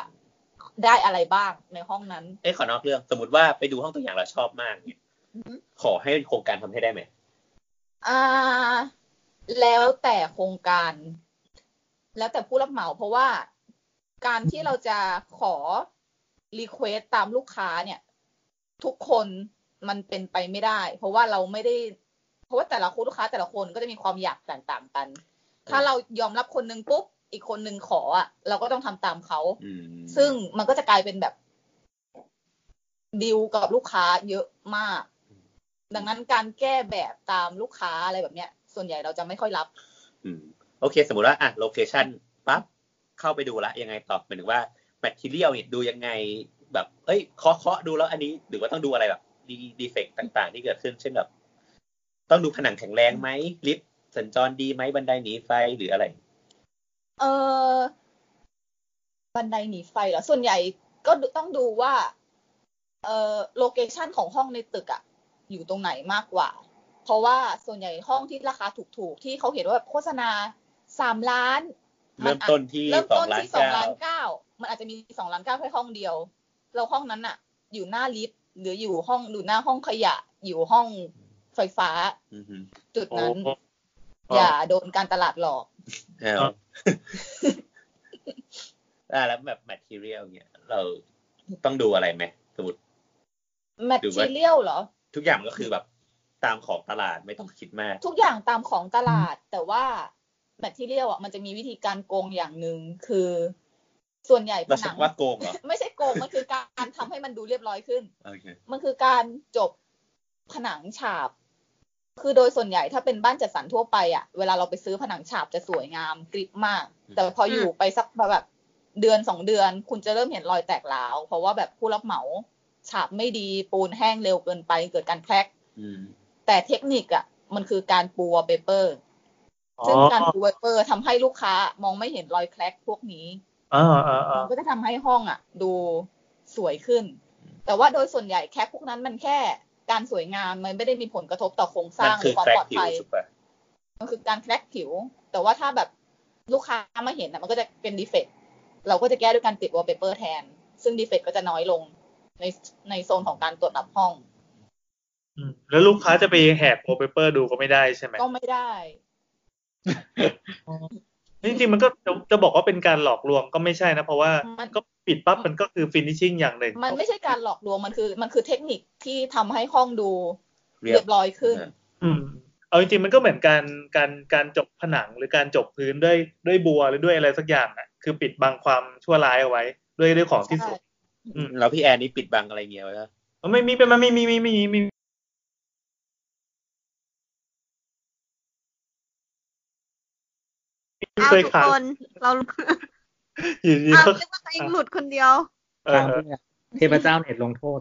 Speaker 4: ได้อะไรบ้างในห้องนั้น
Speaker 7: เอ้ยขอนอกเรื่อง สมมติว่าไปดูห้องตัวอย่างแล้วชอบมากเนี่ยขอให้โครงการทำให้ได้ไหม
Speaker 4: อ่า แล้วแต่โครงการ แล้วแต่ผู้รับเหมาเพราะว่าการที่เราจะขอรีเควสตามลูกค้าเนี่ย ทุกคนมันเป็นไปไม่ได้ เพราะว่าเราไม่ได้ เพราะว่าแต่ละคนลูกค้าแต่ละคนก็จะมีความอยากแตกต่างกัน ถ้าเรายอมรับคนหนึ่งปุ๊บ อีกคนหนึ่งขออ่ะเราก็ต้องทำตามเขา
Speaker 7: อืม
Speaker 4: ซึ่งมันก็จะกลายเป็นแบบดีลกับลูกค้าเยอะมาก ดังนั้นการแก้แบบตามลูกค้าอะไรแบบเนี้ย ส่วนใหญ่เราจะไม่ค่อยรับ
Speaker 7: อืมโอเค สมมติว่าอ่ะโลเคชันปั๊บเข้าไปดูละยังไงต่อหมายถึงว่าแมทเทียลเนี่ยดูยังไงแบบ เอ้ยเคาะเคาะดูแล้วอันนี้หรือว่าต้องดูอะไรแบบดีดีเฟกต่างๆ ที่เกิดขึ้นเช่นแบบ ต้องดูผนังแข็งแรงไหมลิฟต์สัญจรดีไหมบันไดหนีไฟหรืออะไร
Speaker 4: เออบันไดหนีไฟเหรอ ส่วนใหญ่ก็ดูต้องดูว่า เออโลเคชันของห้องในตึกอะอยู่ตรงไหนมากกว่า เพราะว่าส่วนใหญ่ห้องที่ราคาถูกๆ ที่เขาเห็นว่าแบบโฆษณาสามล้าน
Speaker 7: เริ่มต้นที่
Speaker 4: เริ่ม
Speaker 7: สอ
Speaker 4: ต้
Speaker 7: ง
Speaker 4: น
Speaker 7: ล้าน
Speaker 4: ที่สอง
Speaker 7: เก้า
Speaker 4: ล้านเก้ามันอาจจะมีสองล้านเก้าแค่ห้องเดียว เราห้องนั้นอะอยู่หน้าลิฟต์หรืออยู่ห้องอยู่หน้าห้องขยะ อยู่ห้องไฟฟ้า
Speaker 7: อือหือ
Speaker 4: จุดนั้น
Speaker 2: โอ้
Speaker 4: อย่าโดนการตลาดหลอก
Speaker 7: เอา
Speaker 2: ครับ
Speaker 7: อ่ะแล้วแบบแมทเทียลเนี่ยเราต้องดูอะไรไหมสมมติ
Speaker 4: แมท
Speaker 7: หรือ
Speaker 4: ที
Speaker 7: ว่า
Speaker 4: เรียลเหรอ
Speaker 7: ทุกอย่างมันก็คือแบบตามของตลาดไม่ต้องคิดมาก
Speaker 4: ทุกอย่างตามของตลาด แต่ว่าแมททีเรียลอ่ะมันจะมีวิธีการโกงอย่างหนึ่งคือ ส่วนใหญ่ผ
Speaker 7: เราสั
Speaker 4: นั
Speaker 7: ก
Speaker 4: ง
Speaker 7: ว่าโกงเหรอ
Speaker 4: ไม่ใช่โกงมันคือการทำให้มันดูเรียบร้อยขึ้น
Speaker 7: โอเค
Speaker 4: มันคือการจบผนังฉาบ คือโดยส่วนใหญ่ถ้าเป็นบ้านจัดสรรทั่วไปอ่ะ เวลาเราไปซื้อผนังฉาบจะสวยงามกริบมาก แต่พออยู่ไปสักแบบเดือนสองเดือน คุณจะเริ่มเห็นรอยแตกร้าว เพราะว่าแบบผู้รับเหมาฉาบไม่ดีปูนแห้งเร็วเกินไป เกิดการแครก
Speaker 7: อืม
Speaker 4: แต่เทคนิคอะมันคือการปูวอลเปเปอร์
Speaker 2: อ๋อ
Speaker 4: ซึ่งการปูวอลเปอร์ทำให้ลูกค้ามองไม่เห็นรอยแคลกพวกนี้
Speaker 2: อ่าอ่าอ่า
Speaker 4: มันก็จะทำให้ห้องอ่ะ ดูสวยขึ้น แต่ว่าโดยส่วนใหญ่แค่พวกนั้นมันแค่การสวยงามมันไม่ได้มีผลกระทบต่อโครงส
Speaker 7: มัน
Speaker 4: ร้างห
Speaker 7: คื
Speaker 4: รือ อความ
Speaker 7: แฟก
Speaker 4: ปลอด
Speaker 7: ผิว
Speaker 4: ภัย
Speaker 7: ถูกป่ะ
Speaker 4: มันคือการแคลกผิว แต่ว่าถ้าแบบลูกค้ามาเห็นนะมันก็จะเป็นดีเฟกต์เราก็จะแก้ด้วยการติดวอลเปเปอร์แทน ซึ่งดีเฟกต์ก็จะน้อยลงในในโซนของการตรวจรับห้อง
Speaker 2: อืมแล้วลูกค้าจะไปแหกโมเปเปอร์ดูก็ไม่ได้ใช่ไหม
Speaker 4: ก็ไม่ได้
Speaker 2: จริงๆมันก็จะจะบอกว่าเป็นการหลอกลวงก็ไม่ใช่นะ เพราะว่า
Speaker 4: มัน
Speaker 2: ก็ปิดปั๊บมันก็คือฟินิชชิ่งอย่างหนึ่ง
Speaker 4: มันไม่ใช่การหลอกลวงมันคือ มันคือเทคนิคที่ทำให้ห้องดู
Speaker 7: เรีย
Speaker 4: เรีย
Speaker 7: บ
Speaker 4: บร้อยขึ้น
Speaker 2: อืมเอาจริงๆมันก็เหมือนการการการจบผนังหรือการจบพื้นด้วยด้วยบัวหรือด้วยอะไรสักอย่างอ่ะคือปิดบังความชั่วร้ายเอาไว้ ด้วยด้วยของที่สวย
Speaker 7: แล้วพี่แอนนี่ปิดบังอะไรเงี้ยไว้ปะ
Speaker 2: มันไม่มีเป็นมันไม่มีไม่มีไม่มี
Speaker 1: อ้าว
Speaker 2: เคย
Speaker 1: ทุก
Speaker 2: ขาย
Speaker 1: คนเรา
Speaker 2: อยู่ดี
Speaker 1: อ้าว
Speaker 2: ก็
Speaker 1: นึกว่าตัวเองหลุดคนเดียว
Speaker 2: เอ
Speaker 5: ตาม
Speaker 2: อ
Speaker 5: เนี่ยเทพเจ้าเน็ตลงโทษ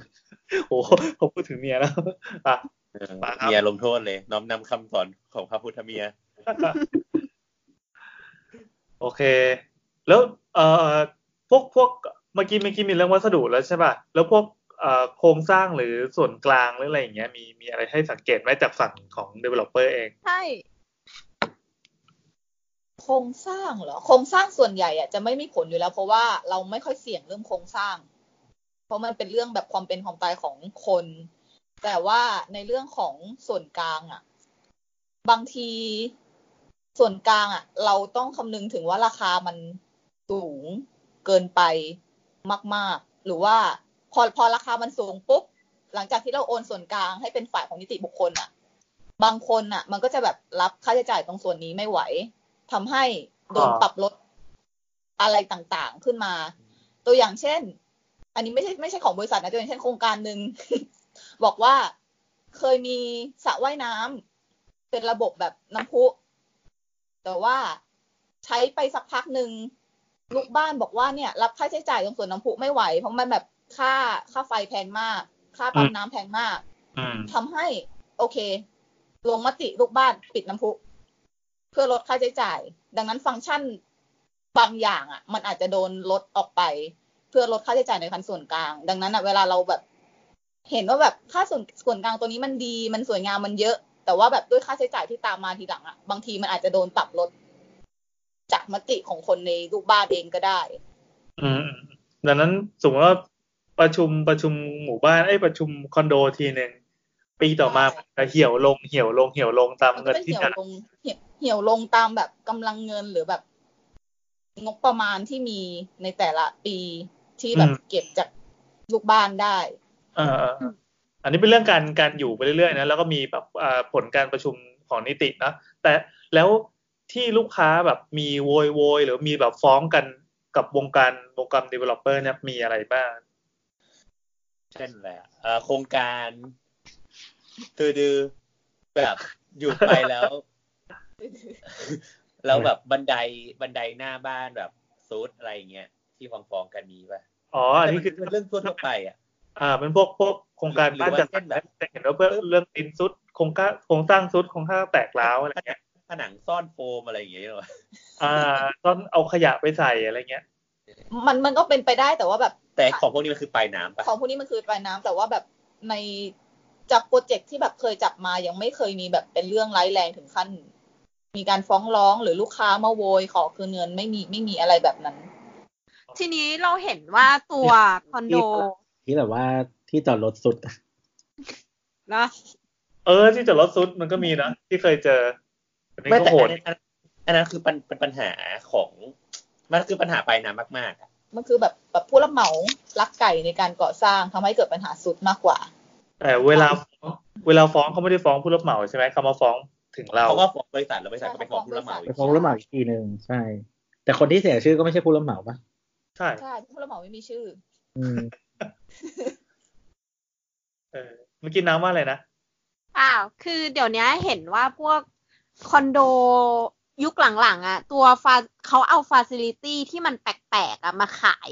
Speaker 2: โอ้โหผมพูดถึงเมียแล้วอ่ะ
Speaker 7: เออ
Speaker 2: ปะครับ
Speaker 7: เมียลงโทษเลย น้อมนำคำสอนของพระพุทธเมีย
Speaker 2: โอเค แล้วเอ่อพวกพวกเมื่อกี้เมื่อกี้มีเรื่องวัสดุแล้วใช่ป่ะ แล้วพวกเอ่อโครงสร้างหรือส่วนกลางหรืออะไรอย่างเงี้ยมีมีอะไรให้สังเกตไหมจากฝั่งของ developer เอง
Speaker 4: ใช่ โครงสร้างเหรอ โครงสร้างส่วนใหญ่อะจะไม่มีผลอยู่แล้ว เพราะว่าเราไม่ค่อยเสี่ยงเรื่องโครงสร้าง เพราะมันเป็นเรื่องแบบความเป็นความตายของคน แต่ว่าในเรื่องของส่วนกลางอะบางทีส่วนกลางอะเราต้องคำนึงถึงว่าราคามันสูงเกินไปมาก ๆ หรือว่าพอพอราคามันสูงปุ๊บหลังจากที่เราโอนส่วนกลางให้เป็นฝ่ายของนิติบุคคลอะ บางคนอ่ะ มันก็จะแบบรับค่าใช้จ่ายตรงส่วนนี้ไม่ไหวทำให้โดน
Speaker 2: อ่า
Speaker 4: ปรับลดอะไรต่างๆขึ้นมา ตัวอย่างเช่น อันนี้ไม่ใช่ไม่ใช่ของบริษัทนะตัวอย่างเช่นโครงการหนึ่ง บอกว่าเคยมีสระว่ายน้ำเป็นระบบแบบน้ำพุ แต่ว่าใช้ไปสักพักหนึ่งลูกบ้านบอกว่าเนี่ย รับค่าใช้จ่ายตรงส่วนน้ำพุไม่ไหว เพราะมันแบบค่าค่าไฟแพงมาก ค่าปั๊มน้ำแพงมาก
Speaker 2: อืม
Speaker 4: ทำให้ โอเค ลงมติลูกบ้านปิดน้ำพุเพื่อลดค่าใช้จ่าย ดังนั้นฟังก์ชันบางอย่างอ่ะ มันอาจจะโดนลดออกไป เพื่อลดค่าใช้จ่ายในคันส่วนกลาง ดังนั้นอ่ะ เวลาเราแบบ เห็นว่าแบบค่าส่วนส่วนกลางตัวนี้มันดี มันสวยงามมันเยอะ แต่ว่าแบบด้วยค่าใช้จ่ายที่ตามมาทีหลังอ่ะบางทีมันอาจจะโดนปรับลด จากมติของคนในลูกบ้านเองก็ได้
Speaker 2: อืมดังนั้นสมมติว่าประชุมประชุมหมู่บ้านไอ้ยประชุมคอนโดทีหนึ่งปีต่อมา
Speaker 4: ใช่
Speaker 2: จะเหี่ยวลงเหี่ยวลงเหี่ยวลงตาม
Speaker 4: มันก็
Speaker 2: เงิน
Speaker 4: จะ
Speaker 2: ที่
Speaker 4: เหี่ยว
Speaker 2: จ่าย
Speaker 4: ลงเหี่ยวเหี่ยวลงตามแบบกำลังเงินหรือแบบ งบประมาณที่มีในแต่ละปีที่แบบเก็บจากลูกบ้านได้
Speaker 2: เออเออเอออันนี้เป็นเรื่องการการอยู่ไปเรื่อยๆนะแล้วก็มีแบบอ่าผลการประชุมของนิตินะแต่แล้วที่ลูกค้าแบบมีโวยโวยหรือมีแบบฟ้องกันกับวงการวงการ developer เนี่ยมีอะไรบ้าง
Speaker 7: เช่นอะไรอะเอ่อโครงการดื้อๆแบบหยุดไปแล้ว แล้วแบบบันไดบันไดหน้าบ้านแบบซุดอะไรอย่างเงี้ยที่ฟ้องฟ้องๆกันมีป่ะ
Speaker 2: อ๋อ อันนี้คือ
Speaker 7: แต่มัเป็นเรื่องทั่วๆไปอ่ะ
Speaker 2: อ่าเป็นพวกพวกโครงการ
Speaker 7: หรือ
Speaker 2: บ้านจัดสรร
Speaker 7: หรือว่าเช่นแบบ
Speaker 2: จะเห็นว่าเพื่อเรื่องดินซุดโครงการโครงสร้างซุดโครงสร้างแตกร้าวอะไรเงี้ย
Speaker 7: ผนังซ่อนโฟมอะไรอย่างเงี้ยหรอ
Speaker 2: อ่าตอนเอาขยะไปใส่อะไรเงี้ย
Speaker 4: มันมันก็เป็นไปได้แต่ว่าแบบ
Speaker 7: แต่ของพวกนี้มันคือปลายน้ำป่ะ
Speaker 4: ของพวกนี้มันคือปลายน้ำแต่ว่าแบบในจากโปรเจกต์ที่แบบเคยจับมายังไม่เคยมีแบบเป็นเรื่องร้ายแรงถึงขั้น มีการฟ้องร้องหรือลูกค้ามาโวยขอคืนเงินไม่มีไม่มีอะไรแบบนั้น
Speaker 1: ทีนี้เราเห็นว่าตัวคอนโด
Speaker 5: ที่แบบว่าที่จอดรถสุดอะ
Speaker 1: นะ
Speaker 2: เออที่จอดรถซุดมันก็มีนะที่เคยเจออันนี้
Speaker 7: ไม่
Speaker 2: ก็
Speaker 7: แต่
Speaker 2: โห
Speaker 7: อั
Speaker 2: ด
Speaker 7: นนั้นอันนั้นอันนั้นคือปัญเป็นปัญหาของมันคือปัญหาปลายน้ำมากๆอะ
Speaker 4: มันคือแบบแบบผู้รับเหมาลักไก่ในการก่อสร้างทำให้เกิดปัญหาสุดมากกว่า
Speaker 2: แต่เวลาเวลาฟ้องเขาไม่ได้ฟ้องผู้รับเหมาใช่ไหมเขามาฟ้องถึงเรา
Speaker 7: เขาก็ฟ้องบริษัทแล้วบริษัทก็ไปฟ้องผู้รับเหมา
Speaker 5: ไป
Speaker 7: อีก
Speaker 5: ฟ้องรับเหมาอีกทีหนึ่งใช่ แต่คนที่เสียชื่อก็ไม่ใช่ผู้รับเหมาปะ
Speaker 2: ใช่
Speaker 4: ใช่ผู้รับเหมาไม่มีชื่อ
Speaker 5: อืม
Speaker 2: เออเมื่อกี้น้ำว่าอะไรนะ
Speaker 1: อ้าวคือเดี๋ยวนี้เห็นว่าพวกคอนโดยุคหลังๆอ่ะ ตัวฟาเขาเอาฟาซิลิตี้ที่มันแปลกๆอ่ะมาขาย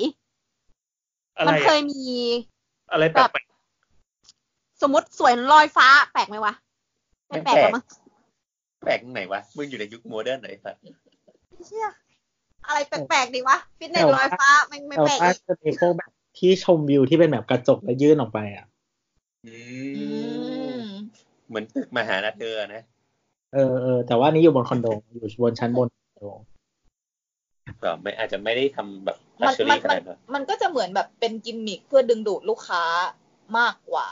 Speaker 2: อะไร
Speaker 1: มัเค
Speaker 2: อะ
Speaker 1: ยมี
Speaker 2: อะไรแปลก
Speaker 1: สมมติสวยลอยฟ้าแปลกไหมวะไม่แปลกหรอมั้ง
Speaker 7: แปลกตรงไหนวะมึงอยู่ในยุคโมเดิร์นไหนสัตว์
Speaker 1: เชี่ย อะไรแปลกๆดีวะ ฟิตเนสลอยฟ้าไม่ไม่แป
Speaker 5: แต่
Speaker 1: ลก
Speaker 5: ว่า
Speaker 1: อีก
Speaker 5: จะมีพวกแบบที่ชมวิวที่เป็นแบบกระจกแล้วยื่นออกไปอ่ะ
Speaker 7: อื
Speaker 4: อื
Speaker 7: ม
Speaker 4: ม
Speaker 7: เหมือนตึกมหานาเธอนะ
Speaker 5: เออเออแต่ว่านี่อยู่บนคอนโดอยู่บนชั้นบนคอนโด
Speaker 7: ก็ไม่อาจจะไม่ได้ทำแบบลัก
Speaker 4: มัน
Speaker 7: ชัว
Speaker 4: มั
Speaker 7: รี่
Speaker 4: นมั
Speaker 7: ข
Speaker 4: น
Speaker 7: นาดนั้น
Speaker 4: มันก็จะเหมือนแบบเป็นกิมมิคเพื่อดึงดูดลูกค้ามากกว่า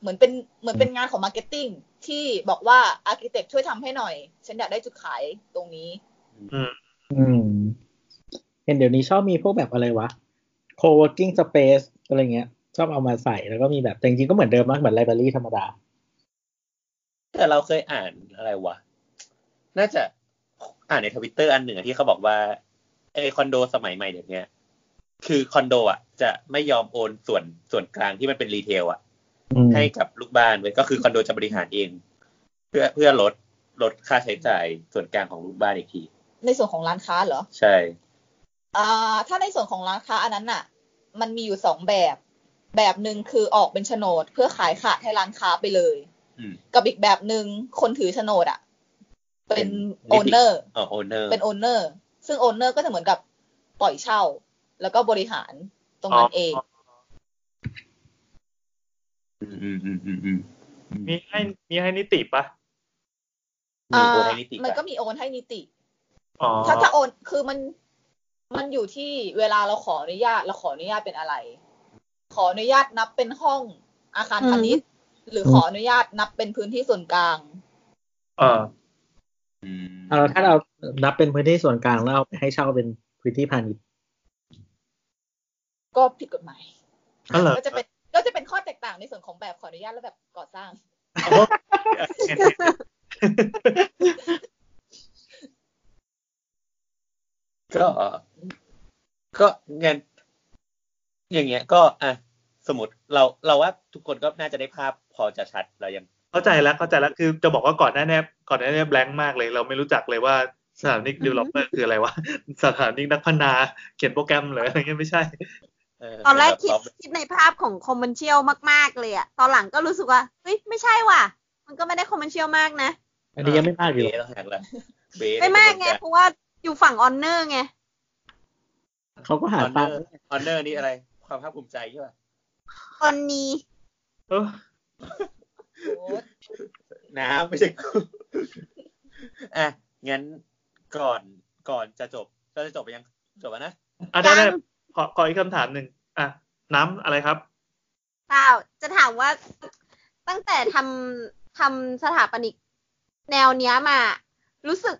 Speaker 4: เหมือนเป็นเหมือนเป็นงานของมาร์เก็ตติ้งที่บอกว่าอาร์เคเต็กช่วยทำให้หน่อย ฉันอยากได้จุดขายตรงนี้
Speaker 5: อืมเห็นเดี๋ยวนี้ชอบมีพวกแบบอะไรวะ co-working space อะไรเงี้ย ชอบเอามาใส่แล้วก็มีแบบแต่จริงๆก็เหมือนเดิมมากเหมือนไลบรารีธรรมดา
Speaker 7: แต่เราเคยอ่านอะไรวะ น่าจะอ่านในทวิตเตอร์อันหนึ่งอะที่เขาบอกว่าไอคอนโดสมัยใหม่เดี๋ยวนี้คือคอนโดอ่ะ จะไม่ยอมโอนส่วนส่วนกลางที่มันเป็นรีเทลอ่ะ
Speaker 5: อืม
Speaker 7: ให้กับลูกบ้านเว้ยก็คือคอนโดจะบริหารเอง เพื่อเพื่อลดลดค่าใช้จ่ายส่วนกลางของลูกบ้านอีกที
Speaker 4: ในส่วนของร้านค้าเหรอ
Speaker 7: ใช่
Speaker 4: อ่าถ้าในส่วนของร้านค้าอันนั้นน่ะ มันมีอยู่สองแบบ แบบหนึ่งคือออกเป็นโฉนดเพื่อขายขาดให้ร้านค้าไปเลย
Speaker 7: อืม
Speaker 4: กับอีกแบบหนึ่งคนถือโฉนดอ่ะ เป็น
Speaker 7: เป็นนิติ
Speaker 4: โอเนอร์
Speaker 7: อ๋อโอนเนอร์
Speaker 4: เป็นโอเนอร์ ซึ่งโอเนอร์ก็จะเหมือนกับปล่อยเช่า แล้วก็บริหารตรงนั้นเอง
Speaker 7: อืมอืมอืมอืมอืม
Speaker 2: มีให้มีให้นิติปะ
Speaker 7: มีโอนให้นิติ
Speaker 4: มันก็
Speaker 7: ปะ
Speaker 4: มีโอนให้นิติ
Speaker 2: อ๋อ
Speaker 4: ถ้าจะโอน คือมัน มันอยู่ที่เวลาเราขออนุญาต เราขออนุญาตเป็นอะไร ขออนุญาตนับเป็นห้องอาคารพาณิชย์ หรือขออนุญาตนับเป็นพื้นที่ส่วนกลาง
Speaker 2: เออ
Speaker 7: อืม
Speaker 5: เอาถ้าเรานับเป็นพื้นที่ส่วนกลางแล้วเอาไปให้เช่าเป็นพื้นที่พาณิชย์
Speaker 4: ก็ผิดกฎหมาย
Speaker 2: นั่นเหรอ
Speaker 4: ก็จะเป็น ก็จะเป็นข้อแตกต่างในส่วนของแบบขออนุญาตและแบบก่อสร้าง
Speaker 2: เอาว่า
Speaker 7: ก็ ก็งั้นอย่างเงี้ย ก็อ่ะสมมติเราเราว่าทุกคนก็น่าจะได้ภาพพอจะชัดเรายัง
Speaker 2: เข้าใจแล้วเข้าใจแล้วคือจะบอกว่าก่อนหน้าเนี้ยก่อนหน้าเนี้แบงค์มากเลย เราไม่รู้จักเลยว่าสถานิกดีเวลลอปเปอร์คืออะไร วะสถานิกนักพัฒนาเขียนโปรแกรมเหรออะไรเงี้ยไม่ใช่
Speaker 7: เ
Speaker 1: ตอนแรกคิด
Speaker 7: เราเรา
Speaker 1: คิดในภาพของคอมเมนเชียลมากๆเลยอะตอนหลังก็รู้สึกว่าเฮ้ยไม่ใช่ว่ะ มันก็ไม่ได้คอมเมนเชียลมากนะ
Speaker 5: อันนี้ยังไม่มากอยู่
Speaker 7: เบสต้องหักละเบส
Speaker 1: ไม่มากไงเพราะว่าอยู่ฝั่งออนเนอร์ไง
Speaker 5: เขาก็
Speaker 7: อ
Speaker 5: หา
Speaker 7: อนเน
Speaker 5: ตั
Speaker 7: อง
Speaker 5: ค์
Speaker 7: ร์ออนเนอร์นี่อะไร ความภาคภูมิใจใช่ป่ะ
Speaker 1: ตอนนี้
Speaker 2: เออ
Speaker 4: โอ้
Speaker 7: น้ำไม่ใช่ กูอ่ะงั้นก่อนก่อนจะจบเราจะจบไปยังจบแล้วนะ
Speaker 2: อ่ะได้ได้ขอขออีกคำถามหนึ่งอ่ะน้ำอะไรครับ
Speaker 1: เปล่าจะถามว่าตั้งแต่ทำทำสถาปนิกแนวเนี้ยมา รู้สึก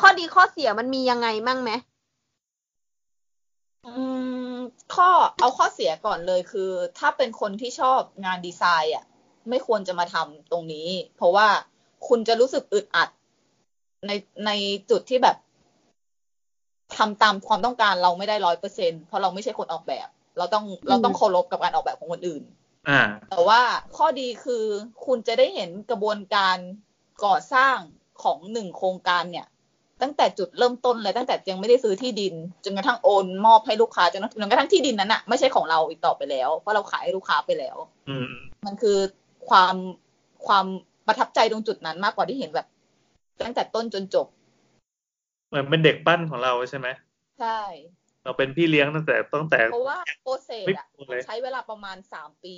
Speaker 1: ข้อดีข้อเสียมันมียังไงมั่งไหม
Speaker 4: อืมข้อเอาข้อเสียก่อนเลยคือ ถ้าเป็นคนที่ชอบงานดีไซน์อ่ะ ไม่ควรจะมาทำตรงนี้ เพราะว่าคุณจะรู้สึกอึดอัด ในในจุดที่แบบทำตามความต้องการเราไม่ได้ร้อยเปอร์เซ็นเพราะเราไม่ใช่คนออกแบบ เราต้องเราต้องเคารพกับการออกแบบของคนอื่น
Speaker 2: อ่า
Speaker 4: แต่ว่าข้อดีคือคุณจะได้เห็นกระบวนการก่อสร้างของหนึ่งโครงการเนี่ย ตั้งแต่จุดเริ่มต้นเลยตั้งแต่ยังไม่ได้ซื้อที่ดินจนกระทั่งโอนมอบให้ลูกค้าจนจนกระทั่งที่ดินนั้นอะไม่ใช่ของเราอีกต่อไปแล้ว เพราะเราขายให้ลูกค้าไปแล้ว
Speaker 2: อืม
Speaker 4: มันคือความความประทับใจตรงจุดนั้นมากกว่าที่เห็นแบบ ตั้งแต่ต้นจนจบ
Speaker 2: เหมือนเป็นเด็กปั้นของเราใช่ไหม
Speaker 4: ใช่
Speaker 2: เราเป็นพี่เลี้ยงตั้งแต่ตั้งแต่
Speaker 4: เพราะว่าโปรเซสอะ
Speaker 2: ไม่พูดเลย
Speaker 4: ใช้เวลาประมาณสามปี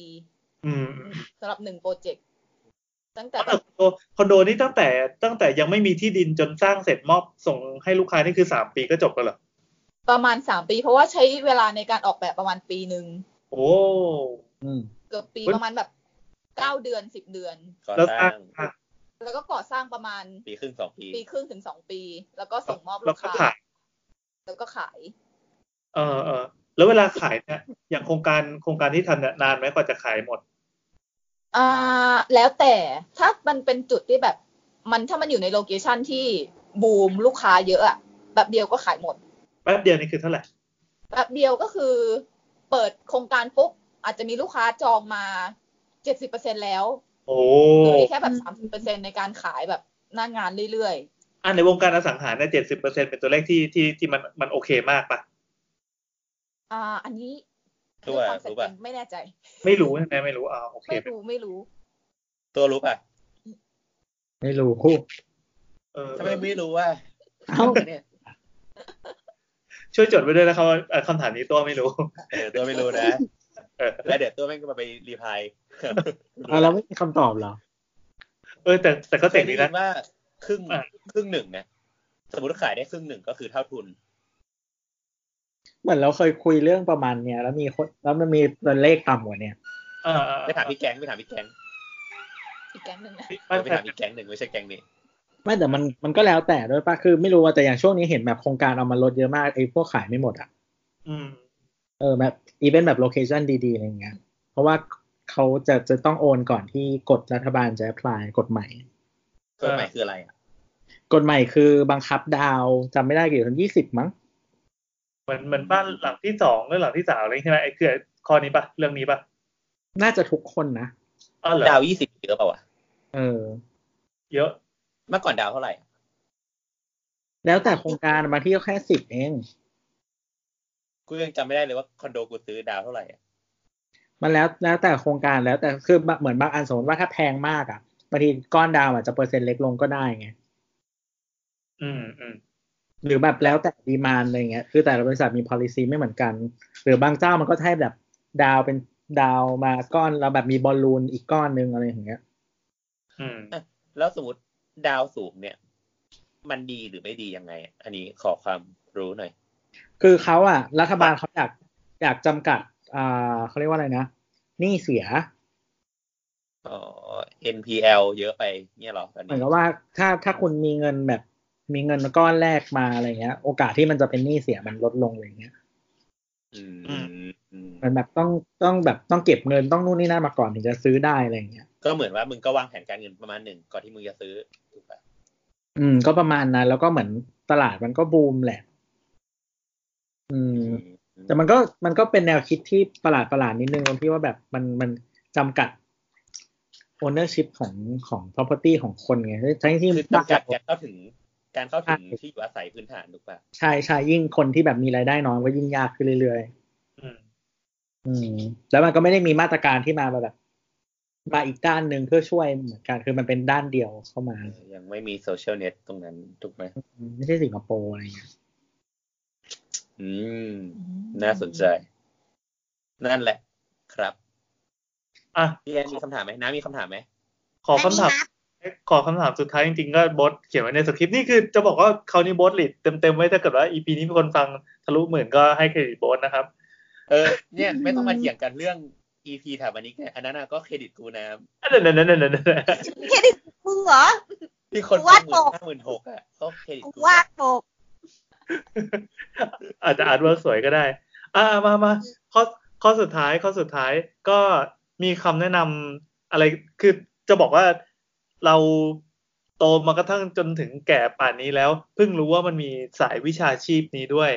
Speaker 2: อืม
Speaker 4: สำหรับหนึ่งโปรเจกต์ตั้งแต่
Speaker 2: ตั้ง
Speaker 4: แบ
Speaker 2: แต่คอน
Speaker 4: บ
Speaker 2: โดคอนโดนี่ตั้งแต่ตั้งแต่ยังไม่มีที่ดินจนสร้างเสร็จมอบส่งให้ลูกค้านี่คือสามปีก็จบกันเหรอ
Speaker 4: ประมาณสามปี เพราะว่าใช้เวลาในการออกแบบประมาณปีหนึ่ง
Speaker 2: โอ้
Speaker 5: อืม
Speaker 4: เกือบปี
Speaker 2: เฮ้ย
Speaker 4: ประมาณแบบเก้าเดือนสิบเดือน
Speaker 7: ก่อน
Speaker 2: แล้ว
Speaker 7: ส
Speaker 2: สร้า
Speaker 7: ร้าง ง
Speaker 2: อ่ะ
Speaker 4: แล้วก็ก่อสร้างประมาณ
Speaker 7: ปีครึ่งสองปี
Speaker 4: ปีครึ่งถึงสองปี แล้วก็ส่งมอบ
Speaker 2: แล้
Speaker 4: ลู
Speaker 2: ว
Speaker 4: ก
Speaker 2: ก็
Speaker 4: ค้า
Speaker 2: ขาย
Speaker 4: แล้วก็ขาย
Speaker 2: เออเออแล้วเวลาขายเนี่ยอย่างโครงการโครงการที่ทำเนี่ยนานไหมกว่าจะขายหมด
Speaker 4: อ่าแล้วแต่ถ้ามันเป็นจุดที่แบบ มันถ้ามันอยู่ในโลเคชันที่บูมลูกค้าเยอะอะแบบเดียวก็ขายหมด
Speaker 2: แป๊บเดียวนี่คือเท่าไหร่
Speaker 4: แบบเดียวก็คือ เปิดโครงการปุ๊บอาจจะมีลูกค้าจองมาเจ็ดสิบเปอร์เซ็นแล้ว
Speaker 2: โอ้
Speaker 4: เหลืออีกแค่แบบสามสิบเปอร์เซ็นในการขายแบบหน้างานเรื่อยๆ
Speaker 2: อ่ะในวงการอสังหาเนี่ยเจ็ดสิบเปอร์เซ็นเป็นตัวเลขที่ที่ที่มันมันโอเคมากปะ
Speaker 4: อ่า อันนี้
Speaker 7: ตัว
Speaker 4: ด้วยความสัจ
Speaker 7: รู้
Speaker 4: จริ
Speaker 7: ป่ะ
Speaker 4: งไม่แน่ใจ
Speaker 2: ไม่รู้ใช่ไหมไม่รู้อ่าโอเค
Speaker 4: ไม่รู้ไม่รู้
Speaker 7: ตัวรู้ป่ะ
Speaker 5: ไม่รู้
Speaker 2: เออ
Speaker 7: ทำไมไม่รู้ว่า
Speaker 5: เอ้า
Speaker 7: เนี่ย
Speaker 2: ช่วยจดไว้ด้วยนะครับว่าเอ่อคำถามนี้ตัวไม่รู้
Speaker 7: เออตัวไม่รู้นะ
Speaker 2: เออ
Speaker 7: แล้วเดี๋ยวตัวแม่งก็มาไปรีพลาย
Speaker 5: อ่ะแล้วไม่มีคำตอบเหรอ
Speaker 2: เออแต่แต่ก็
Speaker 7: เค
Speaker 2: เจ๋
Speaker 7: ย
Speaker 2: ง
Speaker 7: ได้
Speaker 2: ดี
Speaker 7: ยิ
Speaker 2: นะ
Speaker 7: นว่าครึ่ง
Speaker 2: อ่ะ
Speaker 7: ครึ่งหนึ่งนะสมมติว่าขายได้ครึ่งหนึ่งก็คือเท่าทุน
Speaker 5: เหมือนเราเคยคุยเรื่องประมาณเนี้ยแล้วมีคนแล้วมันมีตัวเลขต่ำกว่าเนี้ย
Speaker 2: อ่าอ่า
Speaker 7: ไม่ถามพี่แก๊งไม่ถามพี่แก๊ง
Speaker 4: อีกแก๊งหนึ่งนะ
Speaker 2: ไม่
Speaker 7: ไม่
Speaker 2: แต่
Speaker 7: ถามพี่แก๊งหนึ่งไม่ใช่แก๊งนี้
Speaker 5: ไม่แต่มันมันก็แล้วแต่ด้วยปะคือไม่รู้ว่าแต่อย่างช่วงนี้เห็นแบบโครงการเอามาลดเยอะมากไอ้พวกขายไม่หมดอ่ะ
Speaker 2: อืม
Speaker 5: เออแบบอีเวนต์แบบโลเคชันดีๆอะไรเงี้ยเพราะว่าเขาจะจะต้องโอนก่อนที่กฎรัฐบาลจะ apply กฎใหม่
Speaker 7: กฎหมายคืออะไรอ่ะ
Speaker 5: กฎใหม่คือบังคับดาวจำไม่ได้กี่คนยี่สิบมั้ง
Speaker 2: เหมือนเหมือนบ้านหลังที่สองหรือหลังที่สามอะไรอย่างเงี้ยใช่ไหมไอ้คือข้อนี้ปะเรื่องนี้ปะ
Speaker 5: น่าจะทุกคนนะ
Speaker 2: อ๋อเหรอ
Speaker 7: ดาวยี่สิบเยอะเปล่าวะ
Speaker 5: เออ
Speaker 2: เยอะ
Speaker 7: เมื่อก่อนดาวเท่าไหร่อะ
Speaker 5: แล้วแต่โครงการบางที่ก็แค่สิบเอง
Speaker 7: กูยังจำไม่ได้เลยว่าคอนโดกูซื้อดาวเท่าไหร่อะ
Speaker 5: มันแล้วแล้วแต่โครงการแล้วแต่คือเหมือนบางอันสมมติว่าถ้าแพงมากอ่ะบางทีก้อนดาวอาจจะเปอร์เซ็นต์เล็กลงก็ได้ไง
Speaker 2: อืมอืม
Speaker 5: หรือแบบแล้วแต่ดีมานอะไรเงี้ย คือแต่ละบริษัทมี policy ไม่เหมือนกัน หรือบางเจ้ามันก็ให้แบบดาวเป็นดาวมาก้อนแล้วแบบมีบอลลูนอีกก้อนนึงอะไรอย่างเงี้ย
Speaker 2: อืม
Speaker 7: แล้วสมมติดาวสูงเนี่ย มันดีหรือไม่ดียังไงอะอันนี้ขอความรู้หน่อย
Speaker 5: คือเขาอ่ะ รัฐบาลเขาอยากอยากจำกัดอ่าเขาเรียกว่าอะไรนะหนี้เสีย
Speaker 7: อ๋อ NPL เยอะไปเนี่ยเหรอตอน
Speaker 5: เหมื
Speaker 7: นี้
Speaker 5: อนกับว่าถ้าถ้าคุณมีเงินแบบมีเงินก้อนแรกมาอะไรเงี้ย โอกาสที่มันจะเป็นหนี้เสียมันลดลงอะไรเงี้ย
Speaker 7: อืมอืม
Speaker 5: มันแบบต้องต้องแบบต้องเก็บเงินต้องนู่นนี่นั่นมาก่อนถึงจะซื้อได้อะไรเงี้ย
Speaker 7: ก็เหมือนว่ามึงก็วางแผนการเงินประมาณหนึ่งก่อนที่มึงจะซื้อถูกปะ
Speaker 5: อืม ก็ประมาณนั้นแล้วก็เหมือนตลาดมันก็บูมแหละ อืม แต่มันก็มันก็เป็นแนวคิดที่ประหลาดประหลาดนิดนึงตรงที่ว่าแบบมันมันจำกัด ownership ของของ property ของคนไงทั้งที่
Speaker 7: คือจำกัดการเข้าถึงการเข้าถึงที่อยู่อาศัยพื้นฐานถูกปะ
Speaker 5: ใช่ใช่ยิ่งคนที่แบบมีรายได้น้อยก็ยิ่งยากขึ้นเรื่อย
Speaker 2: อืม
Speaker 5: ๆ อืม แล้วมันก็ไม่ได้มีมาตรการที่มาแบบ มาอีกด้านหนึ่งเพื่อช่วยเหมือนกันคือมันเป็นด้านเดียวเข้ามา
Speaker 7: ยังไม่มีโซเชียลเน็ตตรงนั้นถูกไหม
Speaker 5: ไม่ใช่สิงคโปร์อะไรเงี้ย
Speaker 7: อืม น่าสนใจ นั่นแหละ ครับ
Speaker 2: อ่ะ
Speaker 7: พี่แอนมีคำถามไหมน้ามีคำถามไหม
Speaker 2: ขอคำถามขอคำถามสุดท้ายจริงๆก็บอสเขียนไว้ในสคริปต์นี่คือจะบอกว่าเขาวนี่บอสลิดเต็มๆไว้ถ้าเกิดว่าอีพีนี้มีคนฟังทะลุหมื่นก็ให้เครดิตบอสนะครับ
Speaker 7: เออ เนี่ย ไม่ต้องมาเถียงกันเรื่อง EP ถามอันนี้แค่อันนั้นน่ะก็เครดิตกูนะ
Speaker 2: เดี๋ยวเดี๋ยวเดี๋ยวเดี๋ยวเดี๋ยว
Speaker 1: เครดิตมึงเหรอ
Speaker 7: ที่คน
Speaker 1: วาด
Speaker 7: ห
Speaker 1: ป
Speaker 7: มื่น
Speaker 1: ก
Speaker 7: ห้าหมื่นหกอ่ะก็เครดิต
Speaker 1: กู
Speaker 7: กู
Speaker 1: วา
Speaker 7: นะ
Speaker 1: ดปก
Speaker 2: อาจจะอาร์ตเวิร์กสวยก็ได้ อ่ามามาข้อข้อสุดท้ายข้อสุดท้ายก็มีคำแนะนำอะไรคือจะบอกว่าเราโตมากระทั่งจนถึงแก่ป่านนี้แล้ว เพิ่งรู้ว่ามันมีสายวิชาชีพนี้ด้วย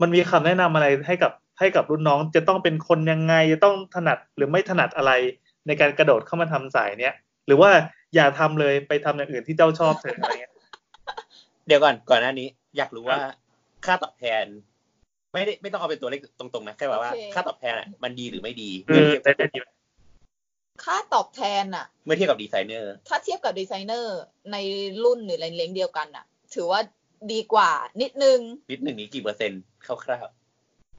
Speaker 2: มันมีคำแนะนำอะไรให้กับให้กับรุ่นน้องจะต้องเป็นคนยังไงจะต้องถนัดหรือไม่ถนัดอะไร ในการกระโดดเข้ามาทำสายเนี้ยหรือว่าอย่าทำเลยไปทำอย่างอื่นที่เจ้าชอบเถอะอะไรเงี้ย
Speaker 7: เดี๋ยวก่อนก่อนหน้านี้ อยากรู้ว่าค่าตอบแทน ไม่ได้ไม่ต้องเอาเป็นตัวเลขตรงๆนะแค่แบบว่าค่าตอบแทนอ่ะมันดีหรือไม่ดี
Speaker 2: เอ
Speaker 7: เมื่อ
Speaker 2: อ
Speaker 7: เทียบ
Speaker 2: ได้ได้ดี
Speaker 4: ค่าตอบแทนอะ
Speaker 7: เมื่อเทียบกับดีไซเนอร์
Speaker 4: ถ้าเทียบกับดีไซเนอร์ในรุ่นหรือในเลงเดียวกันอะถือว่าดีกว่านิดนึง
Speaker 7: นิดหนึ่งนี้กี่เปอร์เซ็นต์คร่าว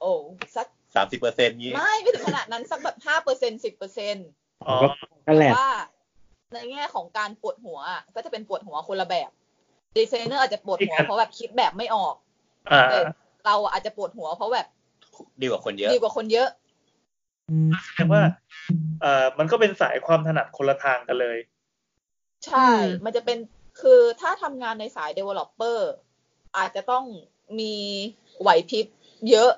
Speaker 4: โอ้สัก
Speaker 7: ๆสามสิบเปอร์เซ็นต์นี้
Speaker 4: ไม่ไม่ถึงขนาดนั้นสักแบบห้าเปอร์เซ็นสิบเปอร์เซ็นต์
Speaker 2: อ๋อ
Speaker 5: ก็แหละ
Speaker 4: ว่าในแง่ของการปวดหัวอะก็จะเป็นปวดหัวคนละแบบดีไซเนอร์อาจจะปวดหัว
Speaker 2: อีกอัน
Speaker 4: เพราะแบบคิดแบบไม่ออก
Speaker 2: อ่า
Speaker 4: แต่เราอะอาจจะปวดหัวเพราะแบบ
Speaker 7: ดีกว่าคนเยอะ
Speaker 4: ดีกว่าคนเยอะ
Speaker 2: แสดงว่าเอ่อมันก็เป็นสายความถนัดคนละทางกันเลย
Speaker 4: ใช่ มันจะเป็นคือถ้าทำงานในสาย Developer อาจจะต้องมีไหวพริบเยอะ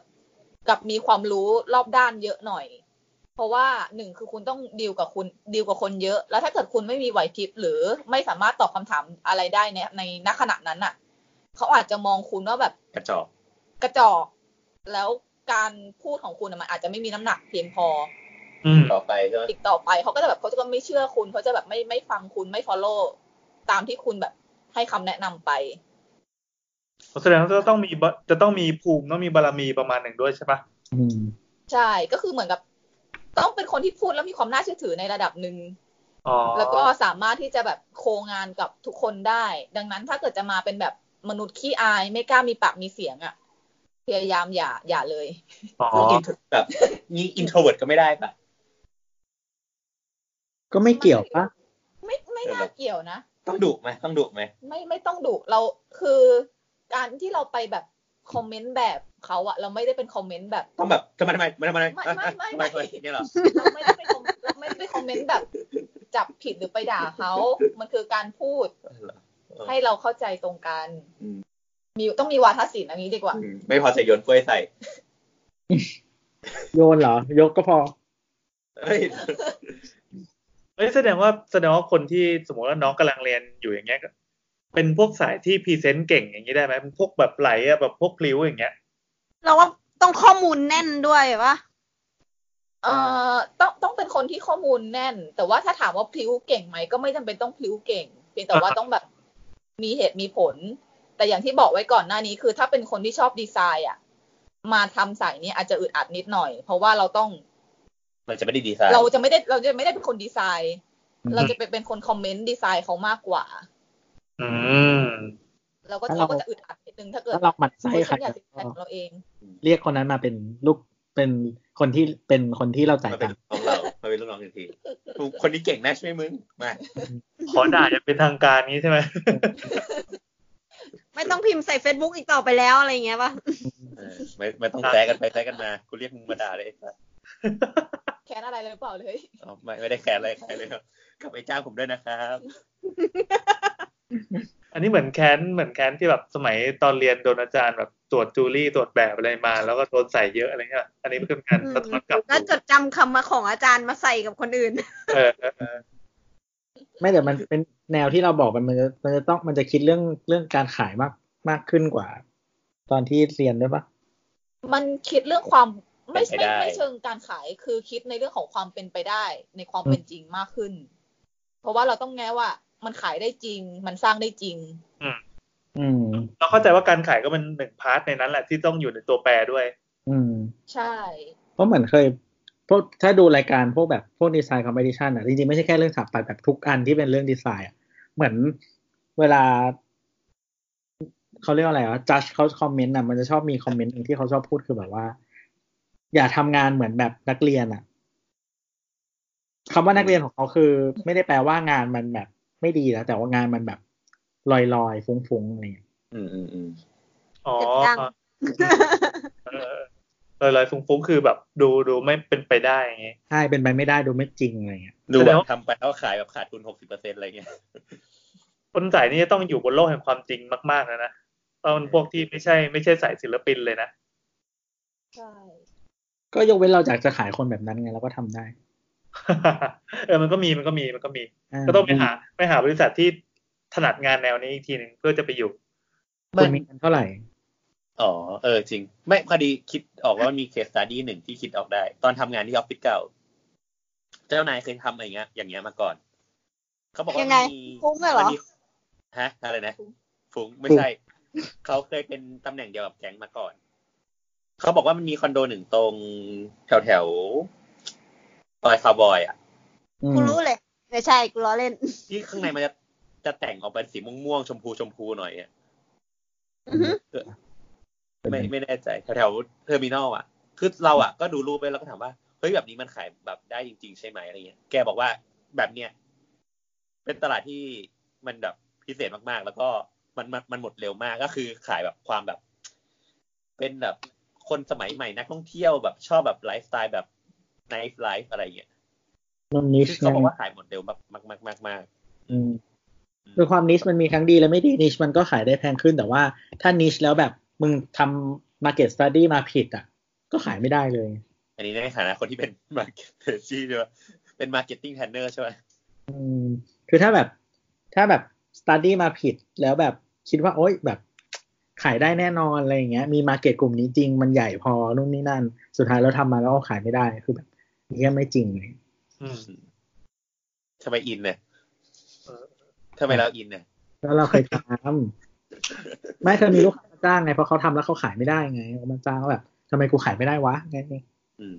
Speaker 4: กับมีความรู้รอบด้านเยอะหน่อย เพราะว่าหนึ่งคือคุณต้องดีลกับคุณดีลกับคนเยอะ แล้วถ้าเกิดคุณไม่มีไหวพริบหรือไม่สามารถตอบคำถามอะไรได้ในในณขณะนั้นน่ะ เขาอาจจะมองคุณว่าแบบ
Speaker 7: กระจอก
Speaker 4: กระจอก แล้วการพูดของคุณน่ะมันอาจจะไม่มีน้ำหนักเพียงพอ
Speaker 2: อืม
Speaker 7: ต่อไปก็
Speaker 4: อีกต่อไปเขาก็จะแบบเขาจะก็ไม่เชื่อคุณเขาจะแบบไม่ไม่ฟังคุณไม่ follow ตามที่คุณแบบให้คำแนะนำไป
Speaker 2: แสดงว่าจะต้องมีบะจะต้องมีภูมิต้องมีบารมีประมาณหนึ่งด้วยใช่ปะ
Speaker 5: อืม
Speaker 4: ใช่ก็คือเหมือนกับ ต้องเป็นคนที่พูดแล้วมีความน่าเชื่อถือในระดับหนึ่ง
Speaker 2: อ๋อ
Speaker 4: แล้วก็สามารถที่จะแบบโคงานกับทุกคนได้ ดังนั้นถ้าเกิดจะมาเป็นแบบมนุษย์ขี้อาย ไม่กล้ามีปากมีเสียงอะ่ะ จ พยายามอย่าอย่าเลย
Speaker 2: อ๋อ
Speaker 3: แบบนี่อินโทรเวิร์ดก็ไม่ได้ปะ
Speaker 5: ก็ไม่เกี่ยวปะ
Speaker 4: ไม่ไม่น่า
Speaker 3: เออ
Speaker 4: เกี่ยวนะ
Speaker 3: ต้องดุไหมต้องดุไหม
Speaker 4: ไม่ไม่ต้องดุเราคือการที่เราไปแบบคอมเมนต์แบบเขาอะเราไม่ได้เป็นคอมเมนต์แบบ
Speaker 3: ต้องแบบทำไมทำไมทำไมทำไม
Speaker 4: ไม่ไม่
Speaker 3: ทำไมทำ
Speaker 4: ไม่ไม่
Speaker 3: ไมเนี่ยเหรอ
Speaker 4: เราไม่ได้ไปคอมเราไม่ได้ไปคอมเมนต์แบบ จับผิดหรือไปด่าเขา มันคือการพูดให้เราเข้าใจตรงกัน
Speaker 3: อืม
Speaker 4: มีต้องมีวาทศิลป์อันนี้ดีกว่า
Speaker 3: อืมไม่พอใจโยนกล้วยใส่
Speaker 5: โยนเหรอ ยกก็พอ
Speaker 3: เฮ้ย
Speaker 2: เอ้ยแสดงว่าแสดงว่าคนที่สมมติว่าน้องกำลังเรียนอยู่อย่างเงี้ยก็เป็นพวกสายที่พรีเซนต์เก่งอย่างนี้ได้ไหมเป็นพวกแบบไหลอะแบบพวกพลิ้วอย่างเงี้ย
Speaker 1: เราว่าต้องข้อมูลแน่นด้วยวะ
Speaker 4: เอ่อต้องต้องเป็นคนที่ข้อมูลแน่น แต่ว่าถ้าถามว่าพลิ้วเก่งไหมก็ไม่จำเป็นต้องพลิ้วเก่งเพียงแต่ว่า
Speaker 2: อ่าฮะ
Speaker 4: ต้องแบบมีเหตุมีผล แต่อย่างที่บอกไว้ก่อนหน้านี้คือถ้าเป็นคนที่ชอบดีไซน์อ่ะ มาทำสายนี้อาจจะอึดอัดนิดหน่อย เพราะว่าเราต้อง
Speaker 3: มันจะไม่ได้ดีไซน์
Speaker 4: เราจะไม่ได้เราจะไม่ได้เป็นคนดีไซน์ เราจะเป็นเป็นคนคอมเมนต์ดีไซน์เขามากกว่า
Speaker 2: อืม
Speaker 4: เราก็
Speaker 5: ถ้า
Speaker 4: เรา
Speaker 5: เรา
Speaker 4: ก็จะอึดอัดนิดนึงถ้าเกิด
Speaker 5: ถ้าเราหมั่นไส้
Speaker 4: เฮ้ย
Speaker 5: ใคร
Speaker 4: ฉันอยากดีไซ
Speaker 5: ก็
Speaker 4: น์ของเราเอง
Speaker 5: เรียกคนนั้นมาเป็นลูกเป็นคนที่เป็นคนที่เราจ่าย
Speaker 3: มาเป็นลู
Speaker 5: ตังค์
Speaker 3: กน้องเรามาเป็นลูกน้องทั นทีกูคนนี้เก่งนะใช่ไหมมึงมา
Speaker 2: ขอด่าจะเป็นทางการงี้ใช่ไหม
Speaker 1: ไม่ต้องพิมพ์ใส่ Facebook อีกต่อไปแล้วอะไรอย่างเงี้ยปะ
Speaker 3: เออไม่ไม่ต้องแซะกันไปแซะกันมากูเรียกมึงมาด่าเลยไอ้สัส
Speaker 4: แค้นอะไรเลยหรือเปล่าเลย
Speaker 3: อ๋อไม่ไม่ได้แคร์อะไรใครเลยครับกับไอ้เจ้าผมด้วยนะครับ
Speaker 2: อันนี้เหมือนแค้นเหมือนแค้นที่แบบสมัยตอนเรียนโดนอาจารย์แบบตรวจจูรี่ตรวจแบบอะไรมา แล้วก็โดนใส่เยอะอะไรเงี้ย อันนี้เป็นการสะท้อนกลับ
Speaker 1: ก็จดจำคำมาของอาจารย์มาใส่กับคนอื่น
Speaker 2: เออเออเออ
Speaker 5: ไม่แต่มันเป็นแนวที่เราบอกมันมันจะมันจะต้องมันจะคิดเรื่องเรื่องการขายมากมากขึ้นกว่า ตอนที่เรียนด้วยปะ
Speaker 4: มันคิดเรื่องความไม่ไม่ไม่เชิงการขายคือคิดในเรื่องของความเป็นไปได้ ในความเป็นจริงมากขึ้น เพราะว่าเราต้องแง่ว่ามันขายได้จริง มันสร้างได้จริง
Speaker 5: อืม
Speaker 2: เราเข้าใจว่าการขายก็เป็นหนึ่งพาร์ทในนั้นแหละที่ต้องอยู่ในตัวแปรด้วย
Speaker 5: อืม
Speaker 4: ใช่
Speaker 5: เพราะเหมือนเคยพวกถ้าดูรายการพวกแบบพวกดีไซน์คอมเพติชันอ่ะจริงๆ ไม่ใช่แค่เรื่องสถาปัตย์แบบทุกอันที่เป็นเรื่องดีไซน์อ่ะเหมือนเวลาเขาเรียกว่าอะไรวะจัดเขาคอมเมนต์อ่ะมันจะชอบมีคอมเมนต์หนึ่งที่เขาชอบพูดคือแบบว่า อย่าทำงานเหมือนแบบนักเรียนอ่ะคำว่านักเรียนของเขาคือ ไม่ได้แปลว่างานมันแบบไม่ดีนะแต่ว่างานมันแบบลอยๆฟุ้งๆอะไรอย่างเงี้ย
Speaker 3: อืมอืมอืม
Speaker 2: อ๋อ
Speaker 1: เจ็บจัง
Speaker 2: เออเออลอยๆฟุ้งๆคือแบบดูดูไม่เป็นไปได้อย่างเงี้ย
Speaker 5: ใช่เป็นไปไม่ได้ดูไม่จริงอะไรอย่างเงี้ย
Speaker 3: ดูแบ
Speaker 2: แสดง
Speaker 3: บ
Speaker 2: ว่า
Speaker 3: ทำไปแล้วขายแบบขาดทุนหกสิบเปอร์เซ็นต์อะไรเงี้ย
Speaker 2: คนสายนี้ต้องอยู่บนโลกแห่งความจริงมากๆนะนะต้องพวกที่ไม่ใช่ไม่ใช่สายศิลปินเลยนะ
Speaker 4: ใช่
Speaker 5: ก็ยกเว้นเราอยากจะขายคนแบบนั้นไงเราก็ทำได้
Speaker 2: เออมันก็มีมันก็มีมันก็มี
Speaker 5: า
Speaker 2: ก็ต้องไปหาไปหาบริษัทที่ถนัดงานแนวนี้อีกทีหนึ่งเพื่อจะไปอยู่
Speaker 5: คุณมีเงินเท่าไหร่
Speaker 3: อ๋อเออจริง ไม่พอดีคิดออกว่ามันมีเคสตัดดี้หนึ่งที่คิดออกได้ ตอนทำงานที่ออฟฟิศเก่า เจ้านายเคยทำอะไรเงี้ย อย่างเงี้ยมาก่อนเขาบอกว่า
Speaker 1: ยังไง
Speaker 3: มี
Speaker 1: ฟุ้งเลยเหรอ
Speaker 3: มันมีฮะอะไรนะฟุ้งไม่ใช่ เขาเคยเป็นตำแหน่งเดียวกับแก๊งมาก่อน เขาบอกว่ามันมีคอนโดหนึ่งตรงแถวแถวๆซอยคาวบอยอ่ะ
Speaker 5: อืม
Speaker 1: กูรู้เลย ไม่ใช่กูล้อเล่น
Speaker 3: ที่ข้างในมันจะจะแต่งออกเป็นสีม่วงๆชมพูชมพูหน่อยอ่ะ
Speaker 1: อือหือ
Speaker 3: ไม่ไม่แน่ใจแถวแถวเทอร์มินอลอ่ะ คือเราอ่ะก็ดูรูปไปแล้วก็ถามว่าเฮ้ยแบบนี้มันขายแบบได้จริง ๆ ใช่ไหมอะไรเงี้ย แกบอกว่าแบบเนี้ยเป็นตลาดที่มันแบบพิเศษมากๆ แล้วก็มันมันมันหมดเร็วมากก็คือขายแบบความแบบ เป็นแบบคนสมัยใหม่นักท่องเที่ยวแบบชอบแบบไลฟ์สไตล์แบบไนฟ์ไลฟ์อะไรเงี้ย
Speaker 5: มันนิช
Speaker 3: คือเขา
Speaker 5: นะ
Speaker 3: บอกว่าขายหมดเร็วมากมากมากมากมาก
Speaker 5: อืมคือความนิชมันมีทั้งดีและไม่ดีนิชมันก็ขายได้แพงขึ้นแต่ว่าถ้านิชแล้วแบบมึงทำ market study มาผิดอ่ะ ก็ขายไม่ได้เลย
Speaker 3: อันนี้ในฐานะคนที่เป็น มาร์เก็ตเทอร์ชี่ใช่ไหมเป็นมาร์เก็ตติ้งแทนเนอร์ใช่ไหม
Speaker 5: อืม คือถ้าแบบถ้าแบบ study มาผิดแล้วแบบคิดว่า โอ๊ยแบบ ขายได้แน่นอนอะไรอย่างเงี้ย มี market กลุ่มนี้จริงมันใหญ่พอนู่นนี่นั่น สุดท้ายเราทำมาแล้วก็ขายไม่ได้คือแบบเนี้ยไม่จริงเลย
Speaker 2: อืม
Speaker 3: ทำไมอินเนี่ย
Speaker 2: เออ
Speaker 3: ทำไมเราอินเนี่ย
Speaker 5: แล้วเราเคยทำ ไม่เคยมีลูกค้ามาจ้างไงเพราะเขาทำแล้วเขาขายไม่ได้ไงเขามาจ้างแล้วแบบทำไมกูขายไม่ได้วะไง
Speaker 3: อืม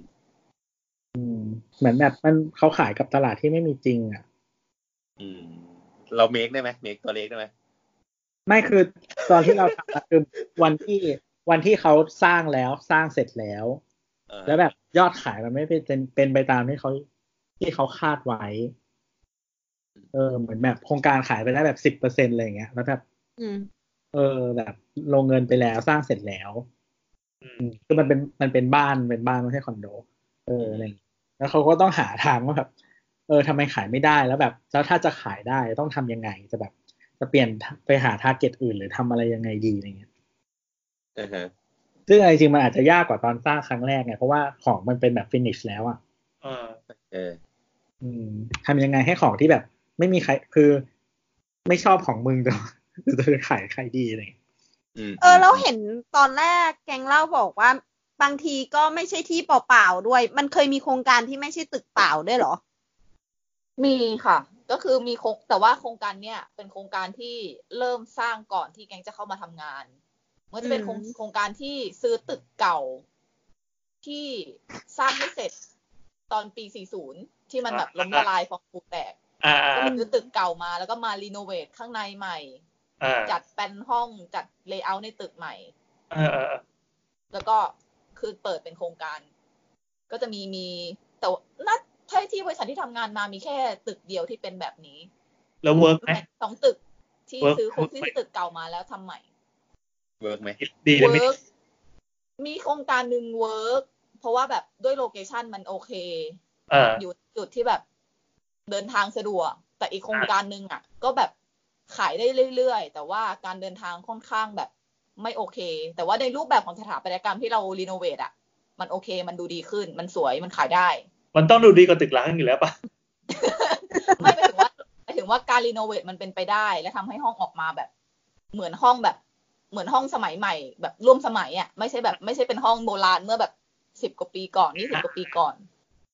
Speaker 5: อืมเหมือนแบบมันเขาขายกับตลาดที่ไม่มีจริง อ่ะ
Speaker 3: อืม เราเมคได้ไหมเมคตัวเล็กได้ไหม
Speaker 5: ไม่คือตอนที่เราทำอะคือวันที่ วันที่เขาสร้างแล้วสร้างเสร็จแล้ว
Speaker 3: เออ
Speaker 5: แล้วแบบยอดขายมันไม่เป็นเป็นไปตามที่เขาที่เขาคาดไว้ เออ เหมือนแบบโครงการขายไปได้แบบสิบเปอร์เซ็นต์อะไรอย่างเงี้ยแล้วแบบ
Speaker 1: อืม
Speaker 5: เออแบบลงเงินไปแล้วสร้างเสร็จแล้ว
Speaker 2: อืม
Speaker 5: คือมันเป็นมันเป็นบ้านเป็นบ้านไม่ใช่คอนโด เอออะไรอย่างเงี้ยแล้วเขาก็ต้องหาทางว่าแบบเออทำไมขายไม่ได้แล้วแบบ แล้วถ้าจะขายได้ต้องทำยังไงจะแบบ จะเปลี่ยนไปหาทาร์เก็ตอื่นหรือทำอะไรยังไงดีอะไรเงี้ย
Speaker 3: อือฮะ
Speaker 5: ซึ่งเอาจริงๆมันอาจจะยากกว่าตอนสร้างครั้งแรกไงเพราะว่าของมันเป็นแบบฟินิชแล้วอ่ะ
Speaker 2: อ่า
Speaker 3: เออ
Speaker 5: อืมทำยังไงให้ของที่แบบ ไม่มีใครคือ ไม่ชอบของมึง แต่ว่าแต่จะขายใครดีอะไรอย่างเงี้ย
Speaker 3: อืม
Speaker 1: เออแล้วเห็นตอนแรกแกงเล่าบอกว่า บางทีก็ไม่ใช่ที่เปล่าๆด้วย มันเคยมีโครงการที่ไม่ใช่ตึกเปล่าด้วยเหรอ
Speaker 4: มีค่ะ ก็คือมีโครงแต่ว่าโครงการเนี้ยเป็นโครงการที่เริ่มสร้างก่อนที่แกงจะเข้ามาทำงานมันจะเป็นโครง
Speaker 1: อืม
Speaker 4: โครงการที่ซื้อตึกเก่าที่สร้างไม่เสร็จตอนปี 40 ที่มันแบบล้มละลายฟองฟูแตก
Speaker 2: อ่าอ่า
Speaker 4: ก็ไปซื้อตึกเก่ามาแล้วก็มารีโนเวทข้างในใหม่
Speaker 2: อ่า
Speaker 4: จัดแปลนห้องจัดเลเยอร์ในตึกใหม่
Speaker 2: อ่าอ่า
Speaker 4: แล้วก็คือเปิดเป็นโครงการ ก็จะมีมีแต่ว่าน่าใช่ที่บริษัทที่ทำงานมามีแค่ตึกเดียวที่เป็นแบบนี้
Speaker 2: แล้วเวิร์กไหม
Speaker 4: สองตึกที่
Speaker 2: Work
Speaker 4: ซื้อคนที่
Speaker 2: Work
Speaker 4: ตึกเก่ามาแล้วทำใหม่
Speaker 3: เวิร์กไหม
Speaker 2: ดีเลย
Speaker 4: เวิ
Speaker 2: ไม่
Speaker 4: ร์กมีโครงการหนึ่งเวิร์กเพราะว่าแบบด้วยโลเคชันมันโอเค
Speaker 2: อ่า
Speaker 4: อยู่จุดที่แบบเดินทางสะดวก แต่อีกโครงการหนึ่งอ่ะ ก็แบบขายได้เรื่อยๆ แต่ว่าการเดินทางค่อนข้างแบบไม่โอเค แต่ว่าในรูปแบบของสถาปัตยกรรมที่เรารีโนเวทอ่ะ มันโอเคมันดูดีขึ้น มันสวยมันขายได้
Speaker 2: มันต้องดูดีกว่าตึกร้างอยู่แล้วป่ะ
Speaker 4: ไม่หมายถึงว่าหมายถึงว่าการรีโนเวทมันเป็นไปได้ และทำให้ห้องออกมาแบบ เหมือนห้องแบบ เหมือนห้องสมัยใหม่ แบบร่วมสมัยอ่ะไม่ใช่แบบ ไม่ใช่เป็นห้องโบราณเมื่อแบบสิบกว่าปีก่อนยี่สิบกว่าปีก่อน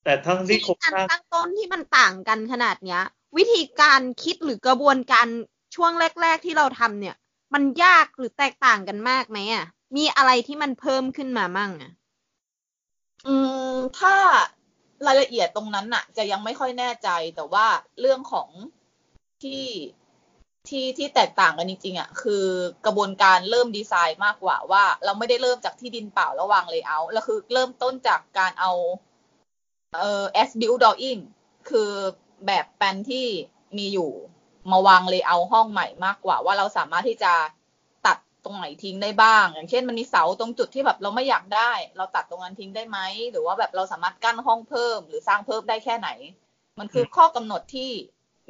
Speaker 2: แต่ทั้งที่โครง
Speaker 1: การ
Speaker 2: สร้าง
Speaker 1: ตั้งต้นที่มันต่างกันขนาดเนี้ย วิธีการคิดหรือกระบวนการช่วงแรก ๆ ที่เราทำเนี่ย มันยากหรือแตกต่างกันมากไหมอ่ะ มีอะไรที่มันเพิ่มขึ้นมามั่งอ่ะ
Speaker 4: อืมถ้ารายละเอียดตรงนั้นน่ะ จะยังไม่ค่อยแน่ใจแต่ว่าเรื่องของที่ที่ที่แตกต่างกันจริงๆอ่ะคือกระบวนการเริ่มดีไซน์มากกว่าว่า เราไม่ได้เริ่มจากที่ดินเปล่าแล้ววางเลเยอร์แล้วคือเริ่มต้นจากการเอาเอ่อ as built drawing คือแบบแปลนที่มีอยู่มาวางเลเยอร์ห้องใหม่มากกว่า ว่าเราสามารถที่จะตัดตรงไหนทิ้งได้บ้าง อย่างเช่นมันมีเสาตรงจุดที่แบบเราไม่อยากได้ เราตัดตรงนั้นทิ้งได้ไหมหรือว่าแบบเราสามารถกั้นห้องเพิ่ม หรือสร้างเพิ่มได้แค่ไหน มันคือข้อกำหนดที่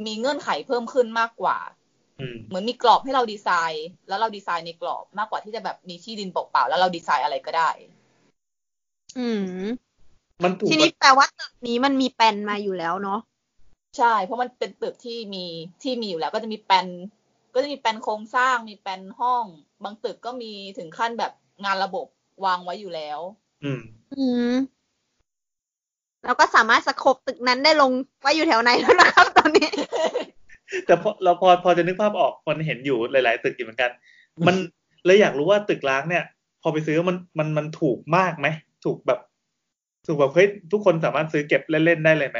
Speaker 4: มีเงื่อนไขเพิ่มขึ้นมากกว่า
Speaker 2: อืม
Speaker 4: เหมือนมีกรอบให้เราดีไซน์ แล้วเราดีไซน์ในกรอบมากกว่าที่จะแบบมีที่ดินเปล่าๆแล้วเราดีไซน์อะไรก็ได้
Speaker 1: อืม
Speaker 2: มันถูก
Speaker 1: ทีนี้แปลว่าตึกนี้มันมีแปลนมาอยู่แล้วเนาะ
Speaker 4: ใช่ เพราะมันเป็นตึกที่มีที่มีอยู่แล้ว ก็จะมีแปลนก็จะมีแปลนโครงสร้าง มีแปลนห้อง บางตึกก็มีถึงขั้นแบบงานระบบวางไว้อยู่แล้ว
Speaker 2: อืม
Speaker 1: อืม เราก็สามารถสโคบตึกนั้นได้ลงว่าอยู่แถวไหนแล้วนะครับ ตอนนี้
Speaker 2: แต่พอเราพอพอจะนึกภาพออกมันเห็นอยู่หลาย ๆ ตึกอยู่เหมือนกัน มันเลยอยากรู้ว่าตึกร้างเนี่ย พอไปซื้อมันมันมันถูกมากไหมถูกแบบ ถูกแบบเฮ้ยทุกคนสามารถซื้อเก็บเล่น ๆ ได้เลยไหม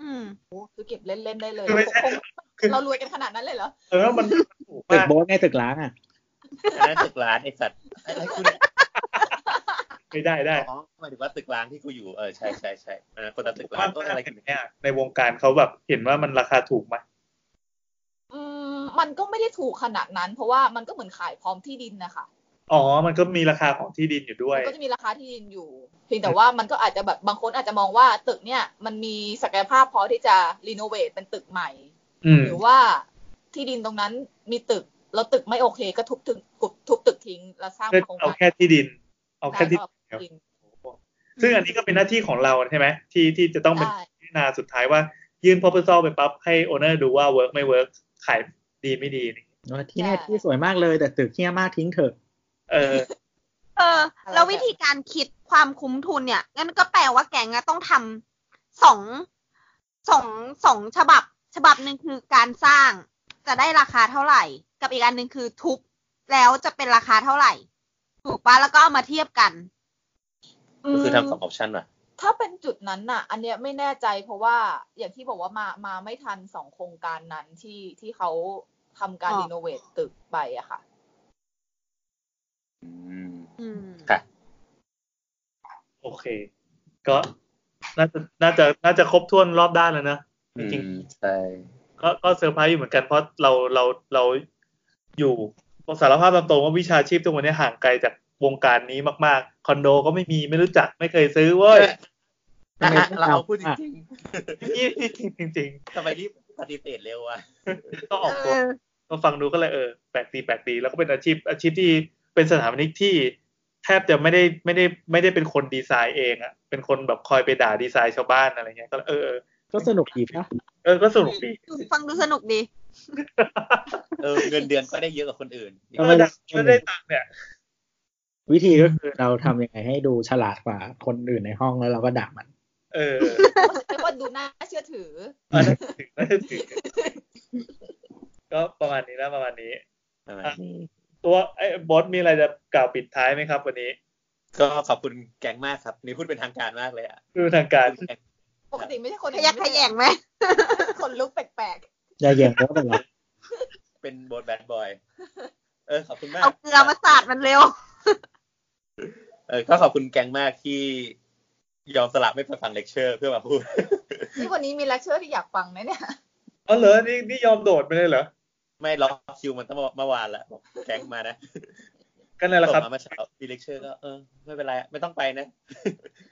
Speaker 1: อืม
Speaker 4: โอ้คือเก็บเล่น ๆ ได้เลย
Speaker 2: คือไม่ใช่
Speaker 4: คง
Speaker 2: คือ
Speaker 4: เรารวยกันขนาดนั้นเลยเหรอ
Speaker 2: เออมันมันถูก
Speaker 5: ตึก
Speaker 2: มาก
Speaker 5: โบ๊ทไงตึกล้างอ่ะ
Speaker 7: อันนั้นตึกร้านไอสัตว์ไอ้ไอ้คุณ
Speaker 2: ไม่ได้ได้
Speaker 7: อ๋อหมายถึงว่าตึกร้างที่กูอยู่เออใช่ใช่ใช่อันนั้นคนละตึกร้าว
Speaker 2: คาน ม
Speaker 7: ก็
Speaker 2: น่า
Speaker 7: อะไร
Speaker 2: เห็นเนี่ยในวงการเขาแบบเห็นว่ามันราคาถูกไหม
Speaker 4: อืมมันก็ไม่ได้ถูกขนาดนั้น เพราะว่ามันก็เหมือนขายพร้อมที่ดินนะคะ
Speaker 2: อ๋อ มันก็มีราคาของที่ดินอยู่ด้ว
Speaker 4: มั
Speaker 2: ย
Speaker 4: นก็จะมีราคาที่ดินอยู่ เพียงแต่ว่ามันก็อาจจะแบบบางคนอาจจะมองว่าตึกเนี่ยมันมีศักยภาพพอที่จะรีโนเวทเป็นตึกใหม่
Speaker 2: อืม
Speaker 4: หรือว่าที่ดินตรงนั้นมีตึกแล้วตึกไม่โอเค ก็ทุบตึกทุบตึกทิ้งแล้วสร้าง
Speaker 2: เพื่อ
Speaker 4: โครง
Speaker 2: เอา
Speaker 4: การ
Speaker 2: แค่ที่ดิน เอาแค่ที่
Speaker 4: ได้ก็เอาจริง
Speaker 2: ซึ่งอันนี้ก็เป็นหน้าที่ของเราใช่ไหมที่ที่จะต้องเป็น
Speaker 4: ได้
Speaker 2: พิจารณาสุดท้ายว่ายื่น proposal ไปปั๊บให้ owner ดูว่า work ไม่ work ขายดีไม่ดีนี่
Speaker 5: ที่เนี่ย
Speaker 4: ใช่
Speaker 5: ที่สวยมากเลยแต่ตึกเฮี้ยมากทิ้งเถอะ
Speaker 2: เออ
Speaker 1: เออ แล้ววิธีการคิดความคุ้มทุนเนี่ย งั้นก็แปลว่าแกงอะต้องทำสองสองสองฉบับ ฉบับหนึ่งคือการสร้างจะได้ราคาเท่าไหร่ กับอีกอันหนึ่งคือทุบแล้วจะเป็นราคาเท่าไหร่ ถูกปะแล้วก็เอามาเทียบกัน
Speaker 7: ก็คือทำสองออปชั่นว่ะ
Speaker 4: ถ้าเป็นจุดนั้นน่ะ อันเนี้ยไม่แน่ใจเพราะว่าอย่างที่บอกว่ามามาไม่ทันสองโครงการนั้นที่ที่เขาทำการ
Speaker 1: อ๋อ
Speaker 4: รีโนเวทตึกไปอะค่ะ
Speaker 7: อืม
Speaker 1: อืม
Speaker 2: โอเค ก็น่าจะน่าจะน่าจะครบถ้วนรอบด้านแล้วนะ จริง
Speaker 7: อืมใช่
Speaker 2: ๆก็ก็เซอร์ไพรส์อยู่เหมือนกันเพราะเราเราเราอยู่สารภาพตามตรงว่าวิชาชีพทุกวันนี้ห่างไกลจากวงการนี้มากๆ คอนโดก็ไม่มีไม่รู้จักไม่เคยซื้อเว้ย
Speaker 5: ทำไมไม่
Speaker 7: เรา
Speaker 5: เอา
Speaker 7: เอาพูดจริง
Speaker 2: นี่จริง
Speaker 7: ๆทำไมรีบปฏิเสธเร็วอ่ะ
Speaker 2: ๆ ก็ออกตัว ก็ฟังดูก็เลยเออแปลกดีแปลกดีแล้วก็เป็นอาชีพอาชีพที่เป็นสถาปนิกที่แทบจะไม่ได้ไม่ได้ไม่ได้เป็นคนดีไซน์เองอะ่ะเป็นคนแบบคอยไปด่าดีไซน์ชาวบ้านอะไรเงี้ยก็เออเออ
Speaker 5: ก็สนุกดีปะ
Speaker 2: เออก็สนุกดี
Speaker 1: ฟังดูสนุกดี
Speaker 7: เออเงินเดือนก็ได้เยอะกว่าคนอื่น
Speaker 2: เออดังก็ได้ตังค์เนี่ย
Speaker 5: วิธีก็คือเราทำยังไงให้ดูฉลาดกว่าคนอื่นในห้องแล้วเราก็ด่ามัน
Speaker 2: เออ
Speaker 8: ไม่ว่าดูน่าเชื่อถือ
Speaker 2: เออน่าจะถึงน่าจะถึงก็ประมาณนี้นะประมาณนี้
Speaker 7: ประมาณนี้
Speaker 2: ตัวไอ้บอสมีอะไรจะกล่าวปิดท้ายไหมครับวันนี้
Speaker 7: ก็ขอบคุณแก๊งมากครับ นี่พูดเป็นทางการมากเลยอ่ะ
Speaker 2: ดูทางการ
Speaker 8: ปกติไม่ใช่คน
Speaker 1: ขยักขยแยงไหม
Speaker 8: คนลุกแปลก
Speaker 5: อย่าแย่งเพราะเป็นเรา
Speaker 7: เป็นโบทแบดบอย เออขอบคุณมาก
Speaker 1: เอาเกลือมาสาดมันเร็ว
Speaker 7: เออก็ขอบคุณแก๊งมากที่ยอมสละไม่ไปฟังเลคเชอร์ เพื่อมาพูด
Speaker 8: ๆนี่วันนี้มีเลคเชอร์ที่อยากฟังนะเนี่ย
Speaker 2: อ๋อเหรอนี่นี่ยอมโดดไปเลยเหรอ
Speaker 7: ไม่ล็อกคิวมันตั้งแต่เมื่อวานแล้วบอกแก๊งมานะ
Speaker 2: ก็นั่นแหละ
Speaker 7: ส่ง
Speaker 2: ครับ
Speaker 7: มาเมื่อเช้ามีเลคเชอร์ก็เออไม่เป็นไรอะไม่ต้องไปนะ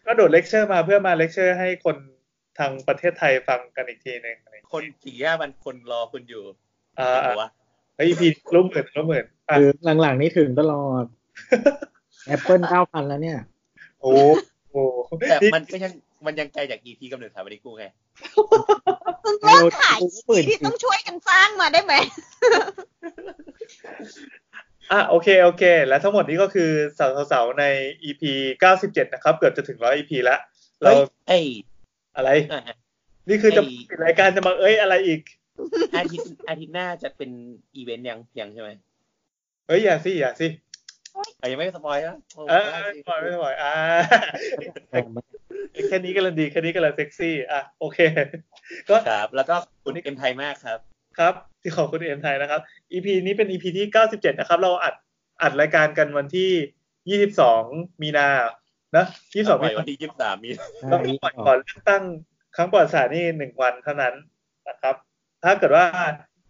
Speaker 2: ก็โดดเลคเชอร์มาเพื่อมาเลคเชอร์ให้คนทางประเทศไทยฟังกันอีกทีหนึ่งอะไรอย่างเงี้ย
Speaker 7: คนกี่ย่ามันคนรอคุณอยู่
Speaker 2: อ่า
Speaker 7: เหรอวะ
Speaker 2: ไอพีรู้เหมือนรู้เหมือนอ่ะ
Speaker 5: คือหลังๆนี่ถึงตลอด Apple 9,000 แล้วเนี่ย
Speaker 2: โอ้โห
Speaker 7: แต่
Speaker 2: นี่
Speaker 7: มันก็ยังมันยังไกลจาก EP กำเนิดสถาปนิกกูไง
Speaker 1: คุณเลิกขายที่ที่ต้องช่วยกันสร้างมาได้ไหม
Speaker 2: อ่ะโอเคโอเค และทั้งหมดนี้ก็คือสาวสาวๆใน EP 97 นะครับ เกือบจะถึงร้อย EP ละเรา
Speaker 7: เฮ้ยไอ้
Speaker 2: อะไร
Speaker 7: อ่ะ
Speaker 2: นี่คือจะ
Speaker 7: ไอ้
Speaker 2: ปิดรายการจะมาเอ้ยอะไรอีก
Speaker 7: อาทิตย์อาทิตย์หน้าจะเป็นอีเวนต์ยังยังใช่ไหม
Speaker 2: เฮ้ย อย่าสิ อย่าสิ
Speaker 7: เอ้ยยังไม่สปอยล์นะโอ้
Speaker 2: เออเออปล่อยไม่ปล่อยอ่า แค่นี้ก็ลังดี แค่นี้ก็ลังเซ็กซี่ อ่ะ โอเค ก็
Speaker 7: ครับ แล้วก็ขอบคุณเอ็มไทยมากครับ
Speaker 2: ครับ ที่ขอบคุณเอ็มไทยนะครับ EP นี้เป็น EP ที่ 97 นะครับ เราอัดอัดรายการกันวันที่ 22 มีนานะ22
Speaker 7: ป
Speaker 2: มีนา
Speaker 7: ล่อยวันที่ยี่สิบสามมี
Speaker 2: แล้วก็ก่อนก่อนเลือกตั้งครั้งประวัติศาสตร์นี่หนึ่งวันเท่านั้นนะครับ ถ้าเกิดว่า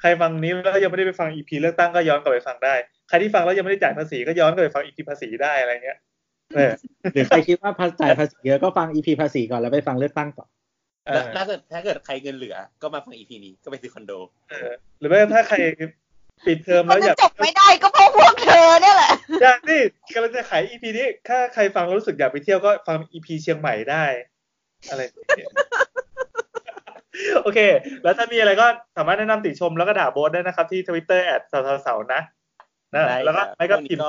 Speaker 2: ใครฟังนี้แล้วยังไม่ได้ไปฟังอีพีเลือกตั้งก็ย้อนกลับไปฟังได้ ใครที่ฟังแล้วยังไม่ได้จ่ายภาษีก็ย้อนกลับไปฟังอีพีภาษีได้อะไรเงี้ยเออ
Speaker 5: หรือใครคิดว่าภาษาจ่ายภาษีเยอะก็ฟัง EP ภาษีก่อนแล้วไปฟังเลือกตั้งต่อ
Speaker 2: เออ
Speaker 7: ถ้าเกิดถ้าเกิดใครเงินเหลือ ก็มาฟังอีพีนี้ก็ไปซื้อคอนโด
Speaker 2: เออหรือไม่ถ้าใครปิดเทอม
Speaker 1: มั
Speaker 2: แล้
Speaker 1: น
Speaker 2: วอ
Speaker 1: จะ
Speaker 2: ยาก
Speaker 1: จบไม่ได้ก็เพราะพวกเธอเนี่ยแหละ
Speaker 2: อยากนี่กำลังจะขายอีพีนี้ถ้าใครฟังแล้วรู้สึกอยากไปเที่ยวก็ฟังอีพีเชียงใหม่ได้ อะไรอย่างเงี้ย โอเค แล้วถ้ามีอะไรก็สามารถแนะนำติชมแล้วก็ด่าโบสได้นะครับ ที่ทวิตเตอร์แอดสาวสาวๆนะ นะ
Speaker 7: ได้
Speaker 2: แล้วก็
Speaker 7: ครับ
Speaker 2: ไม่ก็
Speaker 7: ช่วงนี้
Speaker 2: พิมพ์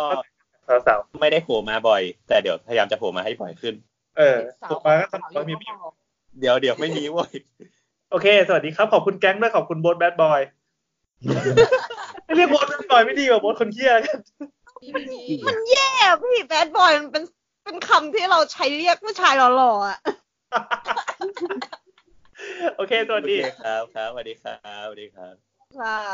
Speaker 7: ก็
Speaker 2: สาวสาว
Speaker 7: ไม่ได้โผล่มาบ่อย แต่เดี๋ยวพยายามจะโผล่มาให้บ่อยขึ้น
Speaker 2: ๆเออ
Speaker 8: สาว
Speaker 2: ถูกมาก็ต้อง
Speaker 8: สาว
Speaker 2: ต้องมี
Speaker 8: ยู่ข้างนอก
Speaker 7: เดี๋ยวเดี๋ยวไม่มี เว้ย
Speaker 2: โอเค สวัสดีครับ ขอบคุณแก๊งด้วยขอบคุณโบสแบดบอย ไม่เรียกโบสแบดบอยไม่ดีกว่าโบสคนเที่ยกัน
Speaker 8: มีมีมี
Speaker 5: ๆ
Speaker 1: มันแย่อะพี่แบดบอยมันเป็นเป็นคำที่เราใช้เรียกผู้ชายหล่อๆอ่ะ
Speaker 2: โอเค สวัสดี
Speaker 7: โอเคครับครับสวัสดีครับสวัสดีครับ